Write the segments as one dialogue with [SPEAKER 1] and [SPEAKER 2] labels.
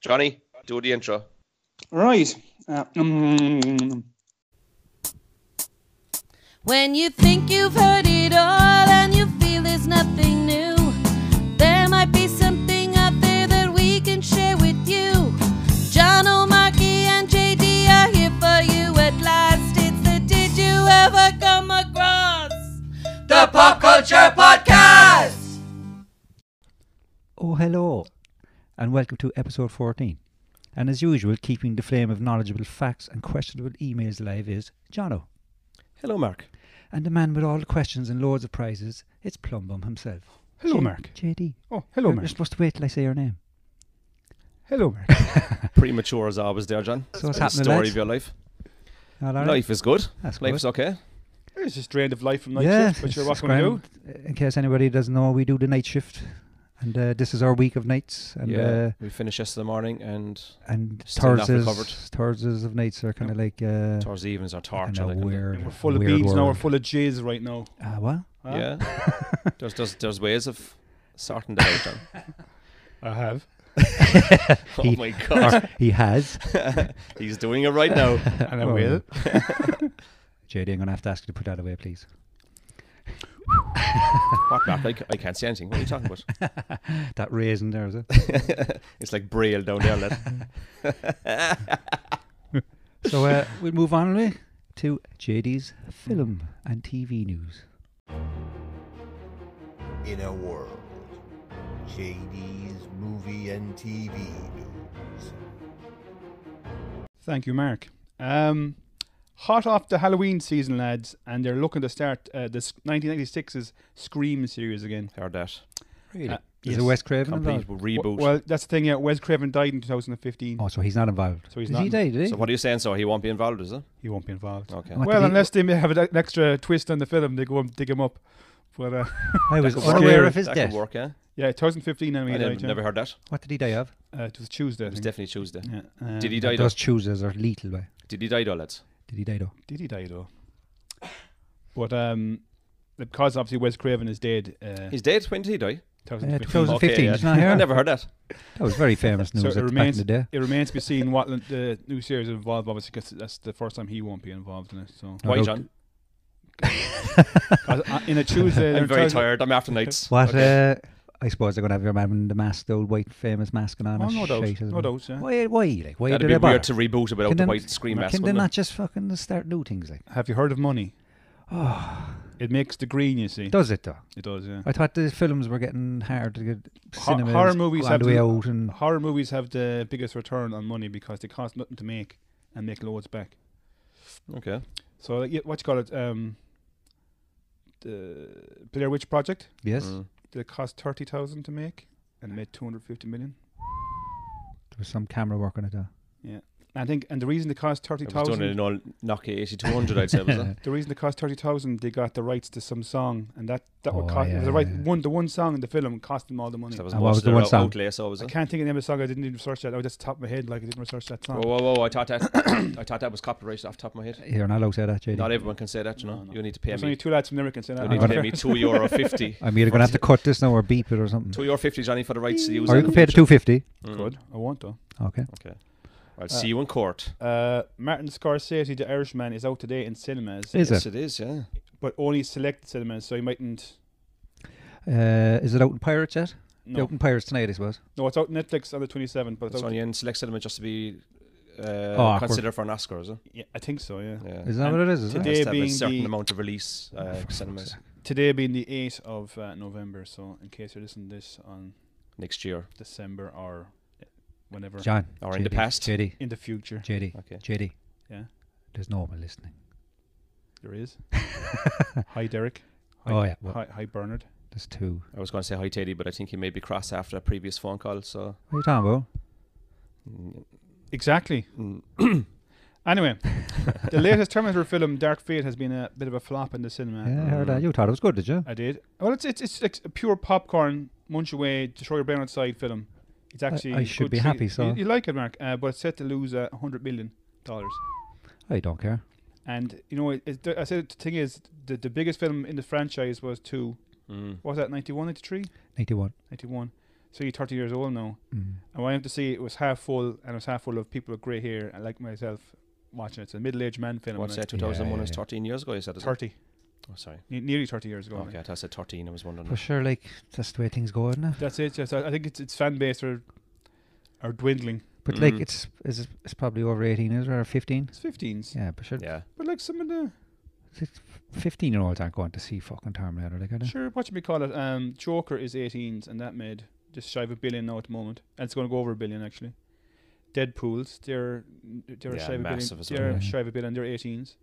[SPEAKER 1] Johnny, do the intro.
[SPEAKER 2] Right. Uh, mm,
[SPEAKER 3] When you think you've heard it all and you feel there's nothing new, there might be something out there that we can share with you. John O'Markey and JD are here for you at last. It's the Did You Ever Come Across?
[SPEAKER 4] The Pop Culture Podcast.
[SPEAKER 5] Oh, hello, and welcome to episode 14. And as usual, keeping the flame of knowledgeable facts and questionable emails alive is Jono.
[SPEAKER 6] Hello, Mark.
[SPEAKER 5] And the man with all the questions and loads of prizes, it's Plumbum himself.
[SPEAKER 6] Hello, Mark.
[SPEAKER 5] JD.
[SPEAKER 6] Oh, hello,
[SPEAKER 5] You're supposed to wait till I say your name.
[SPEAKER 6] Hello, Mark.
[SPEAKER 1] Premature as always, there, John.
[SPEAKER 5] So what's
[SPEAKER 1] The
[SPEAKER 5] happening,
[SPEAKER 1] story
[SPEAKER 5] lads?
[SPEAKER 1] of your life.
[SPEAKER 5] All right?
[SPEAKER 1] Life is good.
[SPEAKER 5] That's
[SPEAKER 1] Life's
[SPEAKER 5] good.
[SPEAKER 1] okay.
[SPEAKER 6] It's just drained of life from night
[SPEAKER 5] yeah,
[SPEAKER 6] shift, but you're
[SPEAKER 5] it's
[SPEAKER 6] what going to do.
[SPEAKER 5] grand. In case anybody doesn't know, we do the night shift, and uh, this is our week of nights. And
[SPEAKER 1] yeah,
[SPEAKER 5] uh,
[SPEAKER 1] we finished yesterday morning, and
[SPEAKER 5] and
[SPEAKER 1] Still not
[SPEAKER 5] Thursdays,
[SPEAKER 1] recovered.
[SPEAKER 5] Thursdays of nights are kind of like uh,
[SPEAKER 1] towards evenings are
[SPEAKER 5] kinda
[SPEAKER 1] torture. like, and-
[SPEAKER 5] weird.
[SPEAKER 6] And we're full of
[SPEAKER 5] weird
[SPEAKER 6] beans now. We're
[SPEAKER 5] world.
[SPEAKER 6] full of jizz right now.
[SPEAKER 5] Ah, what?
[SPEAKER 6] Huh?
[SPEAKER 1] Yeah. there's, there's there's ways of sorting that out, John.
[SPEAKER 6] I have.
[SPEAKER 1] oh
[SPEAKER 5] He-
[SPEAKER 1] my god,
[SPEAKER 5] Or he has.
[SPEAKER 1] he's doing it right now.
[SPEAKER 6] And I
[SPEAKER 5] Oh.
[SPEAKER 6] will.
[SPEAKER 5] JD, I'm going to have to ask you to put that away, please.
[SPEAKER 1] What, Mark? I, c- I can't see anything. What are you talking about?
[SPEAKER 5] That raisin there, is it?
[SPEAKER 1] It's like braille down there. Lad.
[SPEAKER 5] so uh, we'll move on will we, to JD's film and TV news.
[SPEAKER 7] in a world. JD's movie and TV news.
[SPEAKER 6] Thank you, Mark. Um, hot off the Halloween season, lads, and they're looking to start uh, this 1996's Scream series again.
[SPEAKER 1] Heard that.
[SPEAKER 5] Really?
[SPEAKER 6] Uh,
[SPEAKER 5] is
[SPEAKER 6] yes.
[SPEAKER 5] it Wes Craven
[SPEAKER 1] Complete
[SPEAKER 5] involved?
[SPEAKER 1] reboot.
[SPEAKER 6] Well, that's the thing. Yeah, Wes Craven died in 2015,
[SPEAKER 5] Oh, so he's not involved.
[SPEAKER 6] so he's
[SPEAKER 5] did
[SPEAKER 6] not.
[SPEAKER 5] he die, did he?
[SPEAKER 1] so what are you saying? So he won't be involved, is it?
[SPEAKER 6] he won't be involved.
[SPEAKER 1] Okay.
[SPEAKER 5] What
[SPEAKER 6] well,
[SPEAKER 5] did he-
[SPEAKER 6] unless they may have an extra twist on the film, they go and dig him up. But uh,
[SPEAKER 5] I was
[SPEAKER 1] That could
[SPEAKER 5] unaware
[SPEAKER 1] work.
[SPEAKER 5] of his
[SPEAKER 1] that
[SPEAKER 5] death.
[SPEAKER 1] Could work, yeah.
[SPEAKER 6] yeah, 2015. I
[SPEAKER 1] I
[SPEAKER 6] mean,
[SPEAKER 1] never, never
[SPEAKER 6] uh,
[SPEAKER 1] heard that.
[SPEAKER 5] What did he die of?
[SPEAKER 6] it was Tuesday. I
[SPEAKER 1] It was
[SPEAKER 6] think.
[SPEAKER 1] definitely Tuesday.
[SPEAKER 6] Yeah. Um,
[SPEAKER 1] Did he die?
[SPEAKER 5] That
[SPEAKER 1] Though?
[SPEAKER 5] those choosers are lethal, way.
[SPEAKER 1] Did he die though, lads?
[SPEAKER 5] Did he die, though?
[SPEAKER 6] Did he die though? But um, because obviously Wes Craven is dead. Uh,
[SPEAKER 1] He's dead. When did he die?
[SPEAKER 5] Uh,
[SPEAKER 6] 2015.
[SPEAKER 5] 2015,
[SPEAKER 1] yeah.
[SPEAKER 5] he's not here.
[SPEAKER 1] I never heard that.
[SPEAKER 5] That was very famous
[SPEAKER 6] So
[SPEAKER 5] news
[SPEAKER 6] it
[SPEAKER 5] at the back in
[SPEAKER 6] remains-
[SPEAKER 5] the day.
[SPEAKER 6] It remains to be seen what l- the new series is involved, obviously, because that's the first time he won't be involved in it. So
[SPEAKER 5] No,
[SPEAKER 1] Why,
[SPEAKER 5] look,
[SPEAKER 1] John?
[SPEAKER 6] 'Cause, uh, in a Tuesday, they're
[SPEAKER 1] I'm very
[SPEAKER 6] telling-
[SPEAKER 1] tired. I'm after nights.
[SPEAKER 5] What,
[SPEAKER 1] Okay.
[SPEAKER 5] uh, I suppose they're going to have your man in the mask, the old white famous mask and on.
[SPEAKER 6] Oh,
[SPEAKER 5] and
[SPEAKER 6] no
[SPEAKER 5] shite,
[SPEAKER 6] doubt,
[SPEAKER 5] isn't
[SPEAKER 6] no
[SPEAKER 5] it?
[SPEAKER 6] doubt. Yeah.
[SPEAKER 5] Why, why, like, why
[SPEAKER 1] That'd
[SPEAKER 5] did
[SPEAKER 1] be
[SPEAKER 5] they bother?
[SPEAKER 1] weird to reboot it without
[SPEAKER 5] Can
[SPEAKER 1] the
[SPEAKER 5] they-
[SPEAKER 1] white screen mask.
[SPEAKER 5] Can they
[SPEAKER 1] wouldn't
[SPEAKER 5] not
[SPEAKER 1] it?
[SPEAKER 5] just fucking start new things like?
[SPEAKER 6] Have you heard of Money? It makes the green, you see.
[SPEAKER 5] Does it though?
[SPEAKER 6] It does, yeah.
[SPEAKER 5] I thought the films were getting hard to get
[SPEAKER 6] Hor-
[SPEAKER 5] cinemas
[SPEAKER 6] horror movies
[SPEAKER 5] on
[SPEAKER 6] have
[SPEAKER 5] the way
[SPEAKER 6] to-
[SPEAKER 5] out and
[SPEAKER 1] Oh.
[SPEAKER 6] Horror movies have the biggest return on money because they cost nothing to make and make loads back.
[SPEAKER 1] Okay.
[SPEAKER 6] So, like, yeah, what you call it? Um, the Blair Witch Project.
[SPEAKER 5] yes,
[SPEAKER 1] Mm.
[SPEAKER 6] Did it cost thirty thousand to make and made two hundred fifty million?
[SPEAKER 5] there was some camera work on it. Though.
[SPEAKER 6] I think, and the reason they cost thirty
[SPEAKER 1] It was done
[SPEAKER 6] thousand,
[SPEAKER 1] in an old Nokia 8200, I'd say, was it?
[SPEAKER 6] the reason they cost thirty thousand, they got the rights to some song, and that that would
[SPEAKER 5] Oh,
[SPEAKER 6] cost
[SPEAKER 5] yeah,
[SPEAKER 6] the right
[SPEAKER 5] yeah.
[SPEAKER 6] one the one song in the film cost them all the money.
[SPEAKER 1] That was,
[SPEAKER 5] And what was the one song?
[SPEAKER 1] outlay, so was
[SPEAKER 6] I
[SPEAKER 1] it?
[SPEAKER 6] can't think of the name of the song. I didn't even research that. I was just top of my head, like I didn't research that
[SPEAKER 1] Whoa,
[SPEAKER 6] song.
[SPEAKER 1] whoa, whoa! I thought that I thought that was copyrighted off the top of my head.
[SPEAKER 5] Here, and I'll say that, JD.
[SPEAKER 1] Not everyone can say that, you know.
[SPEAKER 6] No, no.
[SPEAKER 1] You need to pay
[SPEAKER 6] There's
[SPEAKER 1] me.
[SPEAKER 6] only two lads from Limerick can say that.
[SPEAKER 1] You
[SPEAKER 5] I'm
[SPEAKER 1] need to
[SPEAKER 5] gonna-
[SPEAKER 1] pay me two euro fifty.
[SPEAKER 5] I'm either going to have to cut this now or beep it or something,
[SPEAKER 1] Two euro fifty, Johnny, for the rights to use.
[SPEAKER 5] or
[SPEAKER 1] it
[SPEAKER 5] you
[SPEAKER 1] in
[SPEAKER 5] can pay the
[SPEAKER 1] future.
[SPEAKER 5] two fifty.
[SPEAKER 1] Mm.
[SPEAKER 6] Good. I won't though.
[SPEAKER 5] Okay,
[SPEAKER 1] I'll see you in court.
[SPEAKER 6] Uh, Martin Scorsese, The Irishman, is out today in cinemas,
[SPEAKER 5] is
[SPEAKER 1] yes,
[SPEAKER 5] it?
[SPEAKER 1] it is. Yeah.
[SPEAKER 6] but only select cinemas, so you mightn't.
[SPEAKER 5] Uh, is it out in Pirates yet? The
[SPEAKER 6] No,
[SPEAKER 5] Out in Pirates tonight, I suppose.
[SPEAKER 6] no, it's out Netflix on the twenty seventh, but it's
[SPEAKER 1] It's
[SPEAKER 6] out,
[SPEAKER 1] only in select cinema just to be uh,
[SPEAKER 5] awkward.
[SPEAKER 1] considered for an Oscar, is it?
[SPEAKER 6] yeah, I think so. Yeah.
[SPEAKER 1] Yeah.
[SPEAKER 5] Oh, Is that
[SPEAKER 6] And
[SPEAKER 5] what it is? is it?
[SPEAKER 1] It
[SPEAKER 6] today-
[SPEAKER 1] has to have a
[SPEAKER 6] being
[SPEAKER 1] certain
[SPEAKER 6] the-
[SPEAKER 1] amount of release uh, cinemas
[SPEAKER 6] Today being the 8th of uh, November, so in case you're listening to this on
[SPEAKER 1] next year.
[SPEAKER 6] December or uh, whenever
[SPEAKER 5] John.
[SPEAKER 1] Or in the
[SPEAKER 5] JD,
[SPEAKER 1] past.
[SPEAKER 5] JD,
[SPEAKER 6] in the future,
[SPEAKER 5] JD,
[SPEAKER 1] Okay.
[SPEAKER 5] JD.
[SPEAKER 6] Yeah.
[SPEAKER 5] There's no one listening.
[SPEAKER 6] there is. hi, Derek. Hi,
[SPEAKER 5] Oh yeah, well,
[SPEAKER 6] Hi, hi, Bernard.
[SPEAKER 5] there's two.
[SPEAKER 1] I was going to say hi, Teddy, but I think he may be cross after a previous phone call. So
[SPEAKER 5] What are you talking about?
[SPEAKER 1] mm,
[SPEAKER 6] Exactly.
[SPEAKER 1] mm,
[SPEAKER 6] Anyway, the latest Terminator film, Dark Fate, has been a bit of a flop in the cinema.
[SPEAKER 5] Yeah, I heard that. You thought it was good, did you?
[SPEAKER 6] I did. Well, it's it's it's like a pure popcorn, munch away, destroy your brain outside film. It's actually.
[SPEAKER 5] I
[SPEAKER 6] a
[SPEAKER 5] should
[SPEAKER 6] good
[SPEAKER 5] be
[SPEAKER 6] treat.
[SPEAKER 5] happy,
[SPEAKER 6] You-
[SPEAKER 5] so-
[SPEAKER 6] you, like it, Mark? Uh, but it's set to lose uh, hundred million dollars.
[SPEAKER 5] I don't care.
[SPEAKER 6] And you know, it, it, I said the thing is, the, the biggest film in the franchise was two.
[SPEAKER 1] mm.
[SPEAKER 6] What was that 91, 93?
[SPEAKER 5] Ninety-one.
[SPEAKER 6] 91. so you're 30 years old now.
[SPEAKER 5] Mm.
[SPEAKER 6] And when I went to see it, it was half full, and it was half full of people with grey hair, and like myself, watching it. It's a middle-aged man film.
[SPEAKER 1] What's
[SPEAKER 6] and
[SPEAKER 1] that? 2001
[SPEAKER 5] yeah,
[SPEAKER 1] is
[SPEAKER 5] yeah.
[SPEAKER 1] 13 years ago. You said is
[SPEAKER 6] it's
[SPEAKER 1] it?
[SPEAKER 6] 30,
[SPEAKER 1] Oh, sorry.
[SPEAKER 6] ne- nearly 30 years ago.
[SPEAKER 1] Okay, I said 13. I was wondering.
[SPEAKER 5] For sure, like that's the way things go, isn't it?
[SPEAKER 6] That's it. Yes, I I think it's its fan base are are dwindling.
[SPEAKER 5] But like
[SPEAKER 1] Mm.
[SPEAKER 5] it's is it- it's probably over eighteen, is it, or fifteen?
[SPEAKER 6] It's 15s,
[SPEAKER 5] Yeah, but sure,
[SPEAKER 1] Yeah.
[SPEAKER 6] but like some of the
[SPEAKER 5] fifteen-year-olds aren't going to see fucking Terminator, like I do.
[SPEAKER 6] sure what should we call it? Um, Joker is 18s, and that made just shy of a billion now at the moment, and it's going to go over a billion actually. Deadpool's they're they're
[SPEAKER 1] Yeah,
[SPEAKER 6] shy of a billion.
[SPEAKER 1] massive as well.
[SPEAKER 6] They're
[SPEAKER 5] Yeah.
[SPEAKER 6] shy of a billion. They're 18s.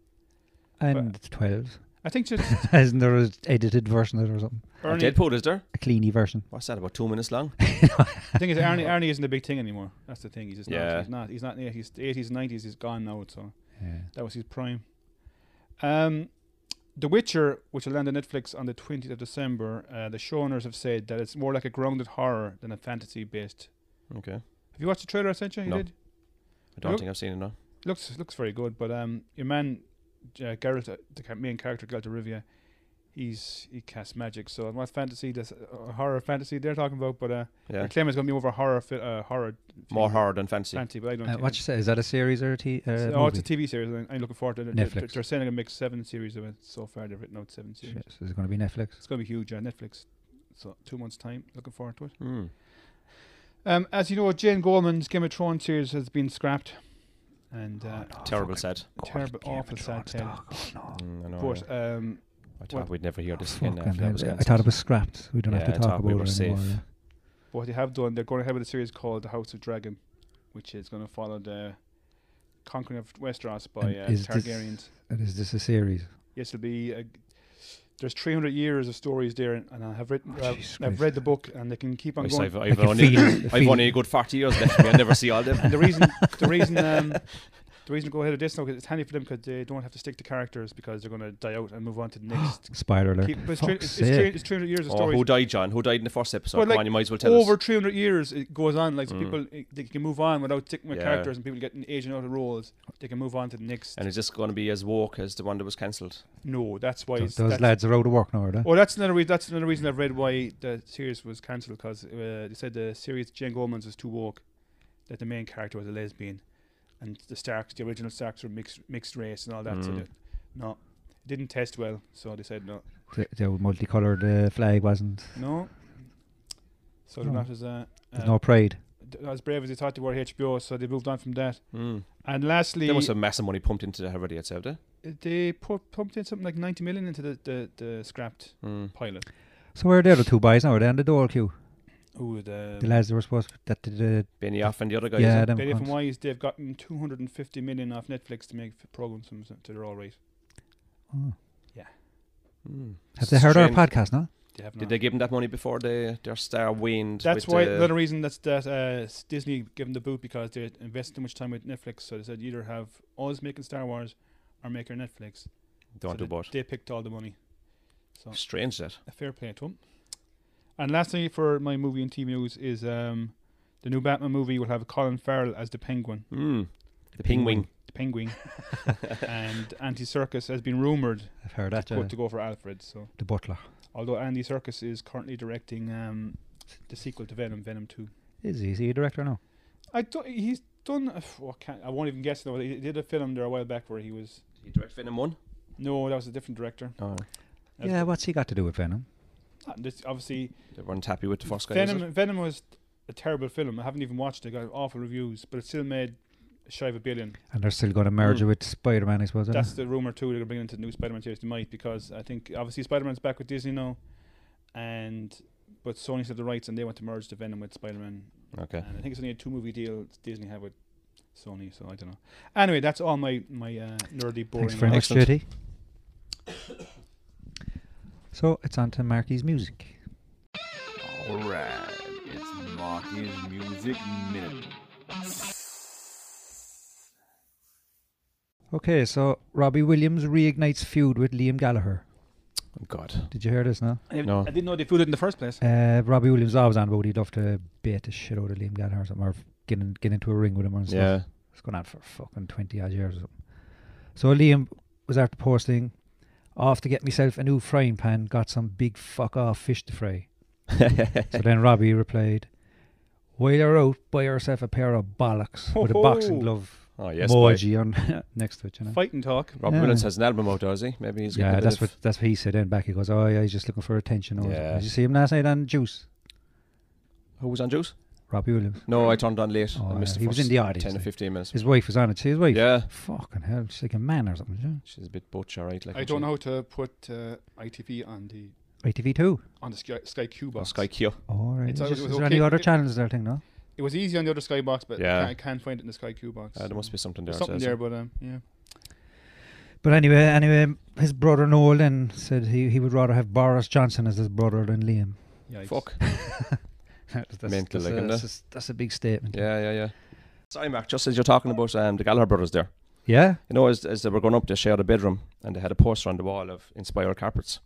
[SPEAKER 5] And it's twelve.
[SPEAKER 6] I think just
[SPEAKER 5] Isn't there an edited version of it or something?
[SPEAKER 1] Oh,
[SPEAKER 6] Ernie.
[SPEAKER 1] Deadpool is there?
[SPEAKER 5] A cleany version.
[SPEAKER 1] What's that? About two minutes long?
[SPEAKER 6] I think it's Arnie. Arnie isn't a big thing anymore. That's the thing. He's just
[SPEAKER 1] Yeah.
[SPEAKER 6] not. He's not. He's not. in the 80s, The 80s, 90s. He's gone now. So
[SPEAKER 5] Yeah.
[SPEAKER 6] that was his prime. Um, The Witcher, which will land on Netflix on the 20th of December. Uh, the showrunners have said that it's more like a grounded horror than a fantasy based.
[SPEAKER 1] Okay. I
[SPEAKER 6] Have you watched the trailer? I sent you. You
[SPEAKER 1] No.
[SPEAKER 6] did.
[SPEAKER 1] don't
[SPEAKER 6] Look-
[SPEAKER 1] think I've seen it now.
[SPEAKER 6] Looks looks very good. But um, your man, uh, Geralt, uh, the ca- main character, Geralt of Rivia, he's he casts magic. So what fantasy? This uh, horror fantasy they're talking about. But uh,
[SPEAKER 1] Yeah.
[SPEAKER 6] the claim is going to be over horror. Fi- uh, horror.
[SPEAKER 1] More
[SPEAKER 6] thing.
[SPEAKER 1] horror than fancy.
[SPEAKER 6] Fancy, but I don't.
[SPEAKER 5] Uh,
[SPEAKER 6] think
[SPEAKER 5] what you say? Is that a series or a t- uh,
[SPEAKER 6] So- oh, it's
[SPEAKER 5] movie?
[SPEAKER 6] a TV series. and I'm looking forward to it. They're,
[SPEAKER 5] Netflix.
[SPEAKER 6] they're saying they're going to make seven series of it so far. They've written out seven series.
[SPEAKER 5] Shit, so it's going to be Netflix.
[SPEAKER 6] It's going to be huge. Uh, Netflix. So two months time. Looking forward to it.
[SPEAKER 5] Oh,
[SPEAKER 1] Hmm.
[SPEAKER 6] Um, as you know, Jane Goldman's Game of Thrones series has been scrapped,
[SPEAKER 5] Oh,
[SPEAKER 6] and uh,
[SPEAKER 1] Terrible set.
[SPEAKER 6] terrible, awful sad tale.
[SPEAKER 1] Mm, I know.
[SPEAKER 6] But um,
[SPEAKER 1] I thought
[SPEAKER 6] what-
[SPEAKER 1] we'd never hear this again.
[SPEAKER 5] Fucking
[SPEAKER 1] after that was
[SPEAKER 5] hell, I
[SPEAKER 1] cancelled.
[SPEAKER 5] thought it was scrapped. We don't
[SPEAKER 1] Yeah,
[SPEAKER 5] have
[SPEAKER 1] I
[SPEAKER 5] to talk
[SPEAKER 1] thought we
[SPEAKER 5] about
[SPEAKER 1] were
[SPEAKER 5] it anymore.
[SPEAKER 1] safe.
[SPEAKER 5] yeah.
[SPEAKER 6] what they have done, they're going ahead with a series called The House of Dragon, which is going to follow the conquering of Westeros by
[SPEAKER 5] And
[SPEAKER 6] uh,
[SPEAKER 5] is this-
[SPEAKER 6] Targaryens.
[SPEAKER 5] And is this a series?
[SPEAKER 6] Yes, it'll be. A, there's 300 years of stories there, and, and I have written, uh,
[SPEAKER 5] Oh,
[SPEAKER 6] I've-
[SPEAKER 5] Jesus
[SPEAKER 6] I've
[SPEAKER 5] Christ.
[SPEAKER 6] read the book, and they can keep on
[SPEAKER 1] Yes,
[SPEAKER 6] going.
[SPEAKER 1] I've, I've,
[SPEAKER 5] Like a
[SPEAKER 1] only,
[SPEAKER 5] feeling- a
[SPEAKER 1] I've only
[SPEAKER 5] feeling.
[SPEAKER 1] a good 40 years left for me. I never see all them.
[SPEAKER 6] And the reason, the reason, um, the reason to go ahead with this now, 'cause it's handy for them because they don't have to stick to characters because they're going to die out and move on to the next.
[SPEAKER 5] Spider alert.
[SPEAKER 6] keep, but it's, three-
[SPEAKER 5] Fuck's
[SPEAKER 6] it's,
[SPEAKER 5] sake.
[SPEAKER 6] three- it's 300 years of
[SPEAKER 1] Oh, who
[SPEAKER 6] stories.
[SPEAKER 1] died, John? Who died in the first episode?
[SPEAKER 6] Well,
[SPEAKER 1] Come
[SPEAKER 6] like,
[SPEAKER 1] on, you might as well tell
[SPEAKER 6] Over
[SPEAKER 1] us.
[SPEAKER 6] 300 years, it goes on. Like so people, eh, they can move on without sticking with
[SPEAKER 1] Yeah.
[SPEAKER 6] characters, and people getting aging out of roles. They can move on to the next.
[SPEAKER 1] And it's just going to be as woke as the one that was cancelled.
[SPEAKER 6] no, that's why.
[SPEAKER 5] Th-
[SPEAKER 6] It's,
[SPEAKER 5] Those
[SPEAKER 6] that's-
[SPEAKER 5] lads are out of work now, are they?
[SPEAKER 6] Well, that's another reason. That's another reason I've read why the series was cancelled because uh, they said the series Jane Goldman's was too woke, that the main character was a lesbian, and the Starks, the original Starks, were mixed mixed race and all that. So
[SPEAKER 1] Mm.
[SPEAKER 6] that, no, it didn't test well. So they said no,
[SPEAKER 5] The, the old multicoloured uh, flag wasn't.
[SPEAKER 6] no. So they're
[SPEAKER 5] No.
[SPEAKER 6] not as uh, uh,
[SPEAKER 5] There's no pride.
[SPEAKER 6] d- as brave as they thought they were. HBO, so they moved on from that.
[SPEAKER 1] Mm.
[SPEAKER 6] And lastly,
[SPEAKER 1] There was some massive money pumped into that already, I'd say, have they?
[SPEAKER 6] they put, pumped in something like ninety million into the the, the scrapped
[SPEAKER 1] Mm.
[SPEAKER 6] pilot.
[SPEAKER 5] So where are the other two boys now? Are they on the door queue?
[SPEAKER 6] Ooh, the,
[SPEAKER 5] The lads that were supposed to, that did the
[SPEAKER 1] Benioff and the other guys.
[SPEAKER 5] yeah,
[SPEAKER 1] eh?
[SPEAKER 5] them
[SPEAKER 6] Betty from
[SPEAKER 5] cunts.
[SPEAKER 6] Wise, they've gotten 250 million off Netflix to make f- programs from, so they're all right.
[SPEAKER 5] Oh.
[SPEAKER 1] Mm.
[SPEAKER 5] Have they heard
[SPEAKER 1] Strange.
[SPEAKER 5] our podcast now?
[SPEAKER 6] They have
[SPEAKER 1] Did
[SPEAKER 6] not.
[SPEAKER 1] they give them that money before they, their star waned?
[SPEAKER 6] that's
[SPEAKER 1] with
[SPEAKER 6] why
[SPEAKER 1] the-
[SPEAKER 6] another reason that's that uh, s- Disney gave them the boot because they invested too much time with Netflix, so they said either have us making Star Wars or make her Netflix.
[SPEAKER 1] Don't
[SPEAKER 6] so
[SPEAKER 1] do both.
[SPEAKER 6] they, they picked all the money. So
[SPEAKER 1] Strange that.
[SPEAKER 6] a fair play to them. And lastly, for my movie and TV news is um, the new Batman movie will have Colin Farrell as the Penguin.
[SPEAKER 1] Mm. The pingwing.
[SPEAKER 6] The Penguin and Anti Circus has been rumored
[SPEAKER 5] I've heard
[SPEAKER 6] to
[SPEAKER 5] that.
[SPEAKER 6] go,
[SPEAKER 5] Uh,
[SPEAKER 6] to go for Alfred. So.
[SPEAKER 5] the butler.
[SPEAKER 6] Although Andy Serkis is currently directing um, the sequel to Venom, Venom Two.
[SPEAKER 5] Is he, is he a director now?
[SPEAKER 6] I don't. He's done. a f- oh, I, can't, I won't even guess. Though he did a film there a while back where he was.
[SPEAKER 1] Did you direct Venom 1?
[SPEAKER 6] No, that was a different director.
[SPEAKER 1] Oh.
[SPEAKER 6] That's
[SPEAKER 5] yeah, what's he got to do with Venom?
[SPEAKER 6] Uh, This obviously
[SPEAKER 1] They weren't happy with the first guy. was it?
[SPEAKER 6] Venom. Venom was a terrible film. I haven't even watched it. Got awful reviews, but it still made shy of a billion.
[SPEAKER 5] And they're still going to merge
[SPEAKER 1] Mm.
[SPEAKER 5] it with Spider Man, I suppose. isn't
[SPEAKER 6] That's
[SPEAKER 5] it?
[SPEAKER 6] the rumor too. They're bringing into the new Spider-Man series. They might because I think obviously Spider-Man's back with Disney now, and but Sony said the rights and they want to merge the Venom with Spider-Man
[SPEAKER 1] Okay.
[SPEAKER 6] And I think it's only a two movie deal Disney have with Sony, so I don't know. Anyway, that's all my my uh, nerdy boring.
[SPEAKER 5] Thanks very
[SPEAKER 6] rant.
[SPEAKER 5] much,
[SPEAKER 1] Excellent.
[SPEAKER 5] Judy. so it's on to Marky's music.
[SPEAKER 7] Alright, it's Marky's Music Minute.
[SPEAKER 5] Okay, so Robbie Williams reignites feud with Liam Gallagher.
[SPEAKER 1] Oh, God.
[SPEAKER 5] Did you hear this now?
[SPEAKER 6] I,
[SPEAKER 1] No.
[SPEAKER 6] I didn't know they flew it in the first place.
[SPEAKER 5] Uh, Robbie Williams always on about he'd love to bait the shit out of Liam Gallagher or something, or get, in, get into a ring with him or something.
[SPEAKER 1] Yeah.
[SPEAKER 5] It's gone on for fucking 20 odd years or something. So Liam was after posting, off to get myself a new frying pan, got some big fuck off fish to fry. so then Robbie replied, While you're out, buy yourself a pair of bollocks with a boxing
[SPEAKER 6] Ho-ho.
[SPEAKER 5] glove
[SPEAKER 1] Oh yes, boy.
[SPEAKER 5] emoji on next to it. You know.
[SPEAKER 6] Fighting talk.
[SPEAKER 1] Robin
[SPEAKER 5] Yeah.
[SPEAKER 1] Williams has an album out, does he? Maybe he's got a
[SPEAKER 5] Yeah,
[SPEAKER 1] bit
[SPEAKER 5] that's
[SPEAKER 1] of-
[SPEAKER 5] what that's what he said. Then back he goes, "Oh yeah, he's just looking for attention." Or
[SPEAKER 1] Yeah.
[SPEAKER 5] Did you see him last night on Juice?
[SPEAKER 1] Who Oh, was on Juice?
[SPEAKER 5] Robbie Williams.
[SPEAKER 1] No, I turned on late.
[SPEAKER 5] Oh,
[SPEAKER 1] I missed
[SPEAKER 5] yeah,
[SPEAKER 1] the
[SPEAKER 5] he was
[SPEAKER 1] first
[SPEAKER 5] in the audience,
[SPEAKER 1] Ten or
[SPEAKER 5] like.
[SPEAKER 1] fifteen minutes.
[SPEAKER 5] His wife was on it. See his wife.
[SPEAKER 1] Yeah,
[SPEAKER 5] Fucking hell, she's like a man or something. you
[SPEAKER 1] she's a bit butch, all right. Like
[SPEAKER 6] I
[SPEAKER 1] isn't
[SPEAKER 6] don't
[SPEAKER 1] she?
[SPEAKER 6] know how to put uh, ITV on the
[SPEAKER 5] know. ITV two.
[SPEAKER 6] on the Sky, Sky Q
[SPEAKER 1] Oh,
[SPEAKER 6] box.
[SPEAKER 1] Sky Q.
[SPEAKER 5] All right.
[SPEAKER 6] It's
[SPEAKER 5] Is,
[SPEAKER 6] always-
[SPEAKER 5] this-
[SPEAKER 6] it
[SPEAKER 5] is
[SPEAKER 6] was
[SPEAKER 5] there any
[SPEAKER 6] okay-
[SPEAKER 5] other
[SPEAKER 6] it-
[SPEAKER 5] channels there? I think no.
[SPEAKER 6] It was easy on the other Sky box, but
[SPEAKER 1] Yeah.
[SPEAKER 6] I, can't, I can't find it in the Sky Q box.
[SPEAKER 1] Uh, there must be something there.
[SPEAKER 6] There's something
[SPEAKER 1] says
[SPEAKER 6] there,
[SPEAKER 1] it.
[SPEAKER 6] but um, yeah.
[SPEAKER 5] But anyway, anyway, his brother Noel then said he, he would rather have Boris Johnson as his brother than Liam.
[SPEAKER 6] Yikes.
[SPEAKER 1] Fuck.
[SPEAKER 5] that's, that's,
[SPEAKER 1] Mental,
[SPEAKER 5] that's,
[SPEAKER 1] like,
[SPEAKER 5] a,
[SPEAKER 1] isn't
[SPEAKER 5] that's,
[SPEAKER 1] it?
[SPEAKER 5] a- that's a big statement.
[SPEAKER 1] Yeah, yeah, yeah. Sorry, Mark. Just as you're talking about um, the Gallagher brothers there,
[SPEAKER 5] Yeah.
[SPEAKER 1] you know, as, as they were growing up, they shared a bedroom and they had a poster on the wall of Inspire Carpets.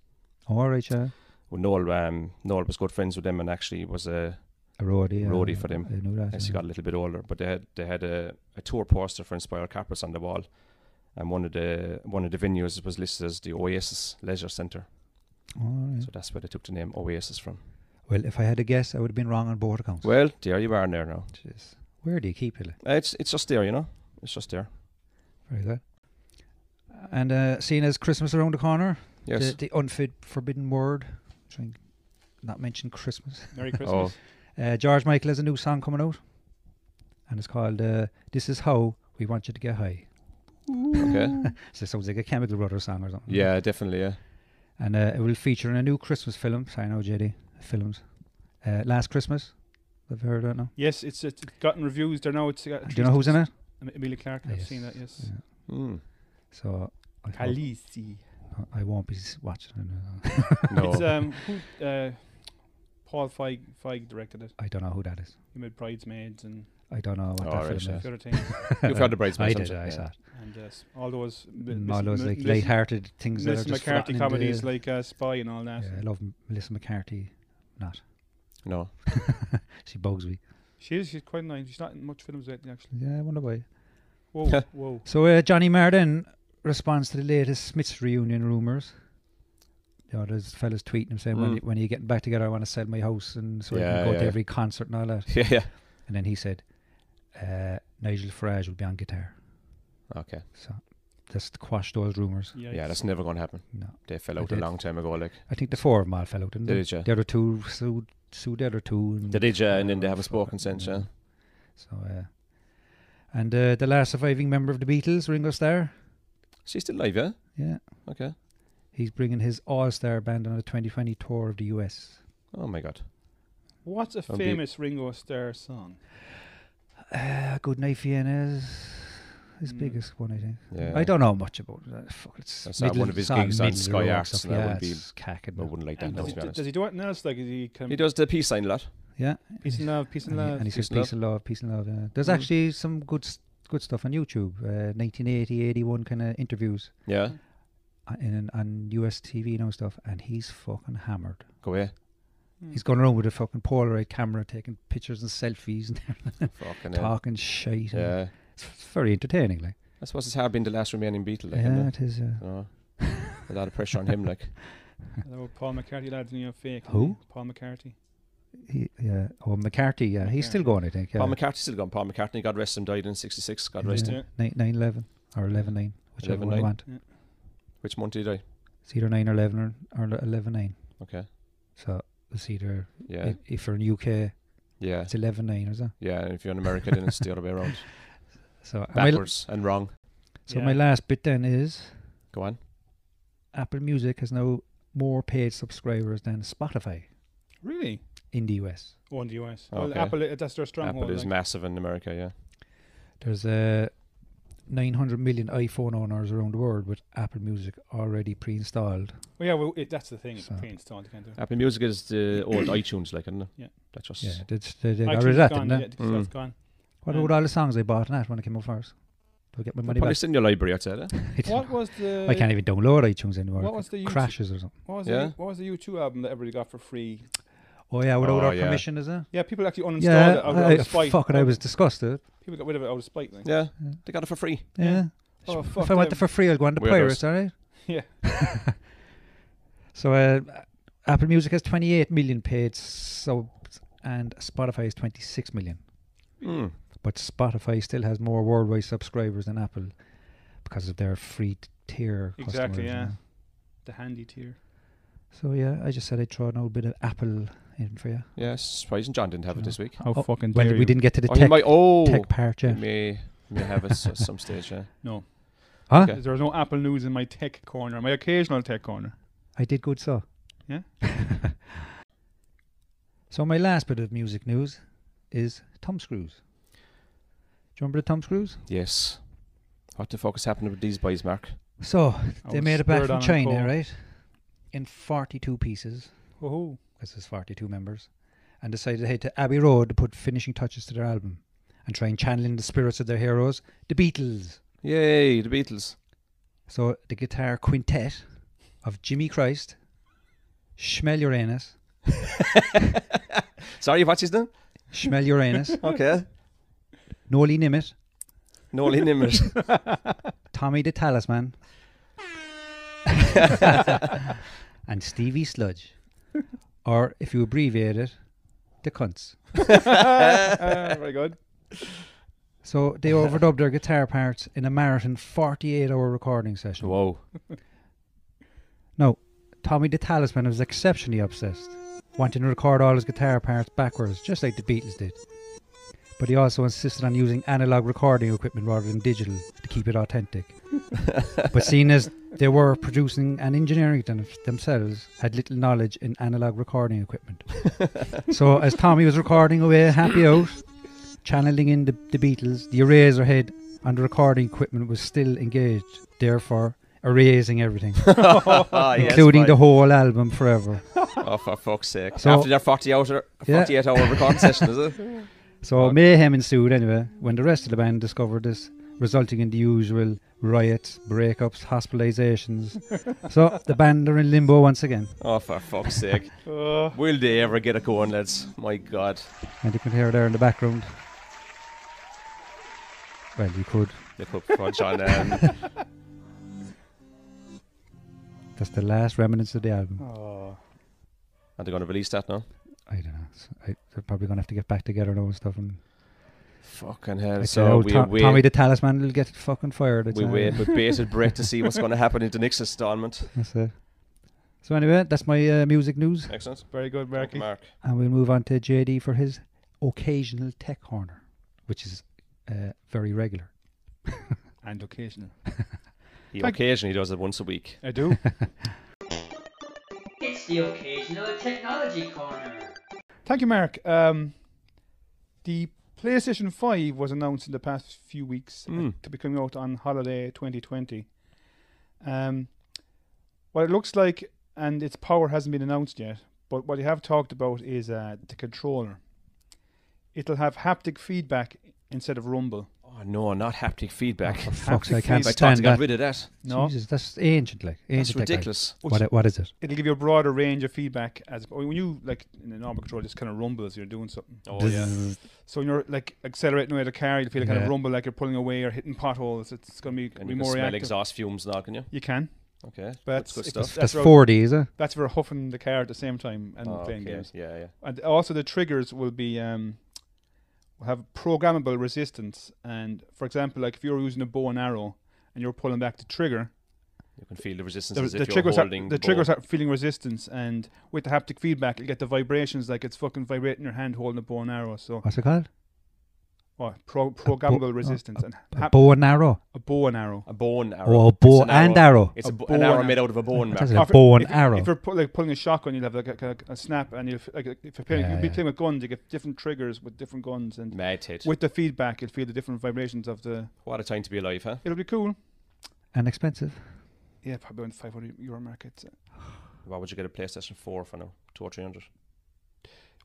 [SPEAKER 5] All right, yeah.
[SPEAKER 1] Well, Noel, um, Noel was good friends with them and actually was a.
[SPEAKER 5] A roadie. yeah.
[SPEAKER 1] Roadie for them,
[SPEAKER 5] I knew that.
[SPEAKER 1] As he
[SPEAKER 5] yeah.
[SPEAKER 1] got a little bit older, but they had they had a, a tour poster for Inspire Carpets on the wall, and one of the one of the venues was listed as the Oasis Leisure Centre.
[SPEAKER 5] All right.
[SPEAKER 1] So that's where they took the name Oasis from.
[SPEAKER 5] Well, if I had a guess, I would have been wrong on both accounts.
[SPEAKER 1] Well, there you are there now.
[SPEAKER 5] Jeez. Where do you keep it? like?
[SPEAKER 1] Uh, It's it's just there, you know. It's just there.
[SPEAKER 5] Very good. And uh, seeing as Christmas around the corner,
[SPEAKER 1] Yes.
[SPEAKER 5] the, the unfit forbidden word, trying not mention Christmas.
[SPEAKER 6] Merry Christmas.
[SPEAKER 1] Oh,
[SPEAKER 5] Uh, George Michael has a new song coming out, and it's called uh, "This Is How We Want You to Get High."
[SPEAKER 1] okay.
[SPEAKER 5] So it sounds like a Chemical Brothers song or something.
[SPEAKER 1] Yeah, definitely. Yeah.
[SPEAKER 5] And uh, it will feature in a new Christmas film. Sorry, no, JD films. Uh, Last Christmas. Have you heard of that now?
[SPEAKER 6] Yes, it's, it's gotten reviews. There now. It's got
[SPEAKER 5] Do you know who's in it?
[SPEAKER 6] Em- Emilia Clarke.
[SPEAKER 5] Ah,
[SPEAKER 6] I've
[SPEAKER 5] yes.
[SPEAKER 6] seen that. Yes.
[SPEAKER 5] Yeah.
[SPEAKER 1] Mm.
[SPEAKER 5] So I, hope-
[SPEAKER 6] Khaleesi.
[SPEAKER 5] I won't be s- watching it.
[SPEAKER 1] No.
[SPEAKER 6] It's um, who, uh, Paul Feig, Feig directed it.
[SPEAKER 5] I don't know who that is.
[SPEAKER 6] He made Bridesmaids and
[SPEAKER 5] I don't know what
[SPEAKER 1] Oh,
[SPEAKER 5] that film
[SPEAKER 1] right, yeah.
[SPEAKER 5] is.
[SPEAKER 6] the other things.
[SPEAKER 1] You've had the bridesmaid.
[SPEAKER 5] I did. I saw. it.
[SPEAKER 6] and uh, s- all those
[SPEAKER 5] Mm, all those like light-hearted things that are
[SPEAKER 6] Melissa
[SPEAKER 5] just
[SPEAKER 6] McCarthy
[SPEAKER 5] flattening
[SPEAKER 6] comedies
[SPEAKER 5] the-
[SPEAKER 6] like uh, Spy and all that.
[SPEAKER 5] Yeah, I love M- Melissa McCarthy. Not
[SPEAKER 1] No.
[SPEAKER 5] she bugs me.
[SPEAKER 6] She is. She's quite nice. She's not in much films lately, actually.
[SPEAKER 5] Yeah, I wonder why.
[SPEAKER 6] Whoa, whoa.
[SPEAKER 5] So uh, Johnny Marden responds to the latest Smiths reunion rumours. You know, there's fellas tweeting him saying, when,
[SPEAKER 1] Mm.
[SPEAKER 5] you, "When are you getting back together? I want to sell my house and so I
[SPEAKER 1] Yeah,
[SPEAKER 5] can go to
[SPEAKER 1] yeah.
[SPEAKER 5] every concert and all that."
[SPEAKER 1] Yeah. Yeah.
[SPEAKER 5] And then he said, uh, "Nigel Farage will be on guitar."
[SPEAKER 1] Okay.
[SPEAKER 5] So just quash those rumours.
[SPEAKER 1] Yeah, that's never going to happen.
[SPEAKER 5] No,
[SPEAKER 1] They fell
[SPEAKER 5] I
[SPEAKER 1] out a
[SPEAKER 5] did.
[SPEAKER 1] long time ago. Like er
[SPEAKER 5] I think the four of them all fell out. Didn't
[SPEAKER 1] They
[SPEAKER 5] they?
[SPEAKER 1] did, yeah.
[SPEAKER 5] The other two sued, sued the other two. And
[SPEAKER 1] they did, yeah, er and then they
[SPEAKER 5] Oh,
[SPEAKER 1] haven't spoken
[SPEAKER 5] fuck,
[SPEAKER 1] since.
[SPEAKER 5] yeah.
[SPEAKER 1] Yeah.
[SPEAKER 5] So, uh, and uh, the last surviving member of the Beatles, Ringo Starr,
[SPEAKER 1] She's still alive, yeah.
[SPEAKER 5] yeah,
[SPEAKER 1] Okay.
[SPEAKER 5] he's bringing his all-star band on a 2020 tour of the US.
[SPEAKER 1] Oh my God.
[SPEAKER 6] What's a
[SPEAKER 1] Don't be-
[SPEAKER 6] famous Ringo Starr song?
[SPEAKER 5] Uh, Good Night Vienna is his
[SPEAKER 6] Mm.
[SPEAKER 5] biggest one, I think.
[SPEAKER 1] Hmm. Yeah.
[SPEAKER 5] I don't know much about it. Fuck, it's
[SPEAKER 1] I saw
[SPEAKER 5] middle-
[SPEAKER 1] one of his
[SPEAKER 5] it's all
[SPEAKER 1] gigs on
[SPEAKER 5] middle
[SPEAKER 1] Sky
[SPEAKER 5] row
[SPEAKER 1] Arts
[SPEAKER 5] stuff,
[SPEAKER 1] and I
[SPEAKER 5] yeah,
[SPEAKER 1] wouldn't be-
[SPEAKER 5] it's cacked,
[SPEAKER 1] I
[SPEAKER 5] no.
[SPEAKER 1] wouldn't like that.
[SPEAKER 6] And
[SPEAKER 1] No,
[SPEAKER 6] does,
[SPEAKER 1] to
[SPEAKER 6] he,
[SPEAKER 1] be honest.
[SPEAKER 6] does he do anything else? Like is he, can
[SPEAKER 1] He does the peace sign a lot.
[SPEAKER 5] Yeah,
[SPEAKER 6] peace and love, peace and
[SPEAKER 5] and he,
[SPEAKER 6] love.
[SPEAKER 5] and he says
[SPEAKER 1] Peace and
[SPEAKER 5] peace and love, peace and love. Yeah. There's
[SPEAKER 1] Mm.
[SPEAKER 5] actually some good s- good stuff on YouTube. Uh, 1980, 81 kind of interviews
[SPEAKER 1] Yeah.
[SPEAKER 5] on, in, on US TV now stuff, and he's fucking hammered.
[SPEAKER 1] Go away.
[SPEAKER 6] Hmm.
[SPEAKER 5] He's gone around with a fucking Polaroid camera, taking pictures and selfies and
[SPEAKER 1] Fucking hell.
[SPEAKER 5] talking shit. and
[SPEAKER 1] Yeah.
[SPEAKER 5] It's f- very entertaining, like.
[SPEAKER 1] I suppose it's hard being the last remaining Beatle. Like,
[SPEAKER 5] yeah,
[SPEAKER 1] isn't
[SPEAKER 5] it
[SPEAKER 1] it?
[SPEAKER 5] is. Uh,
[SPEAKER 1] So, a lot of pressure on him. Like.
[SPEAKER 6] Hello, Paul McCartney, lads, and you're fake. isn't
[SPEAKER 5] Who?
[SPEAKER 6] he? Paul McCartney.
[SPEAKER 5] he, yeah. Oh, McCarthy. Yeah, he's still going, I think. Yeah.
[SPEAKER 1] Paul McCartney's still gone. Paul McCartney, God rest him, died in '66. God rest
[SPEAKER 5] yeah.
[SPEAKER 1] him.
[SPEAKER 6] him.
[SPEAKER 5] Nine, nine eleven or eleven nine, whichever one you
[SPEAKER 1] 11-9.
[SPEAKER 5] want.
[SPEAKER 1] Which month did he die?
[SPEAKER 5] It's either nine or eleven or, or le- eleven nine.
[SPEAKER 1] Okay.
[SPEAKER 5] So it's either
[SPEAKER 1] Yeah.
[SPEAKER 5] if, if you're in UK,
[SPEAKER 1] Yeah.
[SPEAKER 5] it's eleven nine, is that?
[SPEAKER 1] Yeah. And if you're in America, then it's the other way around.
[SPEAKER 5] So my, l-
[SPEAKER 1] Backwards and wrong.
[SPEAKER 5] so my
[SPEAKER 6] Yeah.
[SPEAKER 5] last bit then is
[SPEAKER 1] Go on.
[SPEAKER 5] Apple Music has now more paid subscribers than Spotify
[SPEAKER 6] Really?
[SPEAKER 5] in the US.
[SPEAKER 6] Oh, in the US. Well,
[SPEAKER 1] Okay.
[SPEAKER 6] Apple, uh, that's their stronghold.
[SPEAKER 1] Apple is
[SPEAKER 6] like.
[SPEAKER 1] massive in America. Yeah.
[SPEAKER 5] There's uh, 900 million iPhone owners around the world with Apple Music already pre-installed.
[SPEAKER 6] Well, yeah, well, it, that's the thing. It's
[SPEAKER 5] So-
[SPEAKER 6] pre-installed. You can't do it.
[SPEAKER 1] Apple Music is the old iTunes, like, isn't it?
[SPEAKER 6] Yeah.
[SPEAKER 1] That's just.
[SPEAKER 5] Yeah, that's they did
[SPEAKER 6] iTunes
[SPEAKER 5] already
[SPEAKER 6] is
[SPEAKER 5] that,
[SPEAKER 6] gone,
[SPEAKER 5] didn't
[SPEAKER 6] yeah,
[SPEAKER 5] they?
[SPEAKER 6] it's- that's
[SPEAKER 1] Mm.
[SPEAKER 6] gone.
[SPEAKER 5] What about all the songs I bought and that when I came up first? Do I get my
[SPEAKER 1] They're
[SPEAKER 5] money
[SPEAKER 1] Probably
[SPEAKER 5] back?
[SPEAKER 1] sitting in your library, I'd say. eh?
[SPEAKER 5] I don't
[SPEAKER 6] What
[SPEAKER 5] know.
[SPEAKER 6] was the?
[SPEAKER 5] I can't even download iTunes anymore.
[SPEAKER 6] what
[SPEAKER 5] It
[SPEAKER 6] was the YouTube-
[SPEAKER 5] crashes or something?
[SPEAKER 6] What was,
[SPEAKER 1] Yeah.
[SPEAKER 6] the, what was the U2 album that everybody got for free?
[SPEAKER 5] Oh yeah, without
[SPEAKER 1] Oh,
[SPEAKER 5] our
[SPEAKER 1] yeah.
[SPEAKER 5] permission, is it?
[SPEAKER 6] Yeah, people actually uninstalled
[SPEAKER 5] Yeah,
[SPEAKER 6] it out,
[SPEAKER 5] I,
[SPEAKER 6] out of spite.
[SPEAKER 5] fucking, I was disgusted.
[SPEAKER 6] People got rid of it out of spite. Like.
[SPEAKER 1] Yeah. They got it for free.
[SPEAKER 5] Yeah.
[SPEAKER 6] Oh,
[SPEAKER 5] If-
[SPEAKER 6] fuck
[SPEAKER 5] if I want
[SPEAKER 6] them.
[SPEAKER 5] it for free, I'll go on the
[SPEAKER 1] Weirdos.
[SPEAKER 5] pirates, all right?
[SPEAKER 6] Yeah.
[SPEAKER 5] So uh, Apple Music has 28 million paid subs and Spotify is 26 million.
[SPEAKER 1] Mm.
[SPEAKER 5] But Spotify still has more worldwide subscribers than Apple because of their free t- tier. customers,
[SPEAKER 6] Exactly,
[SPEAKER 5] you
[SPEAKER 6] yeah.
[SPEAKER 5] know.
[SPEAKER 6] The handy tier.
[SPEAKER 5] So yeah, I just said I'd throw an old bit of Apple in for you.
[SPEAKER 1] Yeah, surprising John didn't have it this week.
[SPEAKER 6] How
[SPEAKER 5] Oh,
[SPEAKER 6] fucking
[SPEAKER 5] Well, we didn't get to the
[SPEAKER 1] Oh, he
[SPEAKER 5] tech,
[SPEAKER 1] might, oh
[SPEAKER 5] tech part
[SPEAKER 1] he
[SPEAKER 5] yet.
[SPEAKER 1] may, may have it s- at some stage, yeah.
[SPEAKER 5] Huh?
[SPEAKER 1] Okay.
[SPEAKER 6] There's no Apple news in my tech corner, my occasional tech corner.
[SPEAKER 5] I did good, so.
[SPEAKER 6] Yeah.
[SPEAKER 5] so my last bit of music news is Tom Screws. Do you remember the Tom Screws?
[SPEAKER 1] Yes. What the fuck is happening with these boys, Mark?
[SPEAKER 5] So
[SPEAKER 6] I
[SPEAKER 5] they
[SPEAKER 6] was
[SPEAKER 5] made it back
[SPEAKER 6] spurred
[SPEAKER 5] from
[SPEAKER 6] Oh, on a
[SPEAKER 5] China,
[SPEAKER 6] call.
[SPEAKER 5] right? In 42 pieces,
[SPEAKER 6] Oh,
[SPEAKER 5] because there's 42 members, and decided to head to Abbey Road to put finishing touches to their album and try and channel in the spirits of their heroes, the Beatles.
[SPEAKER 1] Yay, the Beatles.
[SPEAKER 5] So the guitar quintet of Jimmy Christ, Schmel Uranus,
[SPEAKER 1] Sorry, what's his name?
[SPEAKER 5] Schmel Uranus,
[SPEAKER 1] Okay.
[SPEAKER 5] Noli Nimitz,
[SPEAKER 1] Noel Nimmers.
[SPEAKER 5] Tommy the Talisman, and Stevie Sludge, or if you abbreviate it, the cunts.
[SPEAKER 6] Ah, very good.
[SPEAKER 5] So they overdubbed their guitar parts in a marathon 48 hour recording session.
[SPEAKER 1] Whoa.
[SPEAKER 5] No, Tommy the Talisman was exceptionally obsessed, wanting to record all his guitar parts backwards, just like the Beatles did. But he also insisted on using analog recording equipment rather than digital to keep it authentic. but seeing as they were producing and engineering them themselves, had little knowledge in analog recording equipment. so as Tommy was recording away, happy out, channeling in the, the Beatles, the eraser head on the recording equipment was still engaged, therefore erasing everything
[SPEAKER 1] Ah, yes,
[SPEAKER 5] including
[SPEAKER 1] right.
[SPEAKER 5] the whole album forever.
[SPEAKER 1] Oh, for fuck's sake.
[SPEAKER 5] So-
[SPEAKER 1] After their 40 hour,
[SPEAKER 5] Yeah.
[SPEAKER 1] 48 uh, hour recording session, is it?
[SPEAKER 5] So
[SPEAKER 1] Fuck.
[SPEAKER 5] mayhem ensued anyway when the rest of the band discovered this, resulting in the usual riots, breakups, hospitalizations. so the band are in limbo once again,
[SPEAKER 1] Oh, for fuck's sake.
[SPEAKER 5] Oh.
[SPEAKER 6] Uh,
[SPEAKER 1] Will they ever get it going, lads? My God.
[SPEAKER 5] and you can hear there in the background. Well, you could.
[SPEAKER 1] Look up for John. Um,
[SPEAKER 5] That's the last remnants of the album.
[SPEAKER 6] oh,
[SPEAKER 1] are they going to release that now?
[SPEAKER 5] I don't know. It's- I, they're probably going to have to get back together now and stuff. And
[SPEAKER 1] Fucking hell.
[SPEAKER 5] I'd say
[SPEAKER 1] so
[SPEAKER 5] old
[SPEAKER 1] we
[SPEAKER 5] Tom-
[SPEAKER 1] wait.
[SPEAKER 5] Tommy uh, the Talisman will get fucking fired. I'd
[SPEAKER 1] we
[SPEAKER 5] say.
[SPEAKER 1] wait with bated breath to see what's going to happen in the next installment.
[SPEAKER 5] That's it. So anyway, that's my uh, music news.
[SPEAKER 1] Excellent.
[SPEAKER 6] very good,
[SPEAKER 1] Thank you,
[SPEAKER 6] Marky.
[SPEAKER 1] Mark.
[SPEAKER 5] And we'll move on to JD for his occasional tech corner, which is uh, very regular.
[SPEAKER 6] And occasional.
[SPEAKER 1] He
[SPEAKER 6] Thank-
[SPEAKER 1] occasionally does it once a week.
[SPEAKER 6] I do.
[SPEAKER 4] It's the occasional technology corner.
[SPEAKER 6] Thank you, Mark. Um, the PlayStation 5 was announced in the past few weeks uh,
[SPEAKER 5] Hmm.
[SPEAKER 1] Mm.
[SPEAKER 6] to be coming out on holiday 2020. Um, what it looks like, and its power hasn't been announced yet, but what they have talked about is uh, the controller. It'll have haptic feedback instead of rumble.
[SPEAKER 1] Oh, no, not haptic feedback.
[SPEAKER 5] For fuck's sake, I
[SPEAKER 1] I
[SPEAKER 5] can't
[SPEAKER 1] thought
[SPEAKER 5] stand
[SPEAKER 1] they got
[SPEAKER 5] that.
[SPEAKER 1] rid of that.
[SPEAKER 6] No,
[SPEAKER 5] Jesus, that's ancient, like ancient.
[SPEAKER 1] That's
[SPEAKER 5] tech, like.
[SPEAKER 1] ridiculous.
[SPEAKER 5] What, i- what is it?
[SPEAKER 6] it'll give you a broader range of feedback as when you like in a normal controller, just kind of rumbles. you're doing something.
[SPEAKER 1] Oh, yeah.
[SPEAKER 6] So when you're like accelerating away the car, you'll feel a kind
[SPEAKER 5] Yeah.
[SPEAKER 6] of rumble, like you're pulling away or hitting potholes. It's going to be,
[SPEAKER 1] And
[SPEAKER 6] be
[SPEAKER 1] you can
[SPEAKER 6] more
[SPEAKER 1] smell
[SPEAKER 6] reactive.
[SPEAKER 1] exhaust fumes now, can you?
[SPEAKER 6] You can,
[SPEAKER 1] Okay.
[SPEAKER 6] but
[SPEAKER 1] That's good
[SPEAKER 6] if
[SPEAKER 1] stuff.
[SPEAKER 6] it's-
[SPEAKER 5] That's eh?
[SPEAKER 6] That's, for,
[SPEAKER 5] 4D, is it?
[SPEAKER 6] that's for huffing the car at the same time and
[SPEAKER 1] Oh,
[SPEAKER 6] playing
[SPEAKER 1] okay.
[SPEAKER 6] games.
[SPEAKER 1] Yeah, yeah.
[SPEAKER 6] And also the triggers will be um, will have programmable resistance. And for example, like if you're using a bow and arrow and you're pulling back the trigger,
[SPEAKER 1] You can feel the resistance
[SPEAKER 6] the,
[SPEAKER 1] as
[SPEAKER 6] the
[SPEAKER 1] if you're
[SPEAKER 6] triggers are,
[SPEAKER 1] holding
[SPEAKER 6] the
[SPEAKER 1] bow.
[SPEAKER 6] triggers are feeling resistance, and with the haptic feedback, you get the vibrations like it's fucking vibrating your hand holding a bow and arrow. So
[SPEAKER 5] What's it called?
[SPEAKER 6] what, pro,
[SPEAKER 5] bow-
[SPEAKER 6] programmable
[SPEAKER 1] uh,
[SPEAKER 5] oh,
[SPEAKER 6] resistance and
[SPEAKER 5] A
[SPEAKER 6] hap-
[SPEAKER 5] bow and arrow.
[SPEAKER 6] a bow and arrow.
[SPEAKER 1] A bone arrow.
[SPEAKER 5] Oh, a
[SPEAKER 1] It's
[SPEAKER 5] bow
[SPEAKER 1] an
[SPEAKER 5] and arrow.
[SPEAKER 1] It's
[SPEAKER 6] A
[SPEAKER 1] a bo- an
[SPEAKER 6] bow and
[SPEAKER 1] arrow
[SPEAKER 6] arrow.
[SPEAKER 1] made out of a bone,
[SPEAKER 5] That
[SPEAKER 1] Mark.
[SPEAKER 5] doesn't- A
[SPEAKER 6] Or if-
[SPEAKER 5] bow and
[SPEAKER 6] if,
[SPEAKER 5] arrow.
[SPEAKER 6] If you're pu- like pulling a shotgun, you'll have like a, kind of a snap, and you'll f- like if you're playing,
[SPEAKER 5] Yeah,
[SPEAKER 6] you'll be
[SPEAKER 5] yeah.
[SPEAKER 6] playing with guns, you get different triggers with different guns, and
[SPEAKER 1] Mad tit.
[SPEAKER 6] with the feedback, you'll feel the different vibrations of the.
[SPEAKER 1] What a time to be alive, huh?
[SPEAKER 6] It'll be cool.
[SPEAKER 5] And expensive.
[SPEAKER 6] Yeah, probably on 500 euro market.
[SPEAKER 1] Why would you get a PlayStation 4 for now? Two or three hundred.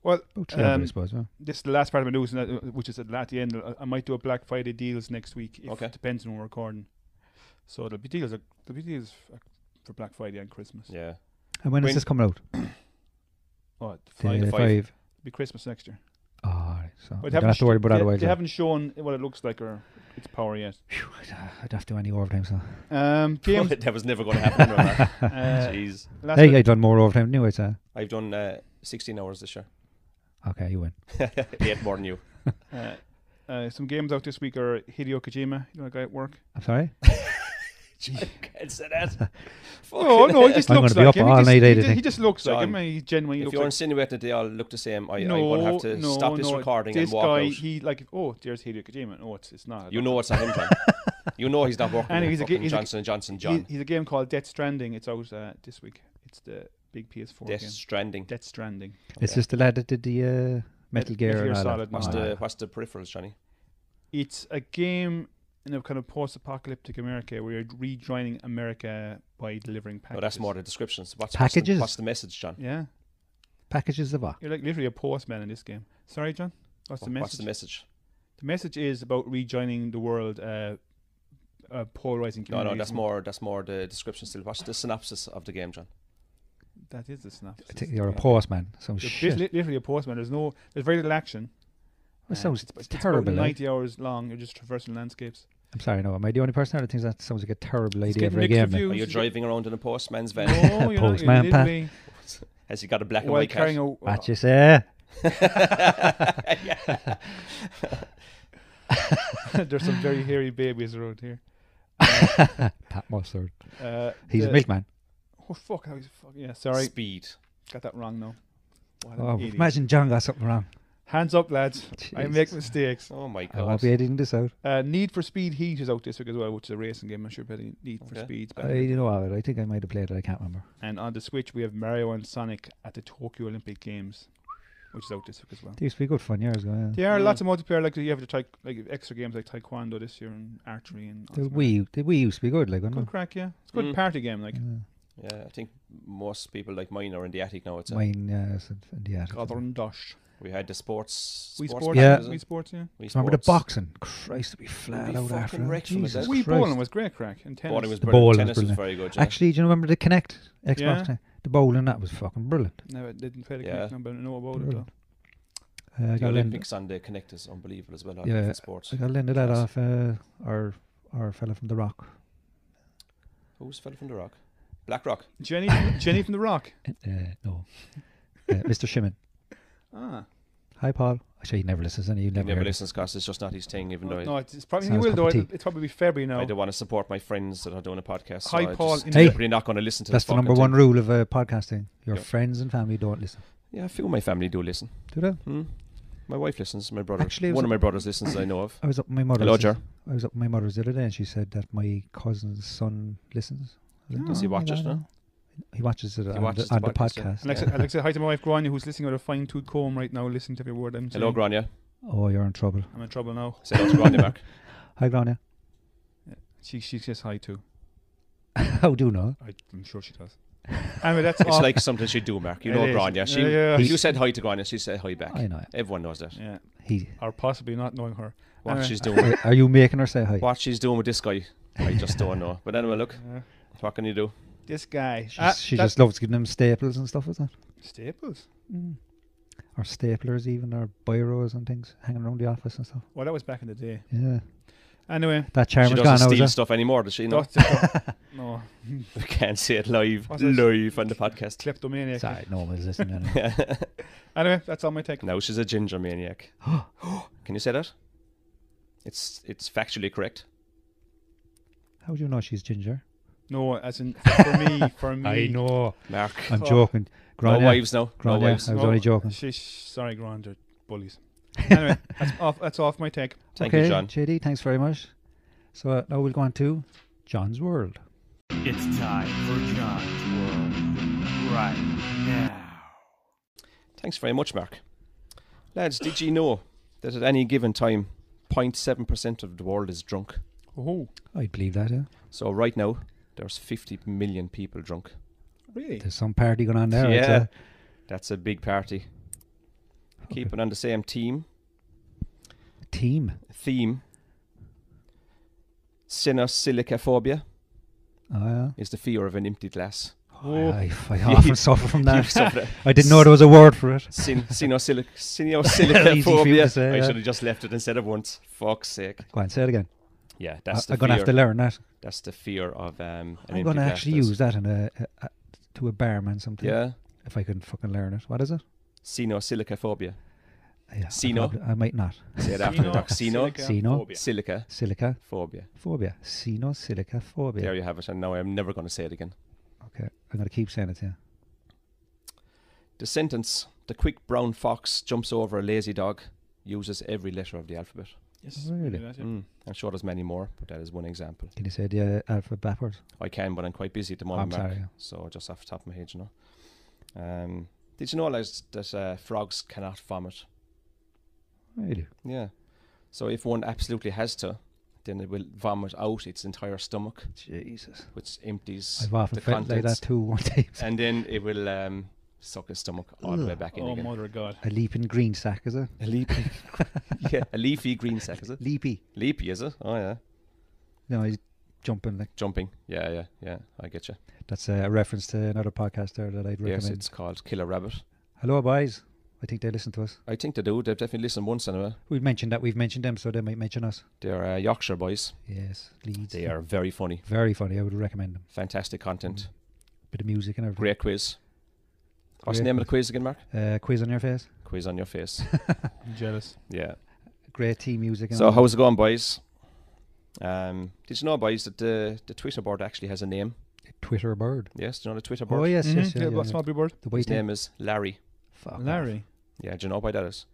[SPEAKER 6] Well,
[SPEAKER 5] About 300, I
[SPEAKER 6] Um,
[SPEAKER 5] suppose. huh?
[SPEAKER 6] this is the last part of my news, and that- which is at at the end. I- I might do a Black Friday deals next week. If
[SPEAKER 1] Okay.
[SPEAKER 6] It depends on when we're recording. So there'll be deals. uh, There'll be deals f- uh, for Black Friday and Christmas.
[SPEAKER 1] Yeah.
[SPEAKER 5] And when is
[SPEAKER 1] when-
[SPEAKER 5] this coming out?
[SPEAKER 6] Oh, it'll
[SPEAKER 5] The
[SPEAKER 1] the five.
[SPEAKER 5] five.
[SPEAKER 6] be Christmas next year.
[SPEAKER 5] Oh, all right, so we
[SPEAKER 6] But they
[SPEAKER 5] don't
[SPEAKER 6] haven't
[SPEAKER 5] have to
[SPEAKER 6] sh-
[SPEAKER 5] worry about
[SPEAKER 6] they-
[SPEAKER 5] that. otherwise.
[SPEAKER 6] They
[SPEAKER 5] uh,
[SPEAKER 6] haven't shown what it looks like or its power yet.
[SPEAKER 5] phew, I don't have to do any overtime. So.
[SPEAKER 6] Um, games.
[SPEAKER 1] that was never going to happen. Mark.
[SPEAKER 6] uh,
[SPEAKER 1] Jeez.
[SPEAKER 6] last
[SPEAKER 5] Hey,
[SPEAKER 6] bit-
[SPEAKER 5] I've done more overtime. Anyway, it's uh,
[SPEAKER 1] I've done uh, 16 hours this year.
[SPEAKER 5] Okay, you win.
[SPEAKER 1] Eight more than you.
[SPEAKER 6] Uh, uh, some games out this week are Hideo Kojima. You know, a guy at work.
[SPEAKER 5] I'm sorry.
[SPEAKER 1] Can't say that.
[SPEAKER 6] Oh no, he just
[SPEAKER 5] I'm
[SPEAKER 6] looks
[SPEAKER 5] gonna be
[SPEAKER 6] like
[SPEAKER 5] up
[SPEAKER 6] him.
[SPEAKER 5] all
[SPEAKER 6] he, just,
[SPEAKER 5] night
[SPEAKER 6] he,
[SPEAKER 5] editing.
[SPEAKER 6] just, he just looks like him.
[SPEAKER 1] John,
[SPEAKER 6] He genuinely
[SPEAKER 1] If
[SPEAKER 6] looks
[SPEAKER 1] you're
[SPEAKER 6] like
[SPEAKER 1] insinuated they all look the same, I, I'm
[SPEAKER 6] no,
[SPEAKER 1] going to have to
[SPEAKER 6] no,
[SPEAKER 1] stop this
[SPEAKER 6] no,
[SPEAKER 1] recording
[SPEAKER 6] this
[SPEAKER 1] and walk
[SPEAKER 6] guy,
[SPEAKER 1] out.
[SPEAKER 6] He like, oh, there's Hideo Kojima. No, it's it's not.
[SPEAKER 1] you know it's not him, John. you know he's not working
[SPEAKER 6] Anyway,
[SPEAKER 1] with
[SPEAKER 6] he's a g-
[SPEAKER 1] fucking
[SPEAKER 6] he's a
[SPEAKER 1] Johnson &
[SPEAKER 6] g-
[SPEAKER 1] Johnson
[SPEAKER 6] He-
[SPEAKER 1] John.
[SPEAKER 6] he's a game called Death Stranding. It's out uh, this week. It's the big PS4
[SPEAKER 1] Death
[SPEAKER 6] game.
[SPEAKER 1] Stranding.
[SPEAKER 6] Death Stranding.
[SPEAKER 5] It's just the lad that did the uh, Metal Gear
[SPEAKER 6] Metal Gear
[SPEAKER 5] and all
[SPEAKER 6] Solid uh,
[SPEAKER 5] that.
[SPEAKER 1] What's
[SPEAKER 5] Oh,
[SPEAKER 1] the
[SPEAKER 5] yeah.
[SPEAKER 1] what's the peripherals, Johnny?
[SPEAKER 6] It's a game in a kind of post-apocalyptic America where you're rejoining America by delivering packages.
[SPEAKER 1] No, Oh, that's more the descriptions. What's, What's
[SPEAKER 5] Packages?
[SPEAKER 1] the, what's the message, John?
[SPEAKER 6] Yeah,
[SPEAKER 5] packages of what?
[SPEAKER 6] you're like literally a postman in this game. Sorry, John. What's the
[SPEAKER 1] Wha-
[SPEAKER 6] message?
[SPEAKER 1] What's the message?
[SPEAKER 6] The message is about rejoining the world, uh, uh, polarizing
[SPEAKER 1] No,
[SPEAKER 6] communities.
[SPEAKER 1] no, that's more that's more the description still. What's the synopsis of the game, John?
[SPEAKER 6] That is the synopsis.
[SPEAKER 5] I think you're a
[SPEAKER 6] Yeah.
[SPEAKER 5] postman. Some
[SPEAKER 6] You're
[SPEAKER 5] shit.
[SPEAKER 6] basi- literally a postman. There's no, there's very little action.
[SPEAKER 5] That sounds
[SPEAKER 6] it's, it's about
[SPEAKER 5] terrible. eh?
[SPEAKER 6] Ninety hours long. You're just traversing landscapes.
[SPEAKER 5] I'm sorry, no. Am I the only person that thinks that sounds like a terrible
[SPEAKER 6] It's
[SPEAKER 5] idea
[SPEAKER 6] getting
[SPEAKER 5] for a
[SPEAKER 6] mixed
[SPEAKER 5] game?
[SPEAKER 1] Are you
[SPEAKER 6] reviews.
[SPEAKER 1] driving around in a postman's van?
[SPEAKER 6] No, you're not. You're
[SPEAKER 5] Postman Pat.
[SPEAKER 6] literally
[SPEAKER 1] Has he got a black and
[SPEAKER 6] while
[SPEAKER 1] white
[SPEAKER 6] carrying
[SPEAKER 1] cat?
[SPEAKER 6] a.
[SPEAKER 5] What you say?
[SPEAKER 6] there's some very hairy babies around here.
[SPEAKER 5] Pat Mustard.
[SPEAKER 6] Uh,
[SPEAKER 5] He's
[SPEAKER 6] the-
[SPEAKER 5] a milkman.
[SPEAKER 6] Oh fuck! I was fuck. Yeah, sorry,
[SPEAKER 1] Speed.
[SPEAKER 6] got that wrong now. What an
[SPEAKER 5] Oh,
[SPEAKER 6] idiot.
[SPEAKER 5] imagine John got something wrong.
[SPEAKER 6] Hands up, lads. I make
[SPEAKER 5] Jesus.
[SPEAKER 6] mistakes.
[SPEAKER 1] Oh my god.
[SPEAKER 5] I won't be editing this out.
[SPEAKER 6] Uh, Need for Speed Heat is out this week as well, which is a racing game. I'm sure betting Need for
[SPEAKER 1] Okay.
[SPEAKER 6] Speed's
[SPEAKER 5] I
[SPEAKER 6] back.
[SPEAKER 5] you know of it. I think I might have played it. I can't remember.
[SPEAKER 6] And on the Switch, we have Mario and Sonic at the Tokyo Olympic Games, which is out this week as well.
[SPEAKER 5] They used to be good fun years ago. Yeah.
[SPEAKER 6] There are lots of multiplayer, like you have the tai- like extra games like Taekwondo this year and archery and. all
[SPEAKER 5] The
[SPEAKER 6] sorts of
[SPEAKER 5] Wii, the Wii used to be good, like, wasn't
[SPEAKER 6] Good crack, yeah. It's a good
[SPEAKER 1] Mm.
[SPEAKER 6] party game, like
[SPEAKER 5] it? Yeah.
[SPEAKER 1] Yeah, I think most people like mine are in the attic now. It's a,
[SPEAKER 5] Mine, yeah, it's in in uh, the attic.
[SPEAKER 6] Gather and Dosh.
[SPEAKER 1] we had the sports.
[SPEAKER 6] Wii
[SPEAKER 1] sports
[SPEAKER 6] Sports,
[SPEAKER 1] pack,
[SPEAKER 5] Yeah.
[SPEAKER 1] was it?
[SPEAKER 6] Wii Sports, yeah.
[SPEAKER 1] Wii
[SPEAKER 5] Remember the
[SPEAKER 1] Sports.
[SPEAKER 5] boxing? Christ, to be flat
[SPEAKER 1] be
[SPEAKER 5] out
[SPEAKER 1] fucking
[SPEAKER 5] after that.
[SPEAKER 1] wrecked from it,
[SPEAKER 5] Jesus
[SPEAKER 1] eh?
[SPEAKER 6] Wii
[SPEAKER 5] Christ.
[SPEAKER 6] bowling was great crack and tennis.
[SPEAKER 1] Bowling was
[SPEAKER 5] The
[SPEAKER 1] brilliant.
[SPEAKER 5] bowling was
[SPEAKER 1] Tennis was
[SPEAKER 5] brilliant.
[SPEAKER 1] very good. Yeah.
[SPEAKER 5] Actually, do you remember the Connect Xbox?
[SPEAKER 6] Yeah.
[SPEAKER 5] Thing? The bowling that was fucking brilliant.
[SPEAKER 6] Never didn't play the
[SPEAKER 1] Yeah.
[SPEAKER 6] Kinect, but I know about it
[SPEAKER 5] Brilliant.
[SPEAKER 6] though.
[SPEAKER 5] Uh, I
[SPEAKER 1] the
[SPEAKER 5] got lend,
[SPEAKER 1] Olympics on the Connect is unbelievable as well. On
[SPEAKER 5] Yeah,
[SPEAKER 1] different sports.
[SPEAKER 5] I got lended that
[SPEAKER 1] Class.
[SPEAKER 5] off uh, our our fella from The Rock.
[SPEAKER 1] Who's the fella from the Rock? Black Rock.
[SPEAKER 6] Jenny, Jenny from the Rock.
[SPEAKER 5] Uh, no, uh, Mr. Shimon.
[SPEAKER 6] Ah,
[SPEAKER 5] Hi, Paul. Actually, he never listens, and he
[SPEAKER 1] He
[SPEAKER 5] never.
[SPEAKER 1] never
[SPEAKER 5] heard it.
[SPEAKER 1] listens because it's just not his thing. Even
[SPEAKER 6] no,
[SPEAKER 1] though
[SPEAKER 6] no, it's, it's probably he
[SPEAKER 5] Sounds
[SPEAKER 6] will though.
[SPEAKER 5] cup of
[SPEAKER 6] It'll, it'll probably be February
[SPEAKER 1] I, I
[SPEAKER 6] now.
[SPEAKER 1] don't want to support my friends that are doing a podcast.
[SPEAKER 6] Hi,
[SPEAKER 1] so
[SPEAKER 6] Paul,
[SPEAKER 1] I just,
[SPEAKER 6] in
[SPEAKER 5] Hey.
[SPEAKER 1] definitely not going to listen to
[SPEAKER 5] That's
[SPEAKER 1] the
[SPEAKER 5] the number one
[SPEAKER 1] Thing.
[SPEAKER 5] rule of uh, podcasting: your
[SPEAKER 1] Yep.
[SPEAKER 5] friends and family don't listen.
[SPEAKER 1] Yeah, a few of my family do listen.
[SPEAKER 5] Do they?
[SPEAKER 1] Hmm? My wife listens. My brother.
[SPEAKER 5] Actually, it was
[SPEAKER 1] one of
[SPEAKER 5] a-
[SPEAKER 1] my brothers listens. I know of.
[SPEAKER 5] I was up with my mother's.
[SPEAKER 1] Hello, Ger.
[SPEAKER 5] I was up with my mother's the other day, and she said that my cousin's son listens. I was like,
[SPEAKER 1] Does he
[SPEAKER 5] "Oh,
[SPEAKER 1] watch
[SPEAKER 5] I
[SPEAKER 1] it,
[SPEAKER 5] don't
[SPEAKER 1] no?
[SPEAKER 5] know." He watches it on,
[SPEAKER 1] watches
[SPEAKER 5] the,
[SPEAKER 1] the
[SPEAKER 5] on the
[SPEAKER 1] podcast, yeah.
[SPEAKER 5] podcast.
[SPEAKER 6] Alexa, Alexa, hi to my wife Grania, who's listening with a fine tooth comb right now. Listen to every word I'm saying.
[SPEAKER 1] Hello, Grania.
[SPEAKER 5] Oh, you're in trouble.
[SPEAKER 6] I'm in trouble now.
[SPEAKER 1] Say hello to Grania, Mark.
[SPEAKER 5] Hi, Grania.
[SPEAKER 6] She she says hi too.
[SPEAKER 5] How do you know?
[SPEAKER 6] I, I'm sure she does. anyway, that's
[SPEAKER 1] It's
[SPEAKER 6] all.
[SPEAKER 1] like something she'd do, Mark. You
[SPEAKER 6] It
[SPEAKER 1] know
[SPEAKER 6] is.
[SPEAKER 1] Grania. She,
[SPEAKER 6] Yeah, yeah.
[SPEAKER 1] If you said hi to Grania, she said hi back.
[SPEAKER 5] I know.
[SPEAKER 1] Everyone knows that.
[SPEAKER 6] yeah,
[SPEAKER 5] He.
[SPEAKER 6] or possibly not knowing her.
[SPEAKER 1] What
[SPEAKER 6] Anyway.
[SPEAKER 1] she's doing.
[SPEAKER 5] are, are you making her say hi?
[SPEAKER 1] what she's doing with this guy, I just don't know. But anyway, look,
[SPEAKER 6] Yeah.
[SPEAKER 1] what can you do?
[SPEAKER 6] This guy.
[SPEAKER 5] She's,
[SPEAKER 6] Ah,
[SPEAKER 5] she
[SPEAKER 6] that-
[SPEAKER 5] just loves giving him staples and stuff, isn't it?
[SPEAKER 6] Staples.
[SPEAKER 5] Mm. Or staplers, even, or biros and things hanging around the office and stuff.
[SPEAKER 6] Well, that was back in the day.
[SPEAKER 5] Yeah.
[SPEAKER 6] Anyway,
[SPEAKER 5] That
[SPEAKER 1] she
[SPEAKER 5] charmer's
[SPEAKER 1] doesn't
[SPEAKER 5] gone now,
[SPEAKER 1] steal
[SPEAKER 5] is it?
[SPEAKER 1] stuff anymore, does she? No,
[SPEAKER 6] that's it. no
[SPEAKER 1] we can't say it live,
[SPEAKER 6] What's this?
[SPEAKER 1] live on the podcast.
[SPEAKER 6] kleptomaniac.
[SPEAKER 5] Sorry, no one's listening. anyway.
[SPEAKER 6] Anyway, that's all my take.
[SPEAKER 1] now she's a ginger maniac. can you say that? It's it's factually correct.
[SPEAKER 5] How do you know she's ginger?
[SPEAKER 6] No, as in for me, for me.
[SPEAKER 5] know.
[SPEAKER 1] Mark,
[SPEAKER 5] I'm
[SPEAKER 6] Oh.
[SPEAKER 5] joking. Uh, Grania,
[SPEAKER 1] no wives now.
[SPEAKER 5] Grania,
[SPEAKER 1] No wives.
[SPEAKER 5] I was
[SPEAKER 6] No.
[SPEAKER 5] only joking.
[SPEAKER 6] Sheesh, Oh, sorry, Grand, they're bullies. Anyway, that's off. That's off my take.
[SPEAKER 1] Thank
[SPEAKER 5] okay,
[SPEAKER 1] you, John.
[SPEAKER 5] JD, thanks very much. So uh, now we'll go on to John's World.
[SPEAKER 7] It's time for John's World right now.
[SPEAKER 1] Thanks very much, Mark. Lads, did you know that at any given time, 0.7% of the world is drunk?
[SPEAKER 6] Oh,
[SPEAKER 5] I believe that, uh, yeah.
[SPEAKER 1] So right now, there's 50 million people drunk.
[SPEAKER 6] really?
[SPEAKER 5] There's some party going on there. I'd
[SPEAKER 1] Yeah.
[SPEAKER 5] say.
[SPEAKER 1] That's a big party. Keeping on the same team
[SPEAKER 5] Team.
[SPEAKER 1] theme. Sinosilicophobia
[SPEAKER 5] Oh, yeah.
[SPEAKER 1] is the fear of an empty glass.
[SPEAKER 6] Oh,
[SPEAKER 5] I, I often suffer from that.
[SPEAKER 1] Sinosilicophobia.
[SPEAKER 5] I didn't know there was a word for it.
[SPEAKER 1] Sin, sinosilic,
[SPEAKER 5] Easy for you to say,
[SPEAKER 1] sinosilicophobia. I
[SPEAKER 5] yeah.
[SPEAKER 1] should have just left it instead of once. Fuck's sake.
[SPEAKER 5] Go on, say it again.
[SPEAKER 1] Yeah,
[SPEAKER 5] I,
[SPEAKER 1] that's
[SPEAKER 5] I'm
[SPEAKER 1] the
[SPEAKER 5] going to
[SPEAKER 1] fear.
[SPEAKER 5] have to learn that.
[SPEAKER 1] that's the fear of um, an
[SPEAKER 5] I'm
[SPEAKER 1] empty
[SPEAKER 5] going to
[SPEAKER 1] glass.
[SPEAKER 5] actually
[SPEAKER 1] That's-
[SPEAKER 5] use that in a, a, a to a barman sometime.
[SPEAKER 1] Yeah,
[SPEAKER 5] If I can fucking learn it. What is it?
[SPEAKER 1] sinosilicophobia.
[SPEAKER 5] Yeah, I
[SPEAKER 1] Sino.
[SPEAKER 5] probably- I might not.
[SPEAKER 1] Say it after the doc. Sino,
[SPEAKER 6] Silica,
[SPEAKER 5] Sino.
[SPEAKER 6] phobia.
[SPEAKER 1] silica,
[SPEAKER 5] Silica
[SPEAKER 1] phobia.
[SPEAKER 5] phobia. Sino silica phobia.
[SPEAKER 1] There you have it. And now I'm never going to say it again.
[SPEAKER 5] Okay, I'm gonna keep saying it here.
[SPEAKER 1] The sentence the quick brown fox jumps over a lazy dog uses every letter of the alphabet.
[SPEAKER 6] Yes.
[SPEAKER 5] Really?
[SPEAKER 6] that's it.
[SPEAKER 1] Mm. I'm sure there's many more, but that is one example.
[SPEAKER 5] Can you say the uh, alphabet backwards?
[SPEAKER 1] I can, but I'm quite busy at the
[SPEAKER 5] I'm
[SPEAKER 1] moment, Mark.
[SPEAKER 5] sorry.
[SPEAKER 1] So just off the top of my head, you know. Um, did you know Les, that uh, frogs cannot vomit?
[SPEAKER 5] Really?
[SPEAKER 1] Yeah. So if one absolutely has to, then it will vomit out its entire stomach,
[SPEAKER 5] Jesus.
[SPEAKER 1] which empties
[SPEAKER 5] I've often
[SPEAKER 1] the
[SPEAKER 5] felt like
[SPEAKER 1] contents,
[SPEAKER 5] that too one time.
[SPEAKER 1] and then it will um, suck its stomach all the way
[SPEAKER 5] Ugh.
[SPEAKER 1] back in
[SPEAKER 6] Oh,
[SPEAKER 1] again.
[SPEAKER 6] mother of God.
[SPEAKER 5] A leaping green sack, is it?
[SPEAKER 1] A leapy, yeah, a leafy green sack, is it?
[SPEAKER 5] Leapy.
[SPEAKER 1] Leapy, is it? Oh yeah,
[SPEAKER 5] No, he's jumping like
[SPEAKER 1] jumping. Yeah, yeah, yeah. I get you.
[SPEAKER 5] that's a reference to another podcast there that I'd
[SPEAKER 1] Yes,
[SPEAKER 5] recommend.
[SPEAKER 1] it's called Killer Rabbit.
[SPEAKER 5] Hello, boys. I think they listen to us.
[SPEAKER 1] I think they do. They've definitely listened once anyway.
[SPEAKER 5] We've mentioned that we've mentioned them, so they might mention us.
[SPEAKER 1] They're uh, Yorkshire boys.
[SPEAKER 5] Yes, Leeds.
[SPEAKER 1] They are very funny.
[SPEAKER 5] very funny. I would recommend them.
[SPEAKER 1] Fantastic content.
[SPEAKER 5] Bit of music and everything.
[SPEAKER 1] Great quiz. What's the
[SPEAKER 5] Great
[SPEAKER 1] name of the quiz again, Mark?
[SPEAKER 5] Uh, quiz on your face.
[SPEAKER 1] Quiz on your face.
[SPEAKER 6] I'm jealous.
[SPEAKER 1] yeah.
[SPEAKER 5] Great team music. And
[SPEAKER 1] So
[SPEAKER 5] all.
[SPEAKER 1] how's it going, boys? Um, did you know, boys, that the the Twitter board actually has a name?
[SPEAKER 5] Twitter bird.
[SPEAKER 1] Yes, do you know the Twitter board?
[SPEAKER 5] Oh yes, yes,
[SPEAKER 6] Mhm.
[SPEAKER 5] yeah,
[SPEAKER 6] Yeah,
[SPEAKER 5] yeah,
[SPEAKER 6] what
[SPEAKER 5] yeah.
[SPEAKER 6] small big word?
[SPEAKER 5] The way
[SPEAKER 1] His name is Larry.
[SPEAKER 5] Fuck off.
[SPEAKER 6] Larry.
[SPEAKER 1] Yeah, do you know why that is?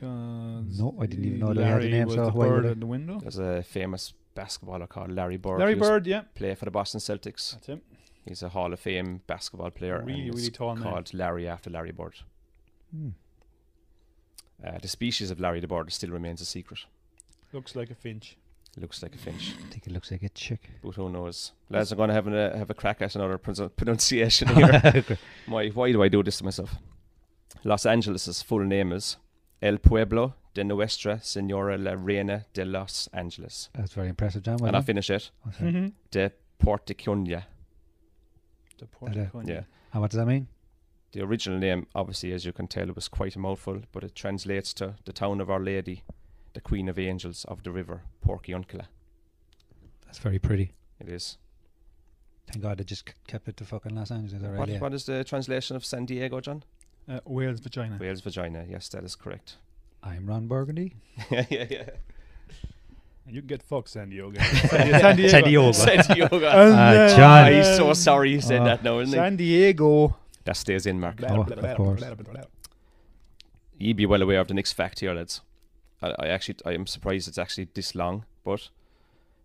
[SPEAKER 5] No,
[SPEAKER 6] No,
[SPEAKER 5] I didn't even know they had a
[SPEAKER 6] Larry
[SPEAKER 5] name,
[SPEAKER 6] was
[SPEAKER 5] so
[SPEAKER 6] the
[SPEAKER 5] why would
[SPEAKER 6] bird
[SPEAKER 5] I?
[SPEAKER 6] at the window.
[SPEAKER 1] There's a famous basketballer called Larry Bird.
[SPEAKER 6] Larry
[SPEAKER 1] He used to
[SPEAKER 6] Bird, yeah,
[SPEAKER 1] Play for the Boston Celtics.
[SPEAKER 6] that's him.
[SPEAKER 1] He's a Hall of Fame basketball player. and
[SPEAKER 6] Really,
[SPEAKER 1] it's
[SPEAKER 6] really tall man.
[SPEAKER 1] Called Larry after Larry Bird.
[SPEAKER 5] Hmm.
[SPEAKER 1] Uh, the species of Larry the Bird still remains a secret.
[SPEAKER 6] Looks like a finch.
[SPEAKER 1] Looks like a finch,
[SPEAKER 5] I think it looks like a chick.
[SPEAKER 1] but who knows? Lads, I'm going to have a have a crack at another pronunci- pronunciation here. why, why do I do this to myself? Los Angeles' full name is El Pueblo de Nuestra Señora la Reina de Los Angeles.
[SPEAKER 5] That's very impressive, John. Well
[SPEAKER 1] and I'll
[SPEAKER 5] done.
[SPEAKER 1] finish it.
[SPEAKER 5] Oh, sorry.
[SPEAKER 6] Mm-hmm.
[SPEAKER 1] De Porticuña.
[SPEAKER 6] The
[SPEAKER 5] Hello.
[SPEAKER 6] porcupine.
[SPEAKER 1] Yeah.
[SPEAKER 5] And what does that mean?
[SPEAKER 1] The original name, obviously, as you can tell, was quite a mouthful, but it translates to the town of Our Lady, the Queen of Angels of the River, Porciuncula.
[SPEAKER 5] That's very pretty.
[SPEAKER 1] It is.
[SPEAKER 5] Thank God they just c- kept it to fucking Los Angeles already.
[SPEAKER 1] What,
[SPEAKER 5] yeah.
[SPEAKER 1] what is the translation of San Diego, John?
[SPEAKER 6] Uh, whale's vagina.
[SPEAKER 1] Wales vagina. Yes, that is correct.
[SPEAKER 5] I'm Ron Burgundy.
[SPEAKER 1] yeah, yeah, yeah.
[SPEAKER 6] And you can get fucked, San Diego. San Diego.
[SPEAKER 5] San Diego.
[SPEAKER 1] Said yoga.
[SPEAKER 6] And
[SPEAKER 5] Ah,
[SPEAKER 6] then-
[SPEAKER 5] John.
[SPEAKER 1] Ah, he's so sorry he said
[SPEAKER 5] Uh,
[SPEAKER 1] that now, isn't
[SPEAKER 6] San Diego.
[SPEAKER 1] he? That stays in, Mark.
[SPEAKER 5] Oh, of course.
[SPEAKER 1] Ye be well aware of the next fact here, lads. I, I actually, I am surprised it's actually this long, but